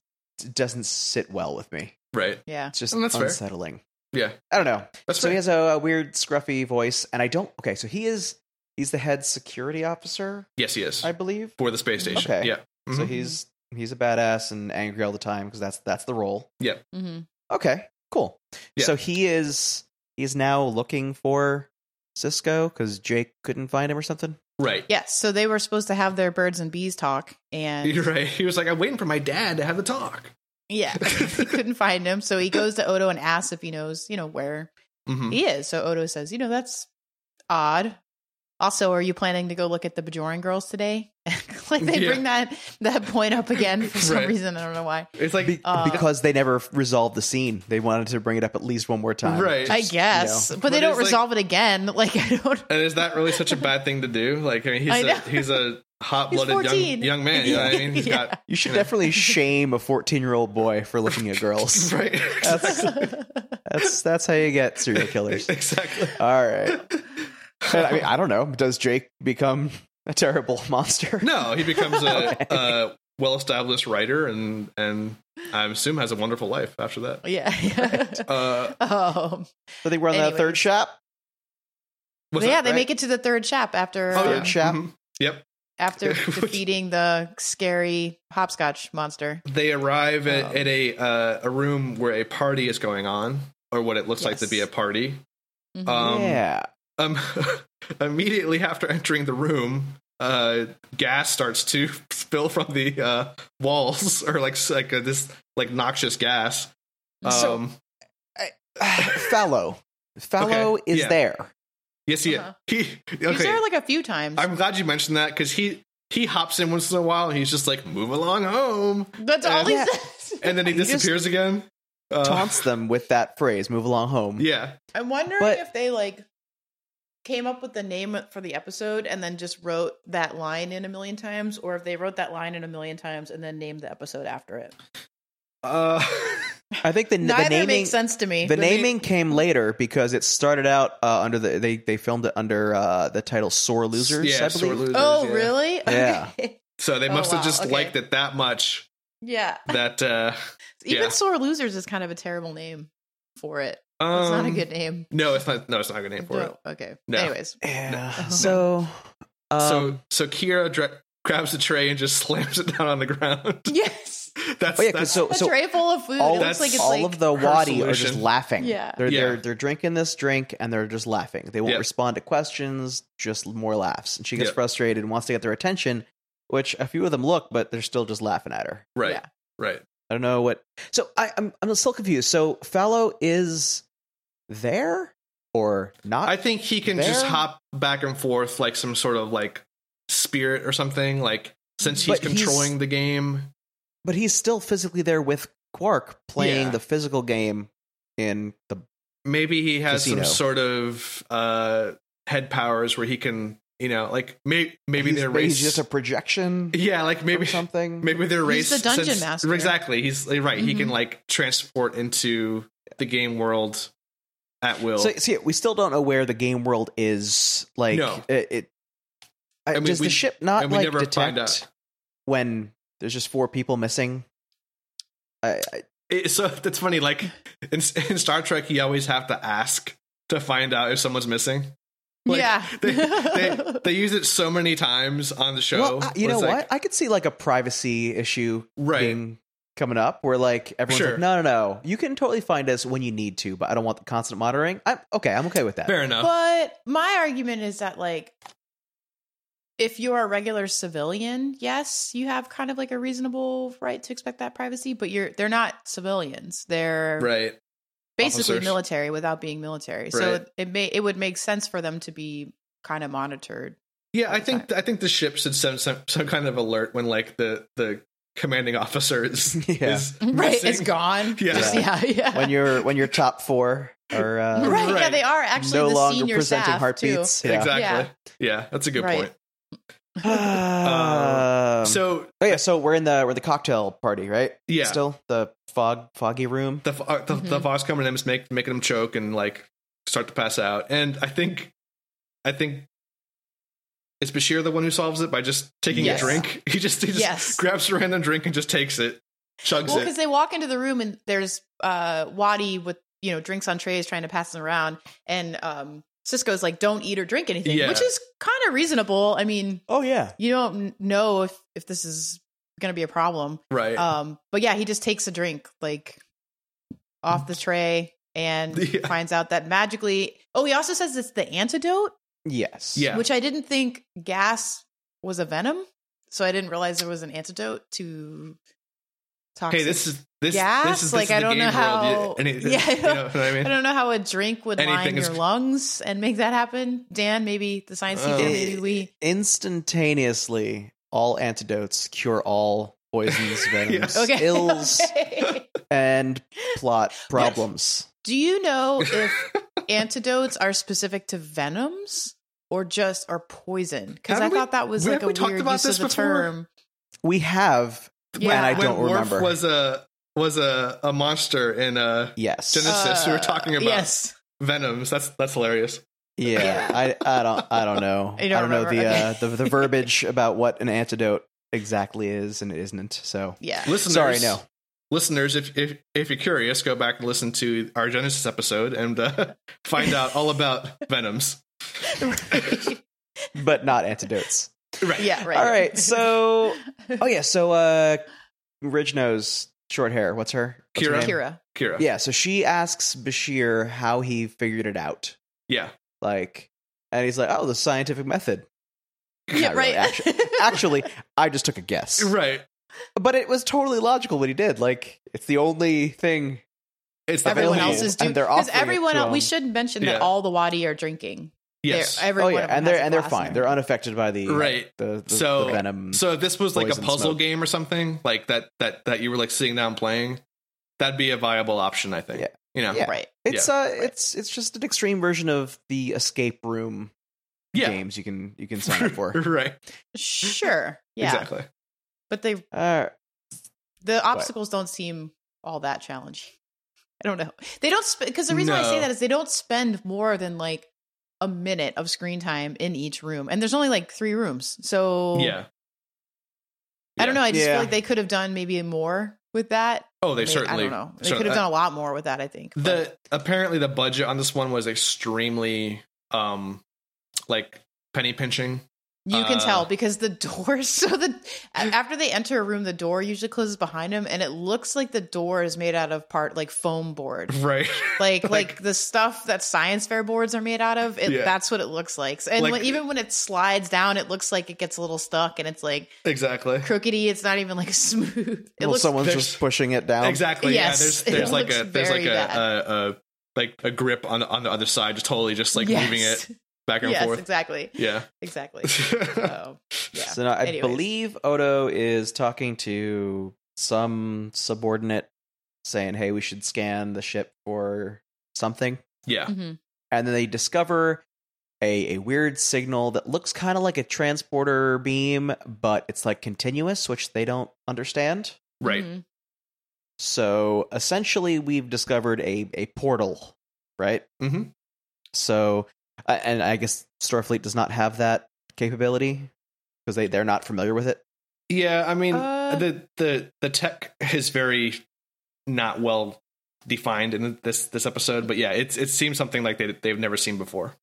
Speaker 3: doesn't sit well with me.
Speaker 1: Right.
Speaker 2: Yeah.
Speaker 3: It's just
Speaker 1: And that's fair.
Speaker 3: unsettling.
Speaker 1: Yeah.
Speaker 3: I don't know.
Speaker 1: That's
Speaker 3: so
Speaker 1: fair.
Speaker 3: he has a, a weird scruffy voice and I don't Okay, so he is he's the head security officer,
Speaker 1: yes, he is
Speaker 3: I believe.
Speaker 1: for the space station.
Speaker 3: Okay.
Speaker 1: Yeah. Mhm.
Speaker 3: So he's he's a badass and angry all the time because that's that's the role.
Speaker 2: Mm-hmm.
Speaker 3: Okay. Cool.
Speaker 1: Yeah.
Speaker 3: So he is he's now looking for Cisco cuz Jake couldn't find him or something.
Speaker 1: right.
Speaker 2: Yes. So they were supposed to have their birds and bees talk, and
Speaker 1: You're right. He was like, I'm waiting for my dad to have the talk.
Speaker 2: yeah, he couldn't find him. So he goes to Odo and asks if he knows, you know, where
Speaker 1: Mhm.
Speaker 2: he is. So Odo says, you know, that's odd. Also, are you planning to go look at the Bajoran girls today? like they
Speaker 1: Yeah.
Speaker 2: bring that that point up again for some
Speaker 1: Right.
Speaker 2: reason. I don't know why.
Speaker 1: It's like,
Speaker 3: Be-
Speaker 2: Uh,
Speaker 3: because they never resolved the scene. They wanted to bring it up at least one more time.
Speaker 1: right.
Speaker 2: I guess, but they
Speaker 1: But
Speaker 2: don't
Speaker 1: it's like-
Speaker 2: resolve it again. Like I don't.
Speaker 1: and is that really such a bad thing to do? Like, I mean, he's
Speaker 2: I know.
Speaker 1: a, he's a hot blooded
Speaker 2: He's
Speaker 1: young,
Speaker 2: 14.
Speaker 1: young man. You know what I mean? He's
Speaker 2: Yeah.
Speaker 1: got,
Speaker 3: You should
Speaker 1: You know.
Speaker 3: definitely shame a 14 year old boy for looking at girls.
Speaker 1: right.
Speaker 3: That's- That's that's how you get serial killers.
Speaker 1: exactly.
Speaker 3: All right. And I mean, I don't know. Does Jake become a terrible monster?
Speaker 1: No, he becomes a,
Speaker 3: Okay.
Speaker 1: a well-established writer, and and I assume has a wonderful life after that.
Speaker 2: yeah.
Speaker 1: Uh,
Speaker 2: Um,
Speaker 3: So they were on the
Speaker 2: Anyway.
Speaker 3: third shop.
Speaker 1: what's
Speaker 2: yeah,
Speaker 1: that?
Speaker 2: they
Speaker 3: right?
Speaker 2: make it to the third chap after
Speaker 1: Oh,
Speaker 2: uh,
Speaker 1: yeah.
Speaker 3: Third shop.
Speaker 1: Mhm. Yep,
Speaker 2: after
Speaker 1: Which-
Speaker 2: defeating the scary hopscotch monster.
Speaker 1: they arrive at,
Speaker 2: Um,
Speaker 1: at a uh, a room where a party is going on, or what it looks like to be a
Speaker 2: Yes.
Speaker 1: party.
Speaker 2: Mhm.
Speaker 1: Um,
Speaker 3: yeah.
Speaker 1: Um, immediately after entering the room, uh, gas starts to spill from the uh, walls, or like like uh, this like noxious gas.
Speaker 2: Mm-hmm.
Speaker 1: Um,
Speaker 3: So- fallow. Fallow is
Speaker 1: yeah.
Speaker 3: there.
Speaker 1: yes, he,
Speaker 2: Uh-huh.
Speaker 1: he
Speaker 2: He's
Speaker 1: okay.
Speaker 2: there like a few times.
Speaker 1: I'm glad you mentioned that because he he hops in once in a while and he's just like move along home,
Speaker 2: That's all he
Speaker 3: Yeah.
Speaker 2: says.
Speaker 1: and then he,
Speaker 3: He just
Speaker 1: disappears again. Uh,
Speaker 3: Taunts them with that phrase, move along home.
Speaker 1: Yeah,
Speaker 2: I'm wondering
Speaker 3: But-
Speaker 2: if they like came up with the name for the episode and then just wrote that line in a million times, or if they wrote that line in a million times and then named the episode after it.
Speaker 1: uh,
Speaker 3: I think the, the
Speaker 2: Neither
Speaker 3: naming
Speaker 2: makes sense to me.
Speaker 3: the
Speaker 1: But they-
Speaker 3: naming came later because it started out uh, under the they they filmed it under uh, the title Sore Losers.
Speaker 1: yeah,
Speaker 3: I
Speaker 1: sore
Speaker 3: believe.
Speaker 1: losers,
Speaker 2: oh,
Speaker 1: yeah.
Speaker 2: really?
Speaker 3: Yeah.
Speaker 2: Okay.
Speaker 1: So they
Speaker 2: Oh,
Speaker 1: must have
Speaker 2: wow,
Speaker 1: just
Speaker 2: okay.
Speaker 1: liked it that much
Speaker 2: yeah.
Speaker 1: that uh,
Speaker 2: Even
Speaker 1: Yeah.
Speaker 2: sore losers is kind of a terrible name for it.
Speaker 1: um,
Speaker 2: It's not a good name.
Speaker 1: No, it's not. No, it's not a good name for it.
Speaker 2: No, Okay.
Speaker 1: No.
Speaker 2: Anyways,
Speaker 3: yeah.
Speaker 2: No.
Speaker 3: So, um,
Speaker 1: so so Kira dra- grabs the tray and just slams it down on the ground.
Speaker 2: yes,
Speaker 1: that's
Speaker 3: oh yeah, 'cause
Speaker 1: that's
Speaker 3: so
Speaker 2: a
Speaker 3: so
Speaker 2: tray full of food.
Speaker 3: all,
Speaker 2: it looks like it's
Speaker 3: all
Speaker 2: like
Speaker 3: of the
Speaker 1: her
Speaker 3: wadi are
Speaker 1: solution.
Speaker 3: just laughing.
Speaker 2: Yeah.
Speaker 3: They're,
Speaker 1: Yeah.
Speaker 3: they're they're drinking this drink and they're just laughing. They won't
Speaker 1: Yep.
Speaker 3: respond to questions, just more laughs. And she gets
Speaker 1: Yep.
Speaker 3: frustrated and wants to get their attention, which a few of them look, but they're still just laughing at her.
Speaker 1: right,
Speaker 2: yeah.
Speaker 1: right.
Speaker 3: I don't know what. So I, I'm I'm still confused. So Fallow is there or not?
Speaker 1: I think he can just
Speaker 3: There-
Speaker 1: hop back and forth like some sort of like spirit or something. Like since he's
Speaker 3: But he's-
Speaker 1: controlling the game,
Speaker 3: but he's still physically there with Quark playing
Speaker 1: Yeah.
Speaker 3: the physical game in the
Speaker 1: maybe he has
Speaker 3: Casino.
Speaker 1: some sort of uh head powers where he can, you know, like may- maybe
Speaker 3: he's,
Speaker 1: their
Speaker 3: he's
Speaker 1: race.
Speaker 3: just a projection
Speaker 1: yeah, like
Speaker 3: maybe
Speaker 1: maybe
Speaker 3: something
Speaker 1: maybe their race.
Speaker 2: He's the dungeon
Speaker 1: since-
Speaker 2: master.
Speaker 1: Exactly. He's like, right. He
Speaker 2: Mhm.
Speaker 1: can like transport into the game world at will.
Speaker 3: so see we still don't know where the game world is like
Speaker 1: No.
Speaker 3: it, it I,
Speaker 1: I mean,
Speaker 3: does
Speaker 1: we-
Speaker 3: the ship not
Speaker 1: and we
Speaker 3: like
Speaker 1: never
Speaker 3: detect
Speaker 1: find out.
Speaker 3: when there's just four people missing I, I,
Speaker 1: It, so that's funny. Like in, in Star Trek, you always have to ask to find out if someone's missing. Like,
Speaker 2: yeah.
Speaker 1: They, they, they use it so many times on the show.
Speaker 2: uh,
Speaker 3: well I- you
Speaker 1: where
Speaker 3: know
Speaker 1: it's
Speaker 3: what
Speaker 1: like,
Speaker 3: i could see like a privacy issue
Speaker 1: Right.
Speaker 3: being coming up where like everyone's
Speaker 1: Sure.
Speaker 3: like no no no you can totally find us when you need to but i don't want the constant monitoring i'm okay i'm okay with that
Speaker 1: Fair enough.
Speaker 2: But my argument is that like if you're a regular civilian, yes, you have kind of like a reasonable right to expect that privacy, but you're they're not civilians. They're
Speaker 1: right.
Speaker 2: basically
Speaker 1: officers.
Speaker 2: military without being military. So
Speaker 1: Right.
Speaker 2: it, it may it would make sense for them to be kind of monitored.
Speaker 1: Yeah, I think I think the ship should send some, some kind of alert when like the the commanding officer is
Speaker 3: Yeah.
Speaker 1: is
Speaker 2: Right. It's
Speaker 1: missing.
Speaker 2: gone.
Speaker 1: Yeah.
Speaker 2: Just- yeah. yeah.
Speaker 3: when you're when your top four are uh,
Speaker 2: right, Yeah,
Speaker 1: Right.
Speaker 2: they are actually
Speaker 3: no
Speaker 2: the
Speaker 3: longer
Speaker 2: senior
Speaker 3: presenting
Speaker 2: staff
Speaker 3: heartbeats.
Speaker 2: too.
Speaker 3: Yeah.
Speaker 1: Exactly. Yeah. that's a good
Speaker 2: Right.
Speaker 1: point.
Speaker 3: Um,
Speaker 1: so
Speaker 3: oh yeah, so we're in the we're in the cocktail party, right?
Speaker 1: yeah,
Speaker 3: Still the fog foggy room.
Speaker 1: the fo- uh, the, the
Speaker 2: Mhm.
Speaker 1: Fox coming in is make, making them choke and like start to pass out. And I think, I think, is Bashir the one who solves it by just taking
Speaker 2: Yes.
Speaker 1: a drink? He just he just
Speaker 2: Yes.
Speaker 1: grabs a random drink and just takes it, chugs
Speaker 2: Well, because
Speaker 1: it.
Speaker 2: they walk into the room and there's uh Wadi with you know drinks on trays trying to pass them around, and um Cisco's like, "Don't eat or drink anything,"
Speaker 1: Yeah.
Speaker 2: which is kind of reasonable. I mean,
Speaker 3: oh yeah.
Speaker 2: you don't n- know if if this is going to be a problem,
Speaker 1: Right.
Speaker 2: um, but yeah, he just takes a drink like off the tray and
Speaker 1: Yeah.
Speaker 2: finds out that magically. Oh, he also says it's the antidote,
Speaker 3: Yes.
Speaker 1: Yeah.
Speaker 2: which I didn't think gas was a venom, so I didn't realize there was an antidote to. Toxic
Speaker 1: hey, this is this
Speaker 2: gas?
Speaker 1: this is this
Speaker 2: Like,
Speaker 1: is the
Speaker 2: I
Speaker 1: game
Speaker 2: don't know
Speaker 1: world.
Speaker 2: how-
Speaker 1: Yeah, any-
Speaker 2: Yeah, I
Speaker 1: you know what I mean.
Speaker 2: I don't know how a drink would line
Speaker 1: Anything is-
Speaker 2: your lungs and make that happen. Dan, maybe the science
Speaker 3: Uh,
Speaker 2: teacher,
Speaker 1: Um,
Speaker 2: maybe we.
Speaker 3: Instantaneously, all antidotes cure all poisons, venoms,
Speaker 1: Yeah.
Speaker 2: Okay.
Speaker 3: ills,
Speaker 2: okay.
Speaker 3: and plot problems.
Speaker 2: Do you know if antidotes are specific to venoms or just or poison? Because I
Speaker 1: Haven't we-
Speaker 2: thought that was
Speaker 1: we-
Speaker 2: like a
Speaker 1: haven't we talked
Speaker 2: weird
Speaker 1: about
Speaker 2: use
Speaker 1: this
Speaker 2: of the
Speaker 1: before?
Speaker 2: term.
Speaker 3: We have
Speaker 2: Yeah.
Speaker 3: and I
Speaker 1: when
Speaker 3: don't
Speaker 1: Worf
Speaker 3: remember.
Speaker 1: was a was a, a monster in uh,
Speaker 3: yes.
Speaker 1: Genesis. Genesis, we were talking about-
Speaker 2: Uh, Yes.
Speaker 1: Venoms. That's that's hilarious.
Speaker 3: yeah. I I don't I don't know.
Speaker 2: You don't
Speaker 3: I don't know
Speaker 2: remember,
Speaker 3: the uh,
Speaker 2: okay.
Speaker 3: the the verbiage about what an antidote exactly is and isn't. So
Speaker 2: Yeah.
Speaker 1: Listeners,
Speaker 3: sorry, no.
Speaker 1: listeners, if if if you're curious, go back and listen to our Genesis episode and uh, find out all about Venoms.
Speaker 3: but not antidotes.
Speaker 1: Right.
Speaker 2: yeah, right.
Speaker 3: All right, so oh yeah, so uh Ridge knows short hair. What's her? What's her
Speaker 1: Kira?
Speaker 3: name?
Speaker 2: Kira.
Speaker 1: Kira.
Speaker 3: Yeah. So she asks Bashir how he figured it out.
Speaker 1: Yeah.
Speaker 3: Like, and he's like, "Oh, the scientific method."
Speaker 2: yeah,
Speaker 3: Not
Speaker 2: right.
Speaker 3: really, Actually, actually, I just took a guess,
Speaker 1: Right.
Speaker 3: but it was totally logical what he did. Like, it's the only thing.
Speaker 1: It's the
Speaker 2: everyone
Speaker 1: only-
Speaker 2: else is
Speaker 3: And
Speaker 2: doing
Speaker 3: they're
Speaker 2: because
Speaker 3: offering it
Speaker 2: everyone
Speaker 3: to
Speaker 2: else. We
Speaker 3: them.
Speaker 2: should mention
Speaker 1: Yeah.
Speaker 2: that all the Wadi are drinking.
Speaker 1: yes.
Speaker 2: They're, every
Speaker 3: oh
Speaker 2: one
Speaker 3: yeah,
Speaker 2: of them
Speaker 3: and
Speaker 2: has
Speaker 3: they're
Speaker 2: a
Speaker 3: and they're
Speaker 2: glass
Speaker 3: fine.
Speaker 2: in
Speaker 3: They're
Speaker 2: their-
Speaker 3: unaffected by the uh,
Speaker 1: Right.
Speaker 3: The, the,
Speaker 1: So-
Speaker 3: the venom.
Speaker 1: So if this was like a
Speaker 3: Poison
Speaker 1: puzzle
Speaker 3: smoke.
Speaker 1: game or something, like that that that you were like sitting down playing, that'd be a viable option, I think.
Speaker 3: Yeah.
Speaker 1: You know.
Speaker 3: Yeah.
Speaker 2: Right.
Speaker 3: it's uh, it's it's just an extreme version of the escape room
Speaker 1: Yeah.
Speaker 3: games you can you can sign up for.
Speaker 1: right.
Speaker 2: Sure. Yeah.
Speaker 1: Exactly.
Speaker 2: But they
Speaker 3: Uh,
Speaker 2: the obstacles don't seem all that challenging. I don't know. They don't because the reason why I
Speaker 1: No.
Speaker 2: say that is they don't spend more than like a minute of screen time in each room, and there's only like three rooms. So
Speaker 1: Yeah.
Speaker 2: I don't
Speaker 1: Yeah.
Speaker 2: know. I just
Speaker 3: Yeah.
Speaker 2: feel like they could have done maybe more with that.
Speaker 1: Oh, they,
Speaker 2: They-
Speaker 1: certainly
Speaker 2: I don't know. They
Speaker 1: certainly-
Speaker 2: could have done a lot more with that. I think. but-
Speaker 1: the apparently the budget on this one was extremely um like penny pinching.
Speaker 2: You can
Speaker 1: Uh,
Speaker 2: tell because the door. So the after they enter a room, the door usually closes behind them, and it looks like the door is made out of part like foam board,
Speaker 1: Right.
Speaker 2: like like,
Speaker 1: Like-
Speaker 2: the stuff that science fair boards are made out of. It,
Speaker 1: Yeah.
Speaker 2: That's what it looks like. And
Speaker 1: Like-
Speaker 2: when, even when it slides down, it looks like it gets a little stuck, and it's like
Speaker 1: exactly.
Speaker 2: crookedy. It's not even like smooth. It
Speaker 3: well,
Speaker 2: looks
Speaker 3: someone's
Speaker 1: there's-
Speaker 3: just pushing it down.
Speaker 1: Exactly.
Speaker 2: Yes.
Speaker 1: Yeah.
Speaker 2: It
Speaker 1: There's there's like a
Speaker 2: looks
Speaker 1: there's like
Speaker 2: very
Speaker 1: a,
Speaker 2: bad.
Speaker 1: a, a like a grip on the on the other side, just totally just like moving it
Speaker 2: Yes.
Speaker 1: back and
Speaker 2: Yes, uh,
Speaker 1: forth.
Speaker 2: exactly,
Speaker 1: Yeah.
Speaker 2: exactly. So yeah,
Speaker 3: So now I
Speaker 2: Anyways.
Speaker 3: believe Odo is talking to some subordinate, saying, "Hey, we should scan the ship for something."
Speaker 1: yeah.
Speaker 2: Mhm.
Speaker 3: And then they discover a, a weird signal that looks kind of like a transporter beam, but it's like continuous, which they don't understand.
Speaker 1: Right.
Speaker 2: Mhm.
Speaker 3: So essentially, we've discovered a a portal, right?
Speaker 1: Mhm.
Speaker 3: So, uh, and I guess Starfleet does not have that capability because they they're not familiar with it.
Speaker 1: Yeah, I mean
Speaker 2: Uh,
Speaker 1: the the the tech is very not well defined in this this episode, but yeah, it's it seems something like they they've never seen before.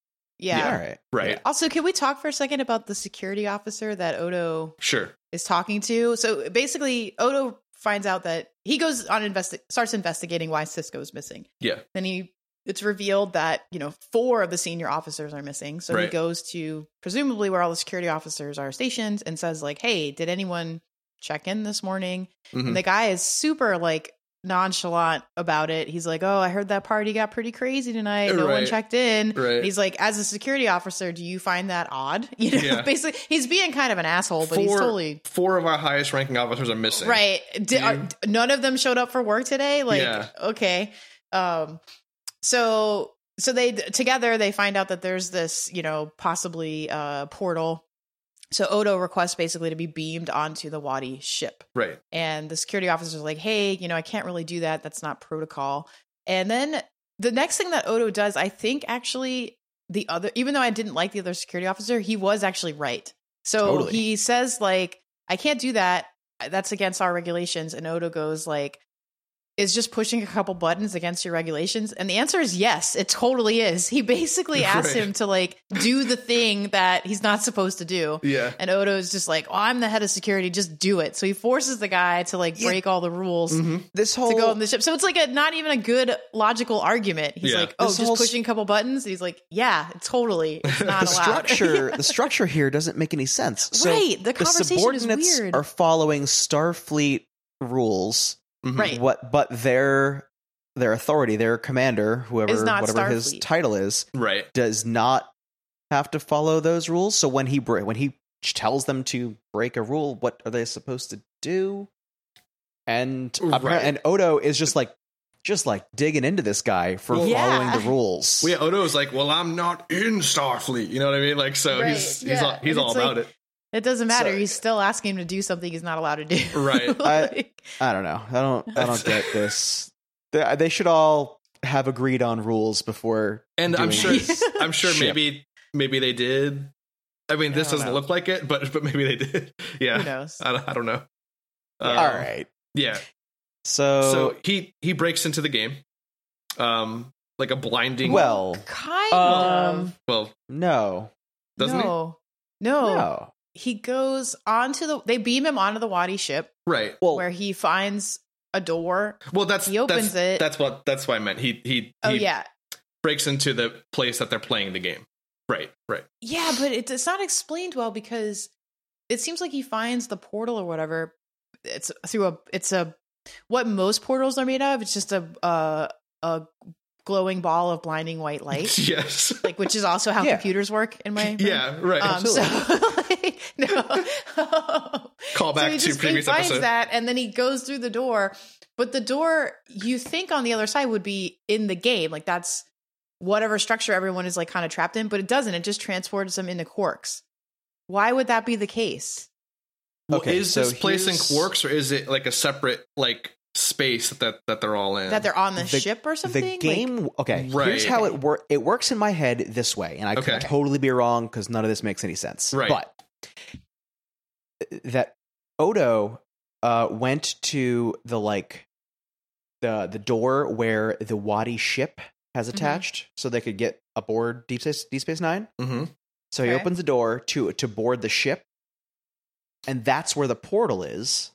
Speaker 2: yeah.
Speaker 3: All right.
Speaker 1: Right.
Speaker 2: Also, can we talk for a second about the security officer that Odo
Speaker 1: Sure.
Speaker 2: is talking to. So basically, Odo finds out that he goes on investi- starts investigating why Cisco is missing.
Speaker 1: Yeah.
Speaker 2: Then he it's revealed that you know four of the senior officers are missing. So he
Speaker 1: Right.
Speaker 2: goes to presumably where all the security officers are stationed and says like, "Hey, did anyone check in this morning?"
Speaker 1: Mhm.
Speaker 2: And the guy is super like nonchalant about it. He's like, "Oh, I heard that party got pretty crazy tonight. No one
Speaker 1: Right.
Speaker 2: checked in."
Speaker 1: Right.
Speaker 2: He's like, as a security officer, do you find that odd? You know,
Speaker 1: Yeah.
Speaker 2: basically, he's being kind of an asshole, but he's
Speaker 1: Four-
Speaker 2: totally
Speaker 1: Four of our highest ranking officers are missing.
Speaker 2: right. Di-
Speaker 1: you-
Speaker 2: are- d- none of them showed up for work today. Like,
Speaker 1: Yeah.
Speaker 2: okay, um, so so they together they find out that there's this you know possibly uh portal. So Odo requests basically to be beamed onto the Wadi ship
Speaker 1: Right.
Speaker 2: and the security officer's like, hey, you know, I can't really do that. That's not protocol. And then the next thing that Odo does, I think actually the other, even though I didn't like the other security officer, he was actually right. So
Speaker 3: Totally.
Speaker 2: he says, like, I can't do that. That's against our regulations. And Odo goes, like, is just pushing a couple buttons against your regulations? And the answer is yes, it totally is. He basically asks
Speaker 1: Right.
Speaker 2: him to like do the thing that he's not supposed to do.
Speaker 1: Yeah.
Speaker 2: And Odo's just like, oh, I'm the head of security, just do it. So he forces the guy to like
Speaker 3: Yeah.
Speaker 2: break all the rules
Speaker 1: Mhm.
Speaker 3: This whole
Speaker 2: to go on the ship. So it's like a not even a good logical argument. He's
Speaker 1: Yeah.
Speaker 2: like, oh,
Speaker 3: This
Speaker 2: just
Speaker 3: whole s-
Speaker 2: pushing a couple buttons. He's like, yeah, totally. It's not
Speaker 3: the
Speaker 2: allowed.
Speaker 3: structure the structure here doesn't make any sense. So
Speaker 2: right. The
Speaker 3: the
Speaker 2: conversation is
Speaker 3: subordinates
Speaker 2: weird.
Speaker 3: are following Starfleet rules.
Speaker 1: Mhm.
Speaker 2: Right.
Speaker 3: What but their their authority, their commander, whoever
Speaker 2: Is not
Speaker 3: whatever his
Speaker 2: Starfleet.
Speaker 3: title is,
Speaker 1: Right.
Speaker 3: does not have to follow those rules. So when he bre- when he tells them to break a rule, what are they supposed to do? And appar-
Speaker 1: Right.
Speaker 3: and Odo is just like just like digging into this guy for
Speaker 1: Well-
Speaker 2: Yeah.
Speaker 3: following the rules.
Speaker 1: Well, yeah, Odo's like, well, I'm not in Starfleet. You know what I mean? Like, so
Speaker 2: Right,
Speaker 1: he's he's
Speaker 2: yeah.
Speaker 1: all, he's
Speaker 2: And
Speaker 1: all
Speaker 2: it's
Speaker 1: about
Speaker 2: like-
Speaker 1: it.
Speaker 2: it doesn't matter.
Speaker 3: So-
Speaker 2: he's still asking him to do something he's not allowed to do.
Speaker 1: Right.
Speaker 3: I-
Speaker 2: Like-
Speaker 3: I don't know. I don't. I don't get this. They, they should all have agreed on rules before.
Speaker 1: And I'm
Speaker 3: doing
Speaker 1: sure
Speaker 3: this.
Speaker 1: I'm sure
Speaker 3: Ship.
Speaker 1: maybe maybe they did. I mean,
Speaker 2: I
Speaker 1: this
Speaker 2: don't
Speaker 1: doesn't
Speaker 2: know.
Speaker 1: look like it, but but maybe they did.
Speaker 2: Who
Speaker 1: Yeah.
Speaker 2: knows?
Speaker 1: I, don't- I don't know. Um,
Speaker 3: all right.
Speaker 1: Yeah.
Speaker 3: So,
Speaker 1: So he he breaks into the game, um, like a blinding.
Speaker 3: well,
Speaker 2: Kind
Speaker 3: um,
Speaker 2: of.
Speaker 1: well,
Speaker 3: no,
Speaker 1: doesn't he?
Speaker 2: no. No.
Speaker 3: no.
Speaker 2: He goes onto the, they beam him onto the Wadi ship
Speaker 1: Right.
Speaker 3: Well,
Speaker 2: where he finds a door.
Speaker 1: Well, that's
Speaker 2: He opens
Speaker 1: that's,
Speaker 2: it.
Speaker 1: That's what that's what I meant. He he
Speaker 2: Oh
Speaker 1: he
Speaker 2: yeah,
Speaker 1: breaks into the place that they're playing the game. Right, right.
Speaker 2: yeah, but it's it's not explained well because it seems like he finds the portal or whatever. It's through a it's a what most portals are made of. It's just a a, a glowing ball of blinding white light,
Speaker 1: Yes.
Speaker 2: like which is also how
Speaker 3: Yeah.
Speaker 2: computers work in my brain.
Speaker 1: Yeah, right.
Speaker 2: Um, so like, Um, no.
Speaker 1: Call
Speaker 2: so he
Speaker 1: back to
Speaker 2: just he
Speaker 1: previous
Speaker 2: finds
Speaker 1: episode.
Speaker 2: that, and then he goes through the door. But the door, you think on the other side would be in the game, like that's whatever structure everyone is like kind of trapped in. But it doesn't. It just transports them into quarks. Why would that be the case?
Speaker 1: Well,
Speaker 3: Okay,
Speaker 1: is
Speaker 3: so
Speaker 1: this place in
Speaker 3: here's-
Speaker 1: Quarks or is it like a separate like space that that they're all in?
Speaker 2: That they're on the,
Speaker 3: The-
Speaker 2: ship or something?
Speaker 3: The
Speaker 2: Like,
Speaker 3: game. okay,
Speaker 1: Right.
Speaker 3: here's how it work. It works in my head this way, and I
Speaker 1: Okay.
Speaker 3: could totally be wrong because none of this makes any sense.
Speaker 1: Right.
Speaker 3: But that Odo uh, went to the like the the door where the Wadi ship has
Speaker 2: Mhm.
Speaker 3: attached, so they could get aboard Deep Space Deep Space Nine.
Speaker 1: hmm
Speaker 3: So he
Speaker 2: Okay.
Speaker 3: opens the door to to board the ship, and that's where the portal is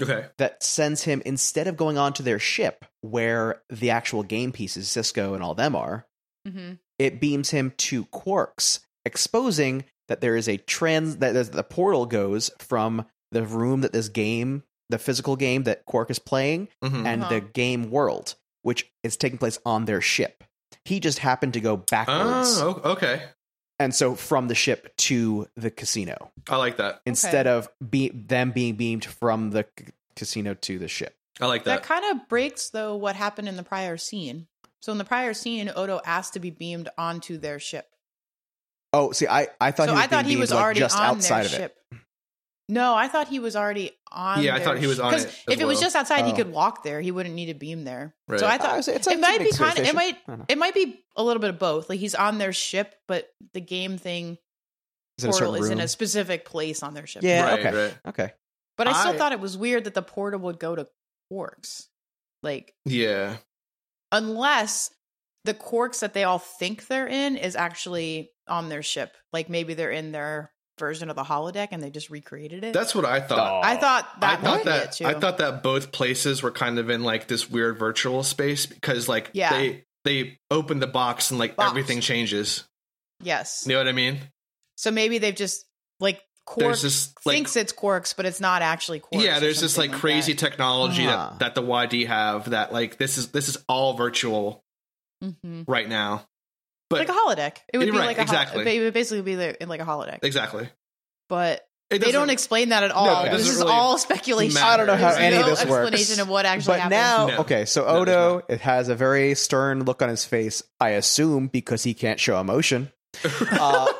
Speaker 1: Okay.
Speaker 3: that sends him instead of going onto their ship where the actual game pieces Cisco and all them are,
Speaker 2: Mhm.
Speaker 3: it beams him to quarks, exposing that there is a trans that there's- the portal goes from the room that this game, the physical game that Quark is playing,
Speaker 1: hmm
Speaker 3: and
Speaker 2: Uh-huh.
Speaker 3: the game world, which is taking place on their ship. He just happened to go backwards,
Speaker 1: Oh, o- okay.
Speaker 3: and so from the ship to the casino
Speaker 1: I like that.
Speaker 3: instead of be- them being beamed from the c- casino to the ship.
Speaker 1: I like that.
Speaker 2: That kind of breaks though what happened in the prior scene. So in the prior scene, Odo asked to be beamed onto their ship.
Speaker 3: Oh, see, I, I thought
Speaker 2: so
Speaker 3: he was
Speaker 2: I thought
Speaker 3: being
Speaker 2: he was
Speaker 3: beamed, like,
Speaker 2: already
Speaker 3: just
Speaker 2: on
Speaker 3: outside
Speaker 2: their
Speaker 3: of it.
Speaker 2: ship. No, I thought he was already on.
Speaker 1: Yeah, I
Speaker 2: their
Speaker 1: thought he was
Speaker 2: sh-
Speaker 1: on
Speaker 2: 'cause
Speaker 1: it as
Speaker 2: If it was
Speaker 1: well.
Speaker 2: just outside, he
Speaker 3: Oh.
Speaker 2: could walk there. He wouldn't need a beam there.
Speaker 1: Right.
Speaker 2: So I thought
Speaker 3: it's,
Speaker 2: it might be kind of. It
Speaker 3: of
Speaker 2: might.
Speaker 3: I don't know.
Speaker 2: It might be a little bit of both. Like he's on their ship, but the game thing
Speaker 3: Is it a
Speaker 2: portal
Speaker 3: certain
Speaker 2: is in
Speaker 3: room?
Speaker 2: a specific place on their ship.
Speaker 3: Yeah.
Speaker 1: right,
Speaker 3: okay.
Speaker 1: right.
Speaker 3: Okay.
Speaker 2: But I still
Speaker 1: I-
Speaker 2: thought it was weird that the portal would go to quarks, like
Speaker 1: Yeah.
Speaker 2: unless the quarks that they all think they're in is actually on their ship. Like maybe they're in their version of the holodeck and they just recreated it.
Speaker 1: That's what I thought.
Speaker 2: I thought
Speaker 1: I
Speaker 2: that might
Speaker 1: thought
Speaker 2: be
Speaker 1: that
Speaker 2: it too.
Speaker 1: I thought that both places were kind of in like this weird virtual space because like
Speaker 2: Yeah.
Speaker 1: they they open the box and like
Speaker 2: Box.
Speaker 1: everything changes.
Speaker 2: yes.
Speaker 1: You know what I mean?
Speaker 2: So maybe they've just like
Speaker 1: There's
Speaker 2: quarks
Speaker 1: this like
Speaker 2: thinks it's quarks, but it's not actually quarks.
Speaker 1: yeah,
Speaker 2: or
Speaker 1: there's this
Speaker 2: something
Speaker 1: like crazy
Speaker 2: that.
Speaker 1: technology
Speaker 3: Ah.
Speaker 1: that that the YD have that like this is this is all virtual
Speaker 2: Mhm.
Speaker 1: right now. But
Speaker 2: like a holodeck. It would
Speaker 1: You're
Speaker 2: be
Speaker 1: right,
Speaker 2: like a
Speaker 1: exactly.
Speaker 2: holo- it would basically be like- in like a holodeck.
Speaker 1: exactly.
Speaker 2: but
Speaker 1: It
Speaker 2: they don't
Speaker 1: doesn't-
Speaker 2: explain that at all.
Speaker 3: it
Speaker 2: this
Speaker 1: doesn't
Speaker 2: is
Speaker 1: really
Speaker 2: all speculation.
Speaker 1: matter. I don't know how
Speaker 2: There's
Speaker 1: any of
Speaker 2: no
Speaker 1: this
Speaker 3: works.
Speaker 2: explanation of what actually
Speaker 3: But
Speaker 2: happened.
Speaker 3: now,
Speaker 1: No.
Speaker 3: okay, so
Speaker 1: No, there's
Speaker 3: Odo, it has a very stern look on his face, I assume, because he can't show emotion. Uh,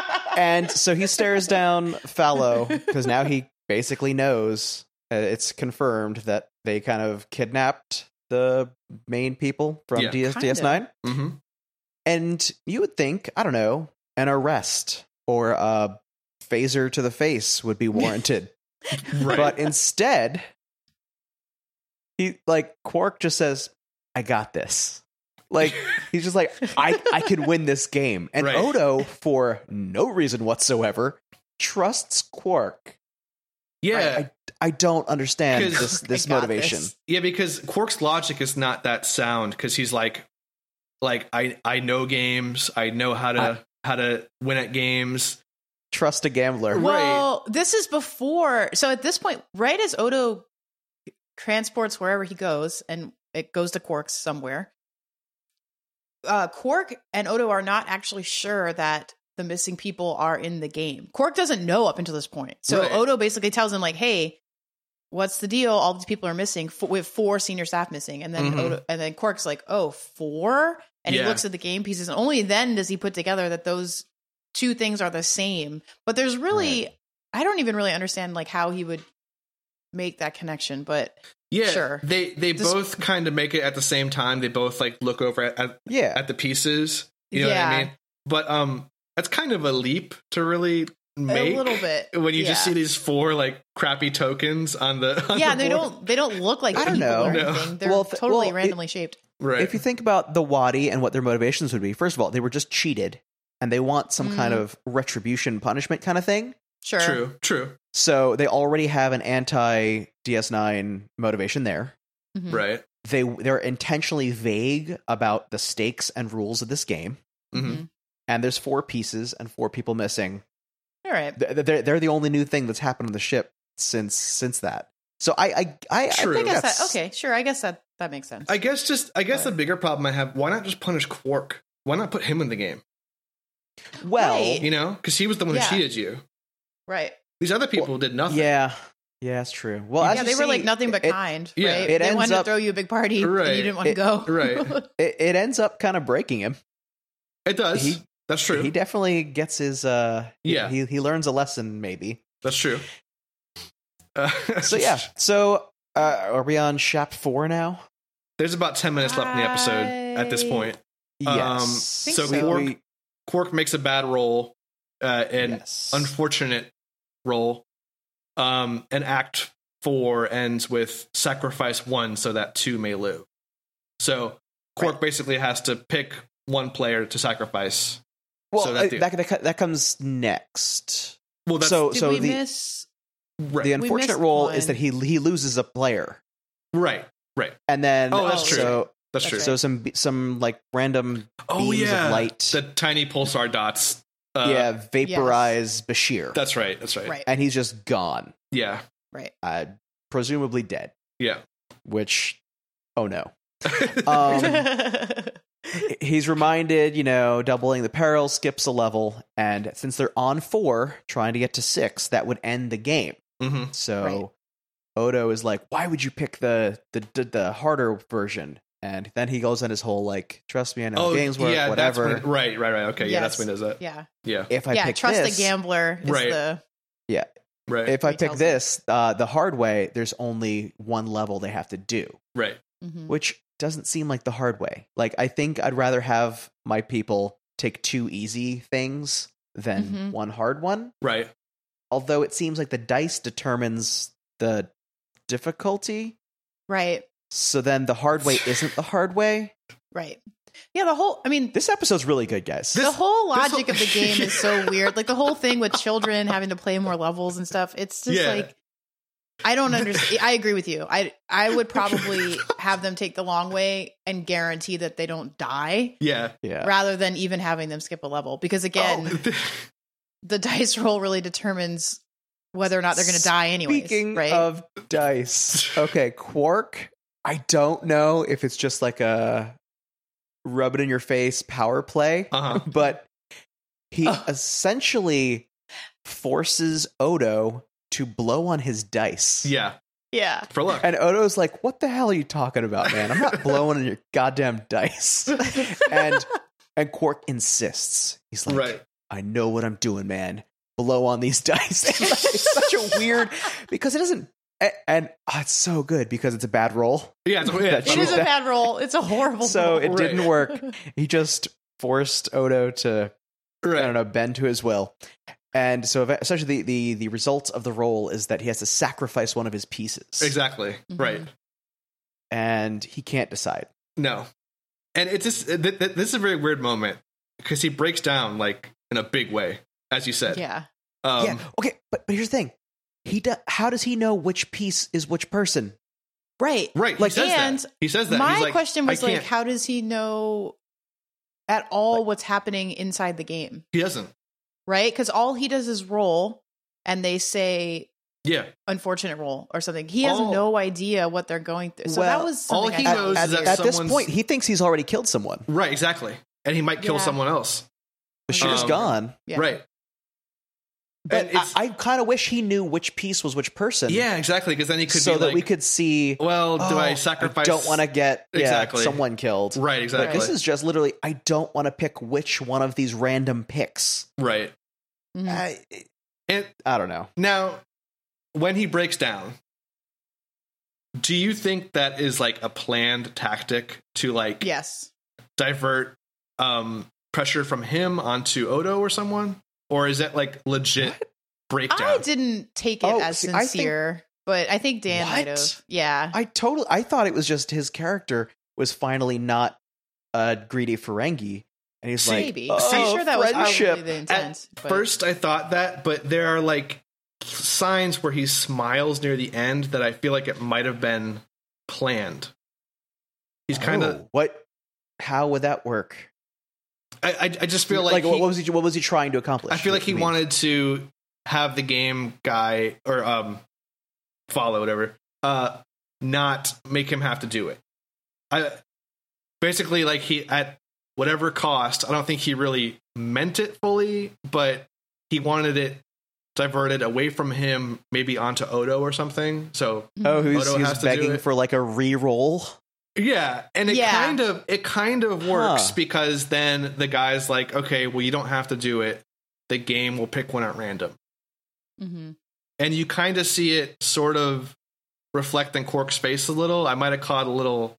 Speaker 3: and so he stares down Fallow because now he basically knows uh, it's confirmed that they kind of kidnapped the main people from
Speaker 1: Yeah.
Speaker 3: DS,
Speaker 2: Kinda.
Speaker 3: DS9.
Speaker 1: Mhm.
Speaker 3: And you would think, I don't know, an arrest or a phaser to the face would be warranted.
Speaker 1: Right.
Speaker 3: But instead, he like Quark just says, "I got this." Like he's just like, "I I can win this game." And
Speaker 1: Right.
Speaker 3: Odo, for no reason whatsoever, trusts Quark.
Speaker 1: yeah.
Speaker 3: I, I, I don't understand
Speaker 1: 'Cause-
Speaker 3: this
Speaker 2: I
Speaker 3: this
Speaker 2: got
Speaker 3: motivation.
Speaker 2: this.
Speaker 1: Yeah, because Quark's logic is not that sound because he's like, like I I know games, I know how to how to win at games.
Speaker 3: Trust a gambler.
Speaker 1: Right.
Speaker 2: Well, this is before. So at this point, right as Odo transports wherever he goes, and it goes to Quark's somewhere, uh, Quark and Odo are not actually sure that the missing people are in the game. Quark doesn't know up until this point. So
Speaker 1: Right.
Speaker 2: Odo basically tells him, like, hey, what's the deal? All these people are missing. F- we have four senior staff missing. And then
Speaker 1: Mhm.
Speaker 2: Odo, and then Quark's like, oh, four? And
Speaker 1: Yeah.
Speaker 2: he looks at the game pieces, and only then does he put together that those two things are the same. But there's really I don't even really understand like how he would make that connection, but
Speaker 1: Yeah,
Speaker 2: Sure.
Speaker 1: They they
Speaker 2: This-
Speaker 1: both kind of make it at the same time. They both like look over at, at,
Speaker 3: Yeah.
Speaker 1: at the pieces. You know what
Speaker 2: Yeah.
Speaker 1: I mean? But um, that's kind of a leap to really make
Speaker 2: a little bit
Speaker 1: when you just see
Speaker 2: yeah.
Speaker 1: these four like crappy tokens on the on
Speaker 2: yeah,
Speaker 1: the
Speaker 2: they
Speaker 1: board.
Speaker 2: don't they don't look like
Speaker 3: I don't
Speaker 2: people or
Speaker 1: know. No.
Speaker 2: anything. They're
Speaker 3: Well, th-
Speaker 2: totally
Speaker 3: well, it-
Speaker 2: randomly shaped.
Speaker 1: right.
Speaker 3: If you think about the Wadi and what their motivations would be, first of all, they were just cheated and they want some kind
Speaker 2: Mhm.
Speaker 3: of retribution punishment kind of thing.
Speaker 2: Sure.
Speaker 1: True. True.
Speaker 3: So they already have an anti DS9 motivation there.
Speaker 2: Mhm.
Speaker 1: Right.
Speaker 3: They they're intentionally vague about the stakes and rules of this game.
Speaker 1: hmm
Speaker 2: Mhm.
Speaker 3: And there's four pieces and four people missing.
Speaker 2: All right.
Speaker 3: Th- They're they're the only new thing that's happened on the ship since since that. So I I I,
Speaker 1: True.
Speaker 2: I
Speaker 3: I think
Speaker 2: guess
Speaker 3: that's
Speaker 2: that okay, sure. I guess that that makes sense.
Speaker 1: I guess just I guess
Speaker 2: Right.
Speaker 1: the bigger problem I have. Why not just punish Quark? Why not put him in the game?
Speaker 3: Well,
Speaker 2: Right.
Speaker 1: You know, because he was the one
Speaker 2: Yeah.
Speaker 1: who cheated you.
Speaker 2: right.
Speaker 1: These other people did nothing.
Speaker 3: yeah, yeah, that's true. Well, as
Speaker 2: yeah,
Speaker 3: you
Speaker 2: they were
Speaker 3: see,
Speaker 2: like nothing but
Speaker 3: it-
Speaker 2: kind.
Speaker 1: yeah,
Speaker 2: right?
Speaker 3: it
Speaker 2: they
Speaker 3: ends
Speaker 2: wanted to
Speaker 3: up-
Speaker 2: throw you a big party
Speaker 1: Right.
Speaker 2: and you didn't want to
Speaker 3: It-
Speaker 2: go.
Speaker 1: right.
Speaker 3: It, it ends up kind of breaking him.
Speaker 1: It does.
Speaker 3: He-
Speaker 1: That's true.
Speaker 3: He definitely gets his uh
Speaker 1: Yeah.
Speaker 3: he he learns a lesson maybe.
Speaker 1: That's true. Uh,
Speaker 3: So yeah. So uh are we on shop 4 now?
Speaker 1: there's about ten minutes left in the episode at this point. Um,
Speaker 2: Think
Speaker 1: so
Speaker 2: so.
Speaker 1: Quark,
Speaker 3: we-
Speaker 1: Quark makes a bad roll, uh, and
Speaker 3: yes.
Speaker 1: unfortunate roll. Um, and Act Four ends with sacrifice one so that two may live. So Quark basically has to pick one player to sacrifice.
Speaker 3: well,
Speaker 1: so that
Speaker 3: that,
Speaker 1: dude-
Speaker 3: that, that comes next.
Speaker 1: Well, that's
Speaker 3: So
Speaker 2: Did
Speaker 3: so
Speaker 2: we
Speaker 3: the
Speaker 2: miss
Speaker 1: right,
Speaker 3: the
Speaker 2: we
Speaker 3: unfortunate
Speaker 2: missed
Speaker 3: role
Speaker 2: one.
Speaker 3: is that he he loses a player.
Speaker 1: right.
Speaker 3: And then
Speaker 1: Oh, that's
Speaker 2: true.
Speaker 3: So,
Speaker 1: That's,
Speaker 2: That's
Speaker 1: true.
Speaker 2: right.
Speaker 3: so some be- some like random
Speaker 1: Oh
Speaker 3: beams
Speaker 1: yeah,
Speaker 3: of light
Speaker 1: the tiny pulsar dots. Uh,
Speaker 3: yeah vaporize Bashir.
Speaker 1: that's right. That's right.
Speaker 2: right.
Speaker 3: and he's just gone.
Speaker 1: Yeah,
Speaker 2: Right.
Speaker 3: Uh presumably dead,
Speaker 1: yeah.
Speaker 3: which oh no. Um he's reminded, you know, doubling the peril skips a level, and since they're on four, trying to get to six, that would end the game.
Speaker 1: hmm
Speaker 3: So
Speaker 2: Right.
Speaker 3: Odo is like, "Why would you pick the the the, the harder version?" And then he goes on his whole like, "Trust me, I know how
Speaker 1: Oh
Speaker 3: games work,
Speaker 1: yeah, that's
Speaker 3: whatever."
Speaker 1: when- right, right, right. Okay, yeah, that's
Speaker 2: Yes.
Speaker 1: when it does that.
Speaker 2: yeah.
Speaker 1: Yeah,
Speaker 3: if I
Speaker 2: yeah.
Speaker 3: pick
Speaker 2: Trust
Speaker 3: this,
Speaker 2: the gambler is
Speaker 1: Right.
Speaker 2: the
Speaker 1: right,
Speaker 3: if I
Speaker 2: He
Speaker 3: pick
Speaker 2: tells
Speaker 3: this uh, the hard way, there's only one level they have to do,
Speaker 1: right.
Speaker 2: Mhm.
Speaker 3: which doesn't seem like the hard way. Like I think I'd rather have my people take two easy things than
Speaker 2: Mhm.
Speaker 3: one hard one.
Speaker 1: Right.
Speaker 3: although it seems like the dice determines the difficulty.
Speaker 2: right.
Speaker 3: So then the hard way isn't the hard way.
Speaker 2: Right. Yeah, the whole I mean
Speaker 3: This episode's really good, guys.
Speaker 1: This-
Speaker 2: the whole
Speaker 1: this
Speaker 2: logic
Speaker 1: whole-
Speaker 2: of the game is so weird. Like the whole thing with children having to play more levels and stuff. It's just
Speaker 1: Yeah.
Speaker 2: like I don't understand. I agree with you. I I would probably have them take the long way and guarantee that they don't die
Speaker 1: Yeah.
Speaker 3: yeah.
Speaker 2: rather than even having them skip a level because again,
Speaker 1: Oh,
Speaker 2: the dice roll really determines whether or not they're going to die anyways,
Speaker 3: Speaking
Speaker 2: right?
Speaker 3: of dice, okay, Quark. I don't know if it's just like a rub it in your face power play,
Speaker 1: uh-huh.
Speaker 3: but he
Speaker 2: Ugh.
Speaker 3: essentially forces Odo to blow on his dice.
Speaker 1: Yeah.
Speaker 2: yeah.
Speaker 1: For luck.
Speaker 3: And Odo's like, "What the hell are you talking about, man? I'm not blowing on your goddamn dice." And and Quark insists. He's like,
Speaker 1: right.
Speaker 3: "I know what I'm doing, man. Blow on these dice." it's such a weird because it doesn't. And, and ah, it's so good because it's a bad roll.
Speaker 1: Yeah. It's, yeah,
Speaker 3: That
Speaker 1: it's
Speaker 2: It
Speaker 1: a
Speaker 2: is
Speaker 1: roll.
Speaker 2: a bad roll. It's a horrible
Speaker 3: So
Speaker 2: roll.
Speaker 3: it didn't
Speaker 1: Right.
Speaker 3: work. He just forced Odo to I don't
Speaker 1: right.
Speaker 3: know bend to his will. And so ev- essentially, the, the the result of the roll is that he has to sacrifice one of his pieces,
Speaker 1: Exactly.
Speaker 2: Mm-hmm.
Speaker 1: Right.
Speaker 3: and he can't decide.
Speaker 1: No. And it's just, th- th- this is a very weird moment because he breaks down like in a big way, as you said.
Speaker 2: Yeah.
Speaker 1: Um,
Speaker 3: yeah. Okay, but, but here's the thing. He do, how does he know which piece is which person?
Speaker 2: Right.
Speaker 1: Right.
Speaker 3: Like-
Speaker 1: he says
Speaker 2: and
Speaker 1: that. He says that.
Speaker 2: My
Speaker 1: He's like,
Speaker 2: question
Speaker 1: "I
Speaker 2: was like,
Speaker 1: can't."
Speaker 2: how does he know at all what's happening inside the game?
Speaker 1: he doesn't.
Speaker 2: Right? Because all he does is roll and they say
Speaker 1: Yeah.
Speaker 2: unfortunate roll or something. He has
Speaker 1: All-
Speaker 2: no idea what they're going through. So
Speaker 3: Well,
Speaker 2: that was
Speaker 1: Oh. all
Speaker 2: something
Speaker 1: he
Speaker 2: I
Speaker 3: At,
Speaker 2: thought
Speaker 1: knows
Speaker 2: was
Speaker 3: at-
Speaker 1: is that
Speaker 2: weird.
Speaker 3: at this
Speaker 1: someone's-
Speaker 3: point, he thinks he's already killed someone.
Speaker 1: Right. Exactly. And he might kill
Speaker 2: Yeah.
Speaker 1: someone else.
Speaker 3: Bashir's
Speaker 1: Um,
Speaker 3: gone.
Speaker 2: Yeah.
Speaker 1: Right.
Speaker 3: But
Speaker 1: and it's-
Speaker 3: I, I kind of wish he knew which piece was which person.
Speaker 1: Yeah. Exactly. Because then he could
Speaker 3: so
Speaker 1: be
Speaker 3: that
Speaker 1: like,
Speaker 3: we could see.
Speaker 1: well, do
Speaker 3: "Oh,
Speaker 1: I sacrifice?
Speaker 3: don't want to get yeah,
Speaker 1: Exactly.
Speaker 3: someone killed.
Speaker 1: Right.
Speaker 3: Like,
Speaker 1: Exactly.
Speaker 3: this is just literally. I don't want to pick which one of these random picks.
Speaker 1: right.
Speaker 2: Mhm.
Speaker 3: I,
Speaker 1: And
Speaker 3: I don't know.
Speaker 1: Now, when he breaks down, do you think that is like a planned tactic to like
Speaker 2: Yes.
Speaker 1: divert um pressure from him onto Odo or someone? Or is that like legit
Speaker 2: I
Speaker 1: breakdown?
Speaker 2: didn't take it
Speaker 3: Oh,
Speaker 2: as
Speaker 3: see, I think-
Speaker 2: sincere, but I think Dan might
Speaker 3: What?
Speaker 2: have. Yeah.
Speaker 3: I totally I thought it was just his character was finally not a greedy Ferengi And he's like,
Speaker 2: Maybe.
Speaker 3: oh,
Speaker 2: I'm sure that was probably
Speaker 3: friendship.
Speaker 2: the intent. but-
Speaker 1: First, I thought that, but there are like signs where he smiles near the end that I feel like it might have been planned. He's kind of.
Speaker 3: Oh, what? How would that work?
Speaker 1: I, I I just feel
Speaker 3: Like,
Speaker 1: like,
Speaker 3: what
Speaker 1: he-
Speaker 3: what was he? What was he trying to accomplish?
Speaker 1: I feel like he
Speaker 3: mean,
Speaker 1: wanted to have the game guy or um follow whatever uh not make him have to do it. I basically like he at whatever cost. I don't think he really meant it fully, but he wanted it diverted away from him, maybe onto Odo or something. So
Speaker 2: mm-hmm. Hmm.
Speaker 3: Oh, who's,
Speaker 1: Odo
Speaker 3: he's
Speaker 1: has to do
Speaker 3: begging
Speaker 1: it.
Speaker 3: for like a re-roll.
Speaker 1: yeah, and it
Speaker 2: Yeah.
Speaker 1: kind of it kind of works
Speaker 3: Huh.
Speaker 1: because then the guy's like, okay, well you don't have to do it. The game will pick one at random.
Speaker 2: Mhm.
Speaker 1: and you kind of see it sort of reflect in Cork's face a little. I might have caught a little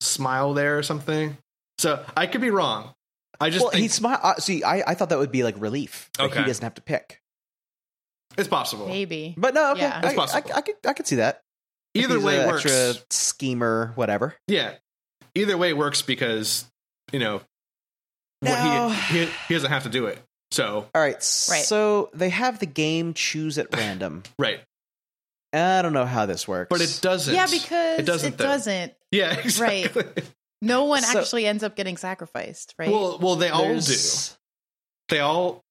Speaker 1: smile there or something. So I could be wrong. I just
Speaker 3: well,
Speaker 1: think
Speaker 3: he smiled. Uh, see, I, I thought that would be like relief. Like
Speaker 1: Okay.
Speaker 3: he doesn't have to pick.
Speaker 1: it's possible.
Speaker 2: maybe.
Speaker 3: But no, okay,
Speaker 2: Yeah.
Speaker 1: That's
Speaker 3: I, I,
Speaker 1: possible.
Speaker 3: I could I could see that. If
Speaker 1: Either
Speaker 3: he's
Speaker 1: way
Speaker 3: a
Speaker 1: works.
Speaker 3: Extra schemer, whatever.
Speaker 1: Yeah, either way works because you know what
Speaker 3: Now-
Speaker 1: he, he he doesn't have to do it. So
Speaker 3: All right, right. So they have the game choose at random.
Speaker 1: right,
Speaker 3: I don't know how this works,
Speaker 1: but it doesn't.
Speaker 2: Yeah, because
Speaker 1: it doesn't.
Speaker 2: It
Speaker 1: though.
Speaker 2: doesn't.
Speaker 1: Yeah, exactly.
Speaker 2: No one
Speaker 3: So-
Speaker 2: actually ends up getting sacrificed, right?
Speaker 1: Well, well, they all do.
Speaker 3: there's,
Speaker 1: They all.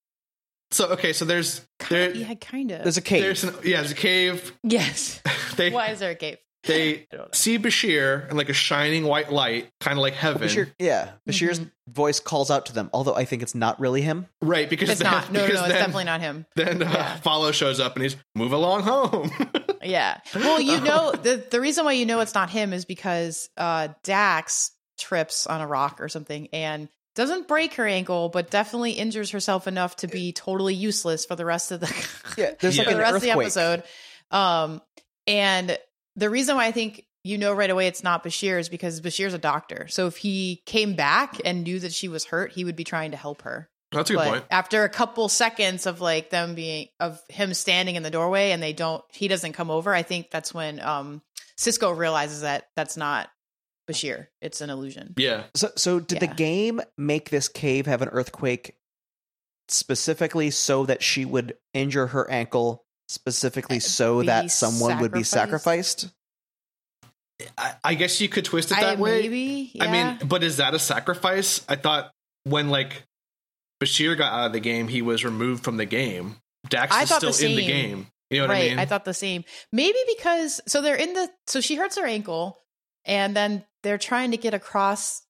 Speaker 1: So okay, so there's there,
Speaker 2: yeah, kind of.
Speaker 3: there's a cave.
Speaker 1: there's an, yeah there's a cave.
Speaker 2: yes.
Speaker 1: They
Speaker 2: Why is there a cave?
Speaker 1: they
Speaker 2: I don't know.
Speaker 1: see Bashir and like a shining white light, kind of like heaven,
Speaker 3: Bashir, yeah, Bashir's
Speaker 2: Mm-hmm.
Speaker 3: voice calls out to them. Although I think it's not really him.
Speaker 1: right? Because
Speaker 2: It's
Speaker 1: then,
Speaker 2: not. No, no, no,
Speaker 1: because
Speaker 2: it's
Speaker 1: then,
Speaker 2: definitely not him.
Speaker 1: Then uh,
Speaker 2: Yeah.
Speaker 1: Follow shows up and he's move along home.
Speaker 2: Yeah. Well, you know the the reason why you know it's not him is because uh Dax trips on a rock or something and doesn't break her ankle, but definitely injures herself enough to be totally useless for the rest of the
Speaker 3: Yeah, there's like
Speaker 2: for
Speaker 1: Yeah.
Speaker 2: the
Speaker 3: an
Speaker 2: rest
Speaker 3: earthquake.
Speaker 2: of the episode. Um and the reason why I think you know right away it's not Bashir is because Bashir's a doctor. So if he came back and knew that she was hurt, he would be trying to help her
Speaker 1: That's a good
Speaker 2: but
Speaker 1: point.
Speaker 2: after a couple seconds of like them being of him standing in the doorway and they don't he doesn't come over i think that's when um cisco realizes that that's not bashir it's an illusion
Speaker 1: Yeah,
Speaker 3: So, so did
Speaker 2: Yeah.
Speaker 3: the game make this cave have an earthquake specifically so that she would injure her ankle, specifically so
Speaker 2: Uh, be
Speaker 3: that someone would be
Speaker 2: sacrificed?
Speaker 3: sacrificed?
Speaker 1: I, I guess you could twist it
Speaker 2: I-
Speaker 1: that way.
Speaker 2: maybe
Speaker 1: I
Speaker 2: yeah.
Speaker 1: mean, but is that a sacrifice? I thought when like Bashir got out of the game, he was removed from the game. Dax
Speaker 2: I
Speaker 1: is
Speaker 2: thought
Speaker 1: still
Speaker 2: the
Speaker 1: in the
Speaker 2: same.
Speaker 1: game. You know what
Speaker 2: right
Speaker 1: I mean?
Speaker 2: thought the same maybe because so they're in the so she hurts her ankle and then they're trying to get across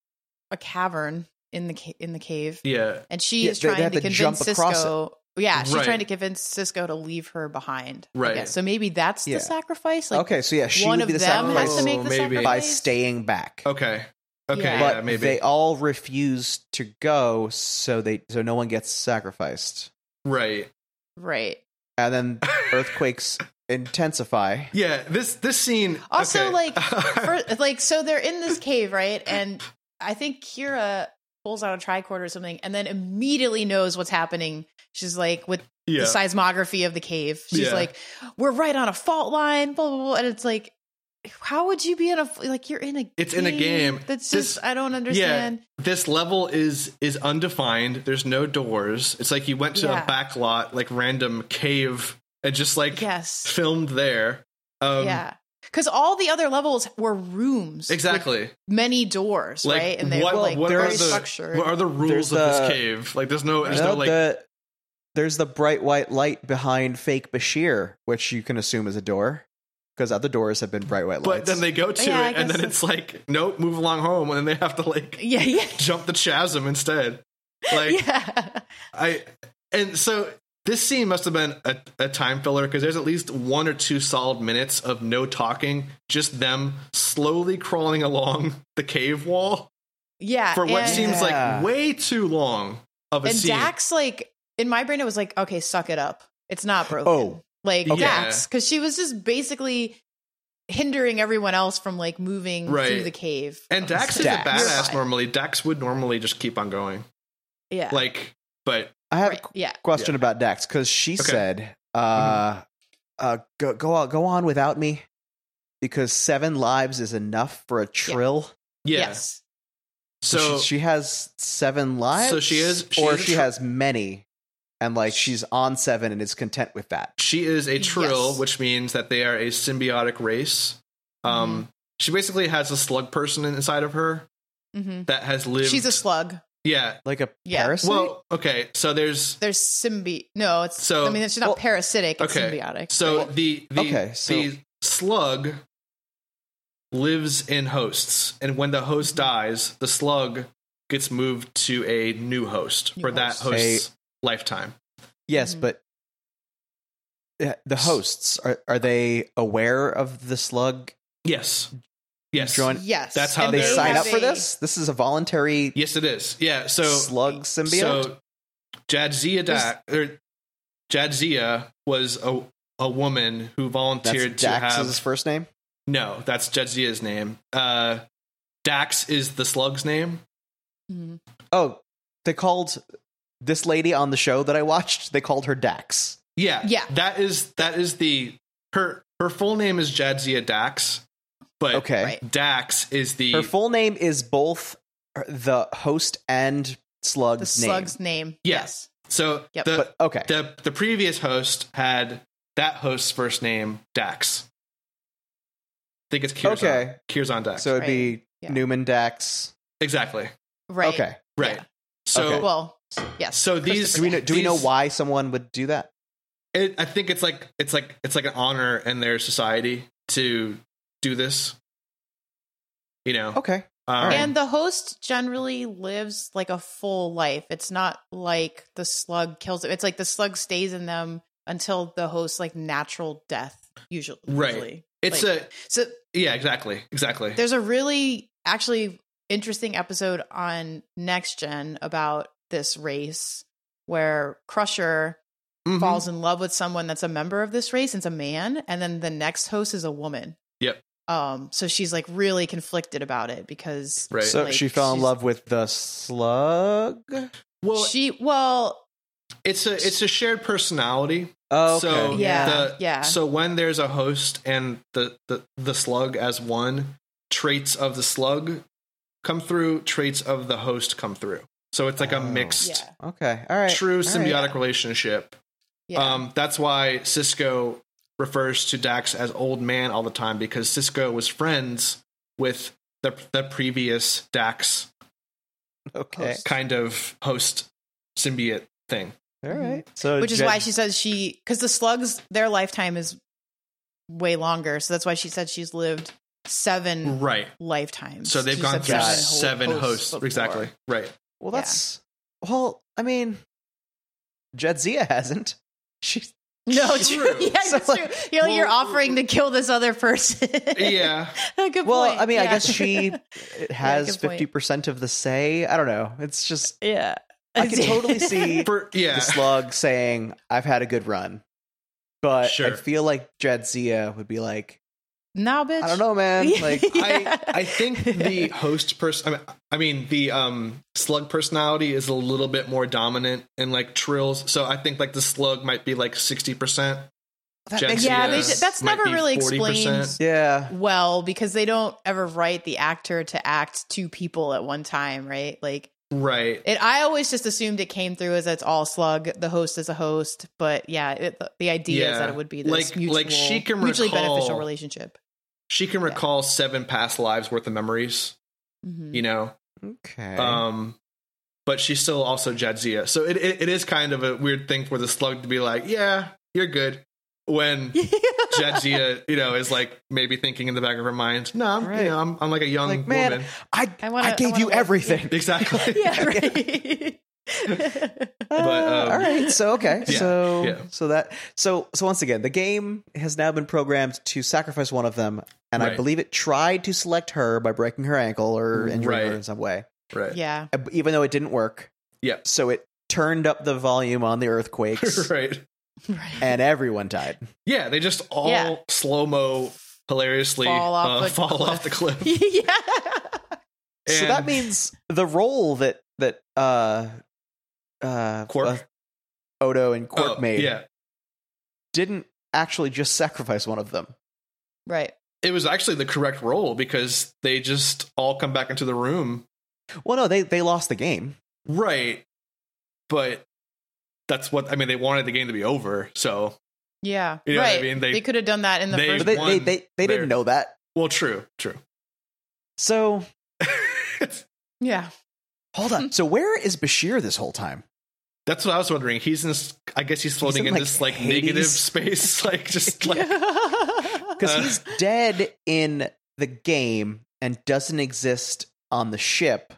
Speaker 2: a cavern in the ca- in the cave
Speaker 1: yeah,
Speaker 2: and she
Speaker 3: Yeah,
Speaker 2: is
Speaker 3: they- they
Speaker 2: trying
Speaker 3: have
Speaker 2: to
Speaker 3: to jump
Speaker 2: convince
Speaker 3: across
Speaker 2: Cisco. Yeah, she's
Speaker 1: Right.
Speaker 2: trying to convince Cisco to leave her behind. I
Speaker 1: Right.
Speaker 2: guess. So maybe that's
Speaker 3: Yeah.
Speaker 2: the sacrifice. Like
Speaker 3: Okay, so yeah, she
Speaker 2: one
Speaker 3: would
Speaker 2: of
Speaker 3: be the
Speaker 2: them
Speaker 3: sacrifice
Speaker 2: has to make the
Speaker 1: Oh, maybe.
Speaker 2: sacrifice
Speaker 3: by staying back.
Speaker 1: okay, okay,
Speaker 2: Yeah.
Speaker 1: yeah,
Speaker 3: but
Speaker 1: maybe.
Speaker 3: they all refuse to go, so they so no one gets sacrificed,
Speaker 1: right.
Speaker 2: Right.
Speaker 3: and then earthquakes intensify.
Speaker 1: Yeah, this this scene
Speaker 2: Also,
Speaker 1: okay.
Speaker 2: like, For, like so, they're in this cave, right? And I think Kira pulls out a tricorder or something, and then immediately knows what's happening. She's like, with
Speaker 1: yeah.
Speaker 2: the seismography of the cave. She's
Speaker 1: Yeah.
Speaker 2: like, "We're right on a fault line." Blah blah blah. And it's like, how would you be in a like you're in a
Speaker 1: It's in a game.
Speaker 2: that's
Speaker 1: This-
Speaker 2: just I don't understand.
Speaker 1: this level is is undefined. There's no doors. It's like you went to
Speaker 2: Yeah.
Speaker 1: a back lot, like random cave, and just like
Speaker 2: Yes.
Speaker 1: filmed there. Um,
Speaker 2: yeah. Because all the other levels were rooms, with
Speaker 1: exactly.
Speaker 2: many doors,
Speaker 1: Like,
Speaker 2: right? And they
Speaker 1: what-
Speaker 2: were like
Speaker 1: what
Speaker 3: are
Speaker 2: very
Speaker 3: the-
Speaker 2: structured.
Speaker 1: What are the rules
Speaker 3: There's
Speaker 1: of
Speaker 3: the-
Speaker 1: this cave? Like, there's no, there's
Speaker 3: No,
Speaker 1: no like,
Speaker 3: the- there's the bright white light behind fake Bashir, which you can assume is a door, because other doors have been bright white
Speaker 1: but
Speaker 3: lights.
Speaker 1: then they go to
Speaker 2: Yeah, I
Speaker 1: it, and
Speaker 2: guess
Speaker 1: then
Speaker 2: so.
Speaker 1: it's like, nope, move along home, and then they have to like
Speaker 2: yeah, yeah,
Speaker 1: jump the chasm instead. Like,
Speaker 2: yeah.
Speaker 1: I and so this scene must have been a, a time filler because there's at least one or two solid minutes of no talking, just them slowly crawling along the cave wall
Speaker 2: Yeah.
Speaker 1: for what
Speaker 2: and,
Speaker 1: seems
Speaker 3: Yeah.
Speaker 1: like way too long of a
Speaker 2: Uh, and
Speaker 1: scene.
Speaker 2: Dax, like in my brain, it was like, okay, suck it up. It's not broken.
Speaker 3: Oh.
Speaker 2: like
Speaker 1: Okay.
Speaker 2: Dax, because she was just basically hindering everyone else from like moving through
Speaker 1: Right.
Speaker 2: the cave.
Speaker 1: and Dax is
Speaker 3: Dax.
Speaker 1: a
Speaker 2: You're
Speaker 1: badass
Speaker 2: fine.
Speaker 1: normally. Dax would normally just keep on going.
Speaker 2: Yeah,
Speaker 1: Like, but
Speaker 3: I have
Speaker 2: right,
Speaker 3: a
Speaker 2: yeah,
Speaker 3: question about Dax because she said, uh,
Speaker 1: Mm-hmm.
Speaker 3: uh, go go on, go on without me, because seven lives is enough for a trill.
Speaker 1: yeah.
Speaker 2: yes,
Speaker 1: So,
Speaker 3: she, she has seven lives.
Speaker 1: So she is- she
Speaker 3: or
Speaker 1: is a
Speaker 3: she
Speaker 1: tr-
Speaker 3: has many, and like she's on seven and is content with that.
Speaker 1: She is a Trill,
Speaker 2: Yes.
Speaker 1: which means that they are a symbiotic race. Um,
Speaker 2: Mm-hmm.
Speaker 1: She basically has a slug person inside of her
Speaker 2: hmm
Speaker 1: that has lived.
Speaker 2: She's a slug.
Speaker 1: Yeah.
Speaker 3: Like a
Speaker 2: Yeah.
Speaker 3: parasite.
Speaker 1: Well, okay. So there's
Speaker 2: There's symbi. No, it's.
Speaker 1: So-
Speaker 2: I mean, she's not
Speaker 3: well,
Speaker 2: parasitic. It's
Speaker 1: okay.
Speaker 2: symbiotic.
Speaker 1: so the the,
Speaker 3: okay, so-
Speaker 1: the slug lives in hosts, and when the host dies, the slug gets moved to a new host
Speaker 2: New
Speaker 1: for that
Speaker 2: host.
Speaker 3: A-
Speaker 1: host's lifetime.
Speaker 3: yes,
Speaker 2: Mhm.
Speaker 3: but Yeah, the hosts are are they aware of the slug?
Speaker 1: Yes. Yes.
Speaker 3: Join-
Speaker 2: yes,
Speaker 1: That's how
Speaker 2: and
Speaker 3: they
Speaker 1: Oh, they're-
Speaker 3: sign
Speaker 2: have
Speaker 3: up for
Speaker 2: a-
Speaker 3: this. This is a voluntary
Speaker 1: Yes, it is. Yeah. So
Speaker 3: slug symbiote.
Speaker 1: So Jadzia Dak, or Jadzia was a a woman who
Speaker 3: That's
Speaker 1: volunteered to
Speaker 3: Dax's
Speaker 1: have
Speaker 3: first name.
Speaker 1: no. That's Jadzia's name. Uh, Dax is the slug's name.
Speaker 2: Mhm.
Speaker 3: Oh, they called this lady on the show that I watched. They called her Dax.
Speaker 1: Yeah,
Speaker 2: Yeah.
Speaker 1: That is that is the her her full name is Jadzia Dax, but
Speaker 3: Okay.
Speaker 2: Right.
Speaker 1: Dax is the
Speaker 3: Her full name is both the host and slug's,
Speaker 2: The slug's name.
Speaker 1: Yeah.
Speaker 2: Yes.
Speaker 1: so
Speaker 2: Yep.
Speaker 1: the
Speaker 3: name. But okay,
Speaker 1: the the previous host had that host's first name Dax. I think it's Kierzon.
Speaker 3: Okay.
Speaker 1: Kierzon Dax.
Speaker 3: so it'd be
Speaker 2: Yeah.
Speaker 3: Newman Dax.
Speaker 1: exactly
Speaker 2: Right.
Speaker 3: Okay,
Speaker 1: right.
Speaker 2: Yeah.
Speaker 1: So
Speaker 3: Okay.
Speaker 2: Well, yes.
Speaker 1: So these
Speaker 2: Christopher
Speaker 3: do we know? Do we know
Speaker 1: These-
Speaker 3: why someone would do that?
Speaker 1: It, I think it's like it's like it's like an honor in their society to do this. You know,
Speaker 3: Okay,
Speaker 1: um,
Speaker 2: and the host generally lives like a full life. It's not like the slug kills it. It's like the slug stays in them until the host like natural death usually.
Speaker 1: Right.
Speaker 2: usually.
Speaker 1: it's a
Speaker 2: So
Speaker 1: yeah, exactly, exactly.
Speaker 2: there's a really actually interesting episode on Next Gen about this race where Crusher
Speaker 3: Mm-hmm.
Speaker 1: Mhm.
Speaker 2: falls in love with someone that's a member of this race and it's a man and then the next host is a woman
Speaker 1: Yep.
Speaker 2: um so she's like really conflicted about it because
Speaker 1: Right.
Speaker 3: so
Speaker 2: like,
Speaker 3: she fell in
Speaker 2: she's-
Speaker 3: love with the slug.
Speaker 1: Well,
Speaker 2: she well
Speaker 1: it's a it's a shared personality.
Speaker 3: Oh,
Speaker 1: So
Speaker 3: okay.
Speaker 2: Yeah,
Speaker 1: the-
Speaker 2: yeah.
Speaker 1: So when there's a host and the, the the slug as one, traits of the slug come through, traits of the host come through. So it's like
Speaker 3: Oh.
Speaker 1: a mixed,
Speaker 2: yeah
Speaker 3: okay, all right,
Speaker 1: true
Speaker 3: all right.
Speaker 1: symbiotic relationship.
Speaker 2: yeah
Speaker 1: Um, that's why Cisco refers to Dax as old man all the time because Cisco was friends with the the previous Dax
Speaker 3: Okay,
Speaker 1: kind of host symbiote thing.
Speaker 3: all right. So
Speaker 2: Mm-hmm. which is
Speaker 3: Jed-
Speaker 2: why she says she because the slugs their lifetime is way longer so that's why she said she's lived
Speaker 3: Mm.
Speaker 2: seven
Speaker 1: Right.
Speaker 2: lifetimes
Speaker 1: So they've
Speaker 2: She's
Speaker 1: gone
Speaker 2: lived
Speaker 1: through
Speaker 3: seven
Speaker 1: seven
Speaker 2: ho-
Speaker 1: hosts.
Speaker 2: before.
Speaker 1: Exactly. Right.
Speaker 3: Well,
Speaker 2: Yeah.
Speaker 3: that's well. I mean, Jedzia hasn't. She
Speaker 2: no
Speaker 1: True.
Speaker 2: true, yeah
Speaker 3: So,
Speaker 2: that's true
Speaker 3: like,
Speaker 2: you're, like, you're
Speaker 1: well-
Speaker 2: offering to kill this other person
Speaker 1: Yeah.
Speaker 2: good
Speaker 3: well,
Speaker 2: point.
Speaker 3: I mean, I
Speaker 2: Yeah.
Speaker 3: guess she has
Speaker 2: good point.
Speaker 3: fifty percent of the say. I don't know. It's just
Speaker 2: yeah
Speaker 3: I can totally see
Speaker 1: For yeah.
Speaker 3: the slug saying, "I've had a good run," but I
Speaker 1: Sure.
Speaker 3: feel like Jedzia would be like,
Speaker 2: now bitch
Speaker 3: "I don't know, man." Like,
Speaker 1: I I think the host person. I mean, I mean the um slug personality is a little bit more dominant in like trills. So I think like the slug might be like sixty percent.
Speaker 3: that
Speaker 1: Gen
Speaker 3: makes
Speaker 1: Z
Speaker 2: yeah,
Speaker 3: no
Speaker 2: they
Speaker 1: is-
Speaker 2: did- that's
Speaker 1: might
Speaker 2: never
Speaker 1: be
Speaker 2: really
Speaker 1: 40%.
Speaker 2: explained
Speaker 3: yeah,
Speaker 2: well because they don't ever write the actor to act two people at one time, right? Like
Speaker 1: Right.
Speaker 2: it, I always just assumed it came through as it's all slug. The host is a host, but yeah, it, the, the idea is
Speaker 1: Yeah.
Speaker 2: that it would be this
Speaker 1: Like-
Speaker 2: mutual,
Speaker 1: like she can
Speaker 2: mutually
Speaker 1: recall-
Speaker 2: beneficial relationship.
Speaker 1: She can recall seven past lives worth of memories.
Speaker 2: Mhm.
Speaker 1: You know.
Speaker 3: okay.
Speaker 1: Um. But she's still also Jadzia. So it, it it is kind of a weird thing for the slug to be like, yeah, you're good. When Jadzia, uh, you know, is like maybe thinking in the back of her mind, no, I'm,
Speaker 3: Right.
Speaker 1: you know, I'm, I'm like a young
Speaker 3: Like, man,
Speaker 1: woman.
Speaker 3: I
Speaker 2: I
Speaker 3: I,
Speaker 2: wanna- I
Speaker 3: gave
Speaker 2: wanna
Speaker 3: you
Speaker 2: like-
Speaker 3: everything.
Speaker 1: Exactly.
Speaker 2: yeah, right.
Speaker 1: But,
Speaker 3: Uh,
Speaker 1: um,
Speaker 3: all right, so okay,
Speaker 1: Yeah,
Speaker 3: so
Speaker 1: yeah.
Speaker 3: so that so so once again, the game has now been programmed to sacrifice one of them, and I
Speaker 1: Right. Mm,
Speaker 3: believe it tried to select her by breaking her ankle or injuring
Speaker 1: Right.
Speaker 3: her in some way,
Speaker 1: Right.
Speaker 2: yeah,
Speaker 3: Uh, even though it didn't work.
Speaker 1: Yeah.
Speaker 3: So it turned up the volume on the earthquakes,
Speaker 1: right.
Speaker 2: right.
Speaker 3: and everyone died.
Speaker 1: Yeah, they just all
Speaker 2: Yeah.
Speaker 1: slow mo hilariously
Speaker 2: Fall off
Speaker 1: uh,
Speaker 2: the
Speaker 1: fall
Speaker 2: cliff.
Speaker 1: off the cliff.
Speaker 2: yeah.
Speaker 3: so
Speaker 1: And-
Speaker 3: that means the role that that uh uh
Speaker 1: Quark?
Speaker 3: uh, Odo and Quark
Speaker 1: Oh,
Speaker 3: made
Speaker 1: Yeah,
Speaker 3: didn't actually just sacrifice one of them.
Speaker 2: Right.
Speaker 1: it was actually the correct role because they just all come back into the room
Speaker 3: Well, no, they they lost the game.
Speaker 1: Right. But that's what I mean. They wanted the game to be over, so
Speaker 2: Yeah.
Speaker 1: You know what I
Speaker 2: right.
Speaker 1: mean? They-
Speaker 2: They, could have done that in the
Speaker 1: they-
Speaker 2: first.
Speaker 3: But they
Speaker 1: won
Speaker 3: they they, they
Speaker 1: there.
Speaker 3: didn't know that.
Speaker 1: well, true, true.
Speaker 3: So
Speaker 2: yeah.
Speaker 3: hold on. so where is Bashir this whole time?
Speaker 1: that's what I was wondering. He's in. s- I guess he's floating
Speaker 3: in,
Speaker 1: in
Speaker 3: like,
Speaker 1: this like
Speaker 3: Hades?
Speaker 1: negative space, like just like
Speaker 3: Because
Speaker 1: Uh.
Speaker 3: he's dead in the game and doesn't exist on the ship.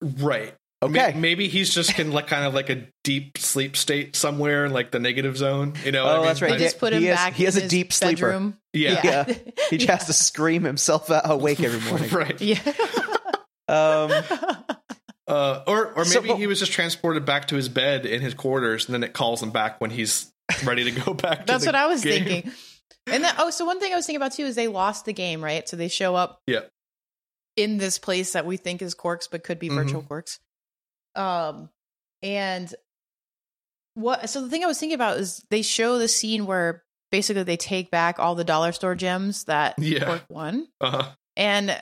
Speaker 1: right. May-
Speaker 3: Okay.
Speaker 1: maybe he's just in like kind of like a deep sleep state somewhere, like the negative zone. You know?
Speaker 3: Oh,
Speaker 1: what I mean?
Speaker 3: that's right.
Speaker 1: I
Speaker 2: they
Speaker 3: He-
Speaker 2: just put him
Speaker 3: he has-
Speaker 2: back.
Speaker 3: he has
Speaker 2: in
Speaker 3: a
Speaker 2: his
Speaker 3: deep sleeper.
Speaker 2: bedroom.
Speaker 1: yeah.
Speaker 3: Yeah. He just has to scream himself out awake every morning.
Speaker 1: right.
Speaker 2: Yeah.
Speaker 3: Um,
Speaker 1: Uh, or or maybe
Speaker 3: So, but-
Speaker 1: he was just transported back to his bed in his quarters, and then it calls him back when he's ready to go back. to
Speaker 2: That's
Speaker 1: the
Speaker 2: what I was
Speaker 1: game.
Speaker 2: thinking. And then, oh, so one thing I was thinking about too is they lost the game, right? So they show up
Speaker 1: Yeah.
Speaker 2: in this place that we think is Quarks, but could
Speaker 3: Mm-hmm.
Speaker 2: be virtual Quarks. Um, and what? So the thing I was thinking about is they show the scene where basically they take back all the dollar store gems that
Speaker 1: Yeah.
Speaker 2: Quark won,
Speaker 1: Uh-huh.
Speaker 2: and. uh,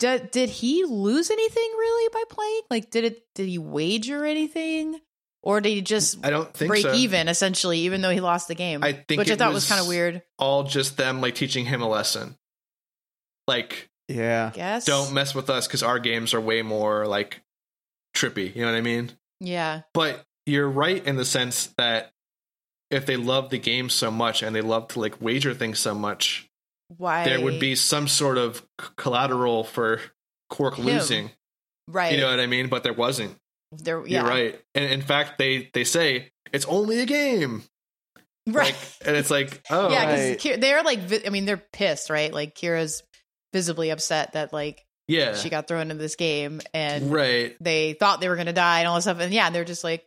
Speaker 2: d did he lose anything really by playing? Like, did it? Did he wager anything, or did he just
Speaker 1: I don't think
Speaker 2: break
Speaker 1: so.
Speaker 2: even essentially, even though he lost the game.
Speaker 1: I think
Speaker 2: which I
Speaker 1: it
Speaker 2: thought was,
Speaker 1: was-
Speaker 2: kind of weird.
Speaker 1: All just them like teaching him a lesson, like
Speaker 3: yeah.
Speaker 2: Guess
Speaker 1: don't mess with us because our games are way more like trippy. You know what I mean?
Speaker 2: yeah,
Speaker 1: But you're right in the sense that if they love the game so much and they love to like wager things so much,
Speaker 2: why
Speaker 1: there would be some sort of c- collateral for Quark
Speaker 2: Him.
Speaker 1: losing.
Speaker 2: right.
Speaker 1: You know what I mean? But there wasn't.
Speaker 2: there, yeah,
Speaker 1: You're right. And in fact, they they say it's only a game,
Speaker 2: right.
Speaker 1: Like, and it's like, oh,
Speaker 2: yeah, because
Speaker 3: Right.
Speaker 2: they're like, vi- I mean, they're pissed, right? Like Kira's visibly upset that like
Speaker 1: yeah,
Speaker 2: she got thrown into this game, and
Speaker 1: right,
Speaker 2: they thought they were gonna die and all this stuff, and yeah, they're just like,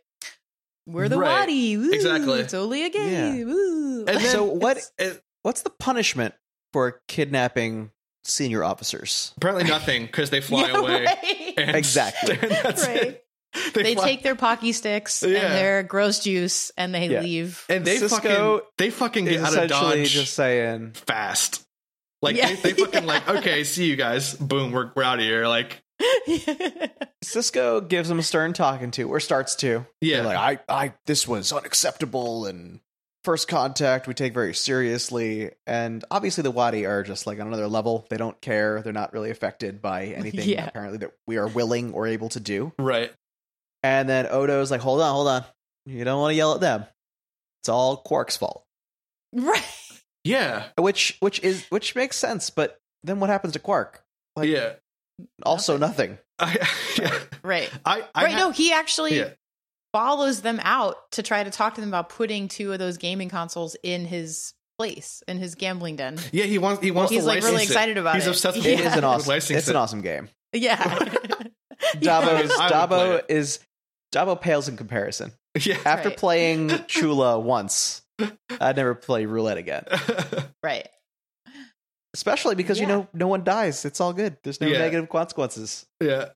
Speaker 2: we're the
Speaker 1: Right.
Speaker 2: wadi, Woo,
Speaker 1: Exactly.
Speaker 2: It's only a
Speaker 3: Yeah.
Speaker 2: game. Woo.
Speaker 1: And then-
Speaker 3: so what
Speaker 1: It-
Speaker 3: what's the punishment for kidnapping senior officers?
Speaker 1: apparently nothing because they fly
Speaker 2: Yeah,
Speaker 1: away.
Speaker 2: right.
Speaker 1: And-
Speaker 3: Exactly.
Speaker 1: and that's
Speaker 2: Right.
Speaker 1: it. They,
Speaker 2: They
Speaker 1: fly-
Speaker 2: take their pocky sticks
Speaker 1: Yeah.
Speaker 2: and their gross juice, and they
Speaker 3: Yeah.
Speaker 2: leave.
Speaker 1: and they
Speaker 3: Cisco
Speaker 1: fucking they fucking get out of
Speaker 3: Essentially,
Speaker 1: dodge
Speaker 3: just saying.
Speaker 1: fast. Like
Speaker 2: Yeah.
Speaker 1: they, they fucking like okay, see you guys. Boom, we're, we're out of here. Like
Speaker 3: Cisco gives him a stern talking to, or starts to.
Speaker 1: yeah,
Speaker 3: They're Like I, I, this was unacceptable, and first contact we take very seriously. And obviously, the Wadi are just like on another level. They don't care. They're not really affected by anything
Speaker 2: Yeah.
Speaker 3: apparently that we are willing or able to do.
Speaker 1: right.
Speaker 3: And then Odo's like, "Hold on, hold on. You don't want to yell at them. It's all Quark's fault."
Speaker 2: right.
Speaker 1: Yeah,
Speaker 3: Which, which is, which makes sense. But then what happens to Quark? Like,
Speaker 1: yeah.
Speaker 3: Also, nothing.
Speaker 1: I, yeah.
Speaker 2: Right.
Speaker 1: I, I
Speaker 2: right.
Speaker 1: ha-
Speaker 2: no, he actually
Speaker 1: Yeah.
Speaker 2: follows them out to try to talk to them about putting two of those gaming consoles in his place, in his gambling den.
Speaker 1: yeah. He wants he wants
Speaker 2: He's
Speaker 1: to
Speaker 2: like really
Speaker 1: license it.
Speaker 2: excited about
Speaker 1: He's
Speaker 2: it.
Speaker 1: obsessed with
Speaker 2: Yeah.
Speaker 3: It is an awesome.
Speaker 1: License
Speaker 3: It's an
Speaker 1: it.
Speaker 3: awesome game.
Speaker 2: Yeah.
Speaker 3: Dabo is
Speaker 1: I would play
Speaker 3: Dabo
Speaker 1: it.
Speaker 3: is Dabo pales in comparison.
Speaker 1: yeah.
Speaker 3: After
Speaker 2: Right.
Speaker 3: playing Chula once, I'd never play roulette again.
Speaker 2: Right.
Speaker 3: Especially because you
Speaker 2: Yeah.
Speaker 3: know no one dies. It's all good. There's no
Speaker 1: Yeah.
Speaker 3: negative consequences.
Speaker 1: Yeah.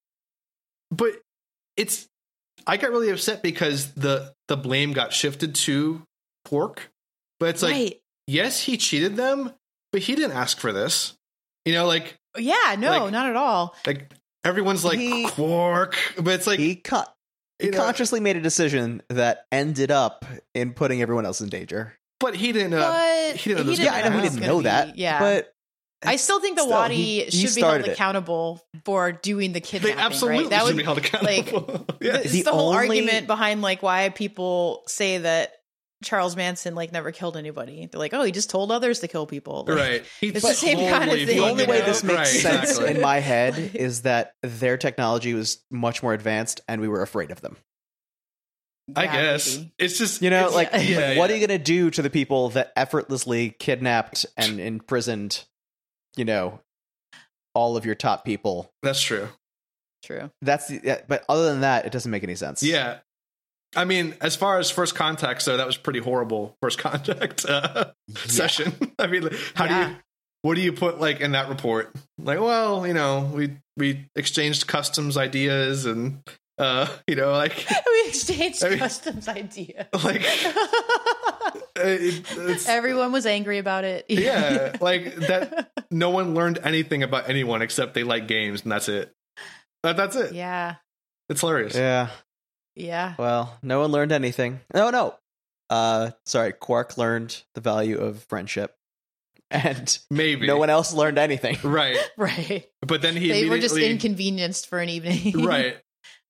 Speaker 1: But it's I got really upset because the the blame got shifted to Pork. But it's like,
Speaker 2: right.
Speaker 1: yes, he cheated them, but he didn't ask for this. You know, like
Speaker 2: Yeah, no,
Speaker 1: Like-
Speaker 2: not at all.
Speaker 1: like everyone's like
Speaker 3: He-
Speaker 1: Quark, but it's like
Speaker 3: he con- he
Speaker 1: you know,
Speaker 3: consciously made a decision that ended up in putting everyone else in danger.
Speaker 1: but he didn't. Uh,
Speaker 2: but
Speaker 1: he didn't know this
Speaker 3: Yeah, I know
Speaker 1: Yeah,
Speaker 3: he
Speaker 1: it's
Speaker 3: didn't
Speaker 2: gonna
Speaker 3: know
Speaker 2: be-
Speaker 3: that.
Speaker 2: Yeah.
Speaker 3: but
Speaker 2: I still think the
Speaker 3: still,
Speaker 2: Wadi
Speaker 3: he- he
Speaker 2: should be held
Speaker 3: started it.
Speaker 2: accountable for doing the
Speaker 1: they
Speaker 2: kidnapping.
Speaker 1: absolutely
Speaker 2: right? That
Speaker 1: should
Speaker 2: would
Speaker 1: be held accountable. yeah.
Speaker 2: It's
Speaker 3: The
Speaker 2: the, whole
Speaker 3: only-
Speaker 2: argument behind like why people say that Charles Manson like never killed anybody. They're like, oh, he just told others to kill people. Like,
Speaker 1: Right. He
Speaker 2: It's the same kind of
Speaker 1: totally
Speaker 2: thing,
Speaker 3: the
Speaker 2: you
Speaker 3: only way
Speaker 2: know?
Speaker 3: this makes
Speaker 1: Right,
Speaker 3: sense
Speaker 1: exactly.
Speaker 3: in my head is that their technology was much more advanced and we were afraid of them.
Speaker 1: I
Speaker 2: yeah,
Speaker 1: guess
Speaker 2: maybe.
Speaker 1: it's just
Speaker 3: You know,
Speaker 1: it's-
Speaker 3: like,
Speaker 2: Yeah.
Speaker 3: like,
Speaker 1: yeah,
Speaker 3: what
Speaker 1: yeah.
Speaker 3: are you going to do to the people that effortlessly kidnapped and imprisoned, you know, all of your top people?
Speaker 1: That's true.
Speaker 2: True.
Speaker 3: That's the, yeah, but other than that, it doesn't make any sense.
Speaker 1: Yeah. I mean, as far as first contact, though, that was pretty horrible first contact uh,
Speaker 3: Yeah.
Speaker 1: session. I mean, how do
Speaker 2: Yeah.
Speaker 1: you, what do you put like in that report? Like, well, you know, we we exchanged customs ideas and, uh, you know, like,
Speaker 2: we exchanged
Speaker 1: I mean-
Speaker 2: customs idea.
Speaker 1: like uh, it, it's,
Speaker 2: Everyone was angry about it.
Speaker 1: yeah, like that. No one learned anything about anyone except they like games, and that's it. That, that's it.
Speaker 2: Yeah.
Speaker 1: It's hilarious.
Speaker 3: Yeah.
Speaker 2: Yeah.
Speaker 3: Well, no one learned anything. No, no. Uh, sorry, Quark learned the value of friendship, and
Speaker 1: Maybe
Speaker 3: no one else learned anything.
Speaker 1: Right,
Speaker 2: Right.
Speaker 1: but then he
Speaker 2: They were just
Speaker 1: immediately-
Speaker 2: inconvenienced for an evening.
Speaker 1: right,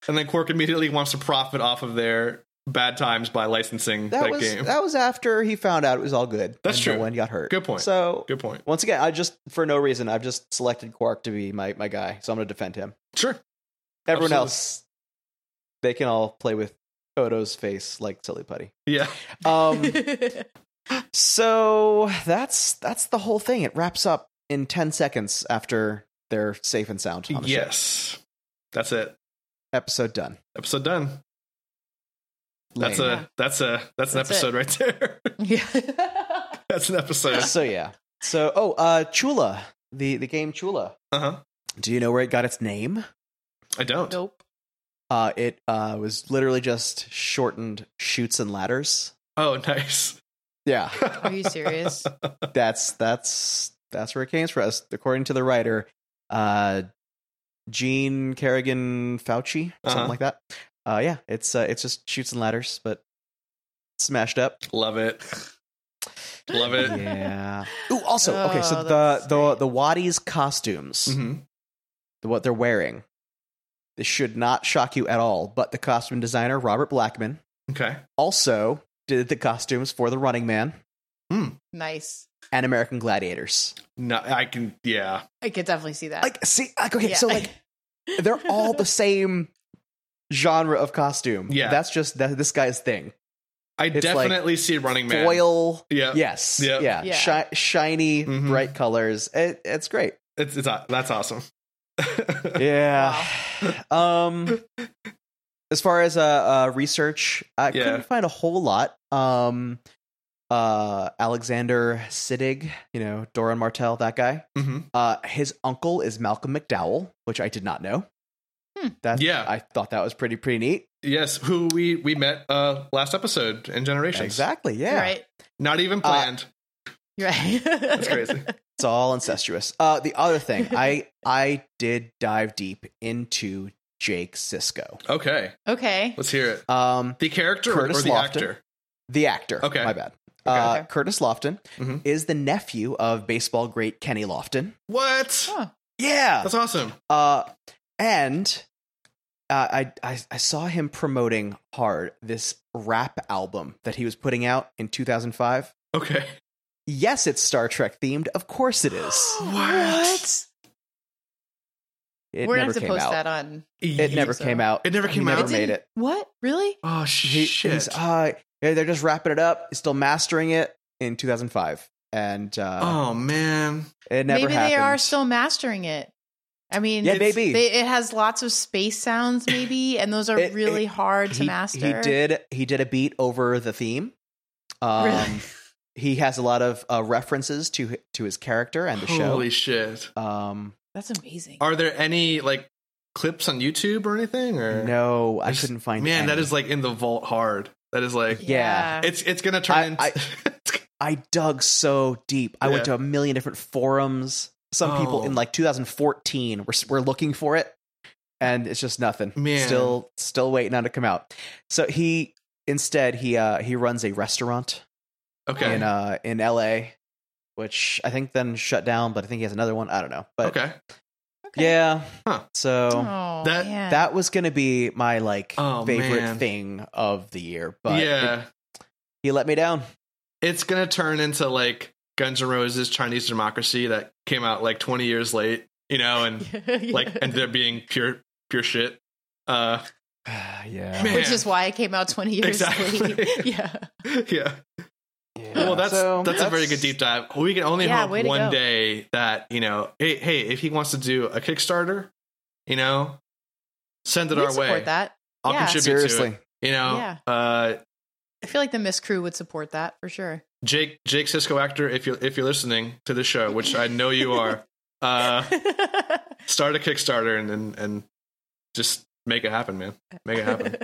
Speaker 1: and then Quark immediately wants to profit off of their bad times by licensing that,
Speaker 3: That, was
Speaker 1: game.
Speaker 3: that was after he found out it was all good.
Speaker 1: That's
Speaker 3: and
Speaker 1: true.
Speaker 3: No one got hurt.
Speaker 1: Good point.
Speaker 3: So
Speaker 1: Good point.
Speaker 3: once again, I just for no reason I've just selected Quark to be my my guy, so I'm going to defend him.
Speaker 1: Sure.
Speaker 3: Everyone
Speaker 1: Absolutely.
Speaker 3: else, they can all play with Odo's face like silly putty.
Speaker 1: Yeah.
Speaker 3: Um. So that's that's the whole thing. It wraps up in ten seconds after they're safe and sound. On the ship.
Speaker 1: Yes. That's it.
Speaker 3: Episode done.
Speaker 1: Episode done. That's
Speaker 3: Lame.
Speaker 2: Yeah.
Speaker 1: a that's a that's an
Speaker 2: That's
Speaker 1: episode
Speaker 2: it.
Speaker 1: right there.
Speaker 2: yeah.
Speaker 1: that's an episode.
Speaker 3: so yeah. So oh, uh, Chula, the the game Chula.
Speaker 1: Uh huh.
Speaker 3: Do you know where it got its name?
Speaker 1: I don't.
Speaker 2: nope.
Speaker 3: Uh, it uh was literally just shortened shoots and ladders.
Speaker 1: Oh, nice.
Speaker 3: Yeah,
Speaker 2: Are you serious?
Speaker 3: that's that's that's where it came from. According to the writer, uh, Gene Kerrigan Fauci, something
Speaker 1: Uh-huh.
Speaker 3: like that. Uh, yeah, it's uh, it's just shoots and ladders, but smashed up.
Speaker 1: Love it. Love it.
Speaker 3: Yeah. Ooh, also okay. So
Speaker 2: Oh,
Speaker 3: the
Speaker 2: that's
Speaker 3: the
Speaker 2: great.
Speaker 3: the Waddy's costumes,
Speaker 1: Mhm.
Speaker 3: the- what they're wearing, this should not shock you at all. But the costume designer Robert Blackman
Speaker 1: Okay.
Speaker 3: also did the costumes for The Running Man
Speaker 2: Nice.
Speaker 3: and American Gladiators.
Speaker 1: No, I can. Yeah.
Speaker 2: I could definitely see that.
Speaker 3: Like, see, like okay,
Speaker 2: Yeah.
Speaker 3: so like they're all the same genre of costume.
Speaker 1: Yeah.
Speaker 3: that's just that, this guy's thing.
Speaker 1: I
Speaker 3: It's like
Speaker 1: definitely see Running Man.
Speaker 3: Foil.
Speaker 1: Yeah.
Speaker 3: Yes.
Speaker 1: Yep.
Speaker 3: Yeah.
Speaker 2: Yeah.
Speaker 3: Shi- shiny,
Speaker 1: Mhm.
Speaker 3: bright colors. It, it's great.
Speaker 1: It's, it's aw- that's awesome.
Speaker 3: Yeah. um as far as uh, uh research, I
Speaker 1: Yeah.
Speaker 3: couldn't find a whole lot. Um uh Alexander Siddig, you know, Doran Martell, that guy.
Speaker 1: hmm
Speaker 3: Uh his uncle is Malcolm McDowell, which I did not know.
Speaker 2: Hmm.
Speaker 3: That
Speaker 1: Yeah.
Speaker 3: I thought that was pretty pretty neat.
Speaker 1: Yes. Who we we met uh last episode in Generations.
Speaker 3: Exactly,
Speaker 2: You're
Speaker 3: yeah.
Speaker 2: Right.
Speaker 1: Not even
Speaker 3: uh,
Speaker 1: planned.
Speaker 2: You're right. That's
Speaker 1: crazy.
Speaker 3: It's all incestuous. Uh the other thing, I I did dive deep into Jake Sisko.
Speaker 1: okay.
Speaker 2: Okay.
Speaker 1: Let's hear it.
Speaker 3: Um
Speaker 1: The character or-
Speaker 3: Curtis
Speaker 1: or the
Speaker 3: Lofton.
Speaker 1: actor?
Speaker 3: The actor.
Speaker 1: Okay.
Speaker 3: My bad. Uh,
Speaker 2: Okay.
Speaker 3: Curtis Lofton
Speaker 1: Mhm.
Speaker 3: is the nephew of baseball great Kenny Lofton.
Speaker 1: What?
Speaker 3: Ah.
Speaker 2: Oh,
Speaker 3: Yeah.
Speaker 1: That's awesome.
Speaker 3: Uh, and uh, I, I I saw him promoting hard this rap album that he was putting out in 2005.
Speaker 1: Okay.
Speaker 3: Yes, it's Star Trek themed. Of course it is.
Speaker 1: What?
Speaker 3: It
Speaker 2: We're gonna have
Speaker 3: never
Speaker 2: to
Speaker 3: came
Speaker 2: post
Speaker 3: out.
Speaker 2: that on.
Speaker 3: It never
Speaker 2: So-
Speaker 3: came out.
Speaker 1: It never
Speaker 3: He
Speaker 1: came
Speaker 3: never
Speaker 1: out?
Speaker 3: made it.
Speaker 2: What? Really?
Speaker 1: Oh shit.
Speaker 3: He- He's uh, yeah, they're just wrapping it up. He's still mastering it in 2005, and uh,
Speaker 1: oh man.
Speaker 3: it never
Speaker 2: maybe
Speaker 3: happened.
Speaker 2: they are still mastering it. I mean,
Speaker 3: Yeah,
Speaker 2: it's-
Speaker 3: maybe.
Speaker 2: they, it has lots of space sounds, maybe, and those are
Speaker 3: It-
Speaker 2: really
Speaker 3: it-
Speaker 2: hard to
Speaker 3: he,
Speaker 2: master.
Speaker 3: He did. He did a beat over the theme. Um,
Speaker 2: Really?
Speaker 3: He has a lot of uh, references to hi- to his character and the
Speaker 1: Holy shit.
Speaker 3: show. Um,
Speaker 2: That's amazing.
Speaker 1: Are there any like clips on YouTube or anything? Or
Speaker 3: no, I
Speaker 1: There's-
Speaker 3: couldn't find.
Speaker 1: man, that
Speaker 3: any.
Speaker 1: is like in the vault hard. That is like
Speaker 3: yeah.
Speaker 1: it's it's gonna turn
Speaker 3: I-
Speaker 1: into
Speaker 3: I- I dug so deep. I went
Speaker 1: Yeah.
Speaker 3: to a million different forums. Some people
Speaker 1: Oh.
Speaker 3: in like 2014 were s- were looking for it, and it's just nothing.
Speaker 1: Man.
Speaker 3: Still, still waiting on it to come out. So he instead he uh he runs a restaurant
Speaker 1: okay.
Speaker 3: in uh in LA, which I think then shut down, but I think he has another one. I don't know. But
Speaker 1: okay.
Speaker 3: yeah.
Speaker 1: Huh.
Speaker 3: So
Speaker 2: oh,
Speaker 1: that-
Speaker 2: man.
Speaker 3: that was gonna be my like
Speaker 1: Oh,
Speaker 3: favorite
Speaker 1: man.
Speaker 3: thing of the year. But
Speaker 1: yeah.
Speaker 3: it- he let me down.
Speaker 1: it's gonna turn into like Guns N' Roses Chinese Democracy that came out like 20 years late, you know, and like ended up being pure pure shit. Uh,
Speaker 3: yeah.
Speaker 1: Man.
Speaker 2: which is why it came out 20 years
Speaker 1: Exactly.
Speaker 2: late. yeah.
Speaker 1: yeah. Well, that's
Speaker 3: So
Speaker 1: that's a very good deep dive. We can only
Speaker 2: Yeah,
Speaker 1: hope
Speaker 2: way to
Speaker 1: one
Speaker 2: go.
Speaker 1: day that you know, hey, hey, if he wants to do a Kickstarter, you know, send it
Speaker 2: We'd
Speaker 1: our way.
Speaker 2: support that.
Speaker 1: I'll
Speaker 2: Yeah.
Speaker 1: contribute
Speaker 3: Seriously.
Speaker 1: to it. You know, uh,
Speaker 2: I feel like the Miss Crew would support that for sure.
Speaker 1: Jake Jake Cisco actor, if you if you're listening to the show, which I know you are, uh, start a Kickstarter and and, and just make it happen, man. Make it happen.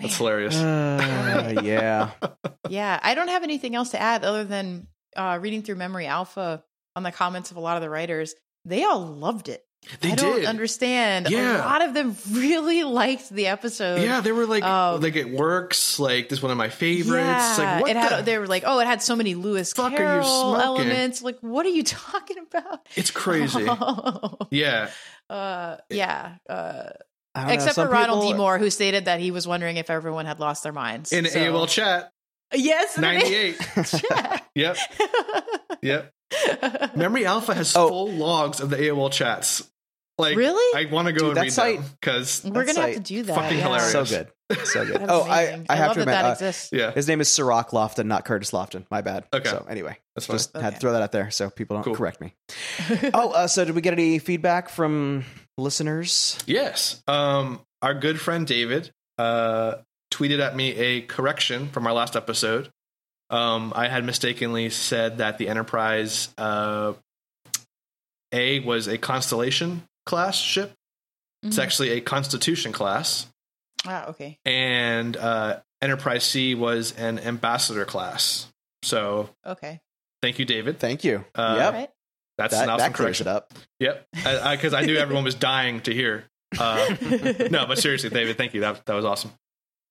Speaker 1: That's hilarious.
Speaker 3: Uh, yeah.
Speaker 2: yeah, I don't have anything else to add other than uh, reading through Memory Alpha on the comments of a lot of the writers. They all loved it.
Speaker 1: They
Speaker 2: I
Speaker 1: did.
Speaker 2: don't understand.
Speaker 1: Yeah.
Speaker 2: A lot of them really liked the episode.
Speaker 1: Yeah, they were like,
Speaker 2: Um,
Speaker 1: like it works. Like this is one of my favorites.
Speaker 2: Yeah.
Speaker 1: Like what
Speaker 2: it had,
Speaker 1: the?
Speaker 2: they were like, oh, it had so many Lewis
Speaker 1: Fuck are you
Speaker 2: Carroll
Speaker 1: smoking?
Speaker 2: elements. Like, what are you talking about?
Speaker 1: it's crazy. yeah,
Speaker 2: uh, yeah. Uh,
Speaker 3: I don't know,
Speaker 2: except
Speaker 3: some
Speaker 2: for Ronald D.
Speaker 3: people-
Speaker 2: Moore, who stated that he was wondering if everyone had lost their minds.
Speaker 1: in
Speaker 2: So-
Speaker 1: AOL chat
Speaker 2: Yes, in an
Speaker 1: ninety eight.
Speaker 2: AOL
Speaker 1: yep, yep. Memory Alpha has
Speaker 3: Oh.
Speaker 1: full logs of the AOL chats. Like
Speaker 2: Really?
Speaker 1: I want to go
Speaker 3: Dude,
Speaker 1: and
Speaker 3: that
Speaker 1: read
Speaker 3: site-
Speaker 1: them because
Speaker 2: We're
Speaker 3: That's
Speaker 2: gonna have
Speaker 3: like
Speaker 2: to do that.
Speaker 1: fucking
Speaker 2: yeah.
Speaker 1: hilarious.
Speaker 3: So good. So good.
Speaker 2: That's
Speaker 3: Oh, I,
Speaker 2: amazing.
Speaker 3: I have
Speaker 2: love
Speaker 3: to
Speaker 2: that
Speaker 3: admit,
Speaker 2: that
Speaker 3: uh,
Speaker 2: exists.
Speaker 1: yeah,
Speaker 3: his name is Sirach Lofton, not Curtis Lofton. My bad.
Speaker 1: Okay.
Speaker 3: So anyway,
Speaker 1: that's fine.
Speaker 3: just had
Speaker 2: Okay.
Speaker 3: to throw that out there so people don't
Speaker 1: Cool.
Speaker 3: correct me. oh, uh, so did we get any feedback from listeners?
Speaker 1: Yes. Um, our good friend David uh, tweeted at me a correction from our last episode. Um, I had mistakenly said that the Enterprise uh, A was a Constellation class ship. It's
Speaker 2: Mhm.
Speaker 1: actually a Constitution class,
Speaker 2: Ah, okay.
Speaker 1: and uh, Enterprise C was an Ambassador class. So,
Speaker 2: Okay.
Speaker 1: thank you, David.
Speaker 3: Thank you.
Speaker 1: Uh,
Speaker 3: yep.
Speaker 2: Right.
Speaker 1: That's
Speaker 3: That,
Speaker 1: an awesome
Speaker 3: that clears
Speaker 1: correction.
Speaker 3: it up.
Speaker 1: Yep, because I, 'cause I knew everyone was dying to hear. Uh, no, but seriously, David, thank you. That that was awesome.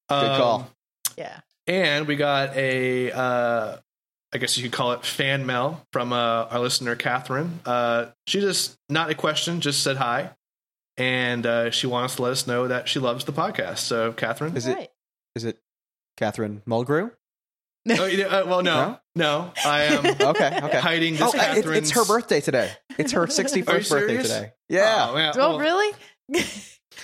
Speaker 3: Good
Speaker 1: Um,
Speaker 3: call.
Speaker 2: Yeah.
Speaker 1: And we got a, uh, I guess you could call it fan mail from uh, our listener Catherine. Uh, she just not a question, just said hi, and uh, she wants to let us know that she loves the podcast. So, Catherine,
Speaker 3: Is it-
Speaker 2: Right.
Speaker 3: Is it Catherine Mulgrew?
Speaker 1: oh, um, you know, uh, well, no, no, I am
Speaker 3: Okay. Okay.
Speaker 1: hiding this.
Speaker 3: Oh, it,
Speaker 1: Catherine's
Speaker 3: it's her birthday today. It's her 61st
Speaker 1: Are you
Speaker 3: birthday
Speaker 1: serious?
Speaker 3: today. Yeah.
Speaker 1: Oh, man,
Speaker 2: Oh,
Speaker 1: well,
Speaker 2: really?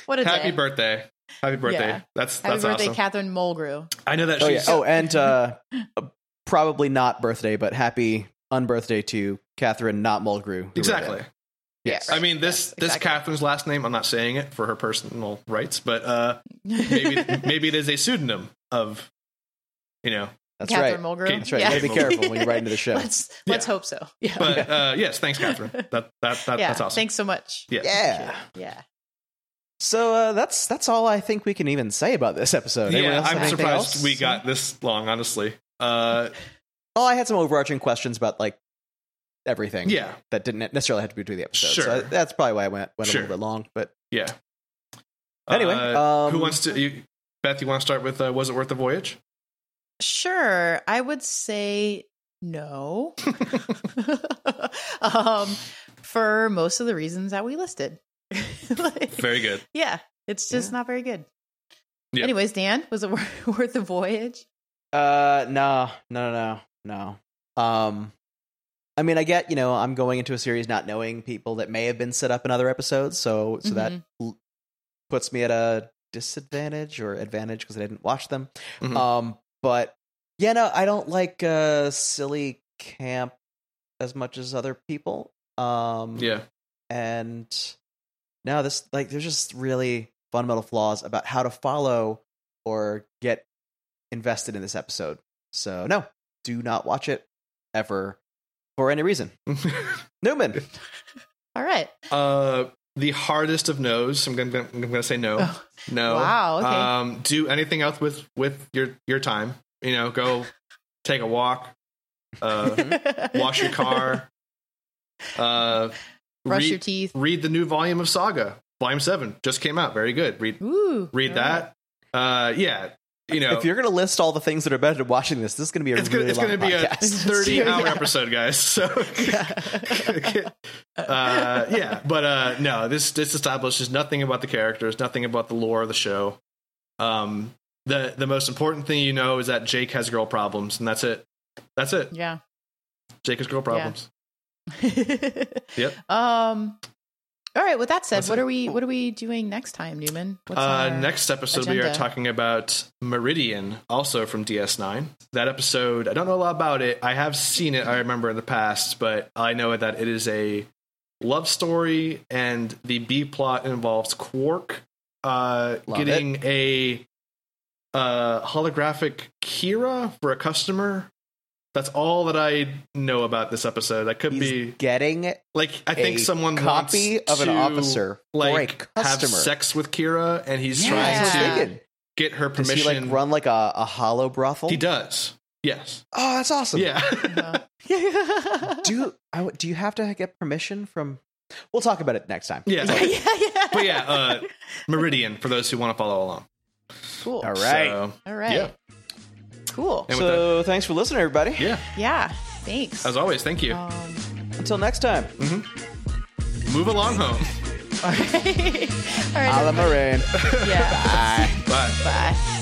Speaker 2: what a
Speaker 1: Happy
Speaker 2: day.
Speaker 1: birthday! Happy birthday!
Speaker 2: Yeah.
Speaker 1: That's
Speaker 2: Happy
Speaker 1: that's
Speaker 2: birthday,
Speaker 1: awesome.
Speaker 2: Catherine Mulgrew.
Speaker 1: I know that
Speaker 3: Oh, yeah.
Speaker 1: she's
Speaker 3: oh and uh, probably not birthday, but happy unbirthday to Catherine, not Mulgrew. who wrote
Speaker 1: exactly.
Speaker 3: in. Yes.
Speaker 2: Yeah,
Speaker 1: I mean this
Speaker 2: Yes,
Speaker 1: this
Speaker 2: exactly.
Speaker 1: Catherine's last name. I'm not saying it for her personal rights, but uh, maybe maybe it is a pseudonym of, you know.
Speaker 3: That's right.
Speaker 2: Catherine Mulgrew.
Speaker 3: That's right. You gotta be careful when you write into the show.
Speaker 2: let's let's hope so. Yeah.
Speaker 1: But uh, yes, thanks, Catherine. That that, that
Speaker 2: yeah.
Speaker 1: that's awesome.
Speaker 2: Thanks so much.
Speaker 1: Yeah.
Speaker 3: Yeah.
Speaker 2: Yeah.
Speaker 3: So uh, that's that's all I think we can even say about this episode. Anyone
Speaker 1: Yeah,
Speaker 3: else have
Speaker 1: I'm
Speaker 3: anything
Speaker 1: surprised
Speaker 3: else?
Speaker 1: we got this long. Honestly, uh,
Speaker 3: Oh, I had some overarching questions about like everything.
Speaker 1: yeah,
Speaker 3: that didn't necessarily have to do with the episode. So
Speaker 1: Sure.
Speaker 3: I- that's probably why I went went
Speaker 1: Sure.
Speaker 3: a little bit long. But
Speaker 1: yeah.
Speaker 3: anyway,
Speaker 1: Uh,
Speaker 3: um,
Speaker 1: who wants to? You, Beth, you want to start with? Uh, Was it worth the voyage?
Speaker 2: Sure. I would say no. um, for most of the reasons that we listed. Like,
Speaker 1: Very good.
Speaker 2: yeah. It's just
Speaker 3: Yeah.
Speaker 2: not very good.
Speaker 1: Yeah.
Speaker 2: Anyways, Dan, was it wor- worth the voyage?
Speaker 3: Uh, no, no, no, no. no. Um, I mean, I get you know I'm going into a series not knowing people that may have been set up in other episodes, so so that
Speaker 2: Mhm.
Speaker 3: puts me at a disadvantage or advantage because I didn't watch them.
Speaker 1: Mhm.
Speaker 3: Um, but yeah, no, I don't like uh silly camp as much as other people. Um,
Speaker 1: Yeah,
Speaker 3: and no, this like there's just really fundamental flaws about how to follow or get invested in this episode. So no, do not watch it ever for any reason. Newman,
Speaker 2: All right.
Speaker 1: uh, the hardest of no's. I'm gonna I'm gonna say no.
Speaker 2: Oh,
Speaker 1: No.
Speaker 2: Wow, okay.
Speaker 1: Um, do anything else with with your your time. You know, go take a walk, uh, wash your car, uh,
Speaker 2: brush
Speaker 1: read,
Speaker 2: your teeth.
Speaker 1: read the new volume of Saga, Volume Seven, just came out. Very good. Read
Speaker 2: Ooh.
Speaker 1: read
Speaker 2: all right.
Speaker 1: that. Uh, yeah, you know,
Speaker 3: if you're gonna list all the things that are better than watching this, this is gonna be a
Speaker 1: it's gonna
Speaker 3: really
Speaker 1: it's gonna
Speaker 3: long
Speaker 1: be a
Speaker 3: podcast.
Speaker 1: thirty hour
Speaker 2: Yeah.
Speaker 1: episode, guys. So. uh yeah but uh no this this establishes nothing about the characters nothing about the lore of the show um the the most important thing you know is that jake has girl problems and that's it that's it
Speaker 2: Yeah.
Speaker 1: jake has girl problems Yep.
Speaker 2: Um. All right. With that said,
Speaker 1: That's
Speaker 2: what
Speaker 1: it.
Speaker 2: are we what are we doing next time, Newman? What's
Speaker 1: uh
Speaker 2: our-
Speaker 1: next episode we are
Speaker 2: agenda?
Speaker 1: talking about meridian also from ds9 that episode i don't know a lot about it i have seen it i remember in the past but i know that it is a love story and the b plot involves quark uh
Speaker 3: Love
Speaker 1: getting a uh holographic kira for a customer that's all that i know about this episode that could
Speaker 3: He's
Speaker 1: be
Speaker 3: getting
Speaker 1: like i think
Speaker 3: a
Speaker 1: someone
Speaker 3: copy
Speaker 1: wants
Speaker 3: of an
Speaker 1: to,
Speaker 3: officer
Speaker 1: like
Speaker 3: for a
Speaker 1: have
Speaker 3: customer.
Speaker 1: sex with kira and he's
Speaker 3: Yeah,
Speaker 1: trying
Speaker 3: that's
Speaker 1: to
Speaker 3: what I was thinking.
Speaker 1: get her
Speaker 3: Does
Speaker 1: permission.
Speaker 3: he like run like a, a hollow brothel?
Speaker 1: He does. Yes.
Speaker 3: Oh, that's awesome.
Speaker 1: Yeah.
Speaker 2: Uh,
Speaker 3: Do I, do you have to get permission from We'll talk about it next time.
Speaker 1: Yeah.
Speaker 2: yeah, yeah.
Speaker 1: but yeah, uh, Meridian for those who want to follow along.
Speaker 2: cool.
Speaker 3: All right.
Speaker 1: So,
Speaker 2: All right.
Speaker 1: Yeah.
Speaker 2: Cool.
Speaker 1: And with
Speaker 3: so thanks for listening, everybody.
Speaker 1: yeah.
Speaker 2: Yeah. Thanks.
Speaker 1: As always, thank you.
Speaker 2: Um,
Speaker 3: Until next time.
Speaker 1: Mm-hmm. Move along home.
Speaker 2: all right.
Speaker 3: Ala Moraine.
Speaker 2: Yeah.
Speaker 1: Bye.
Speaker 2: Bye.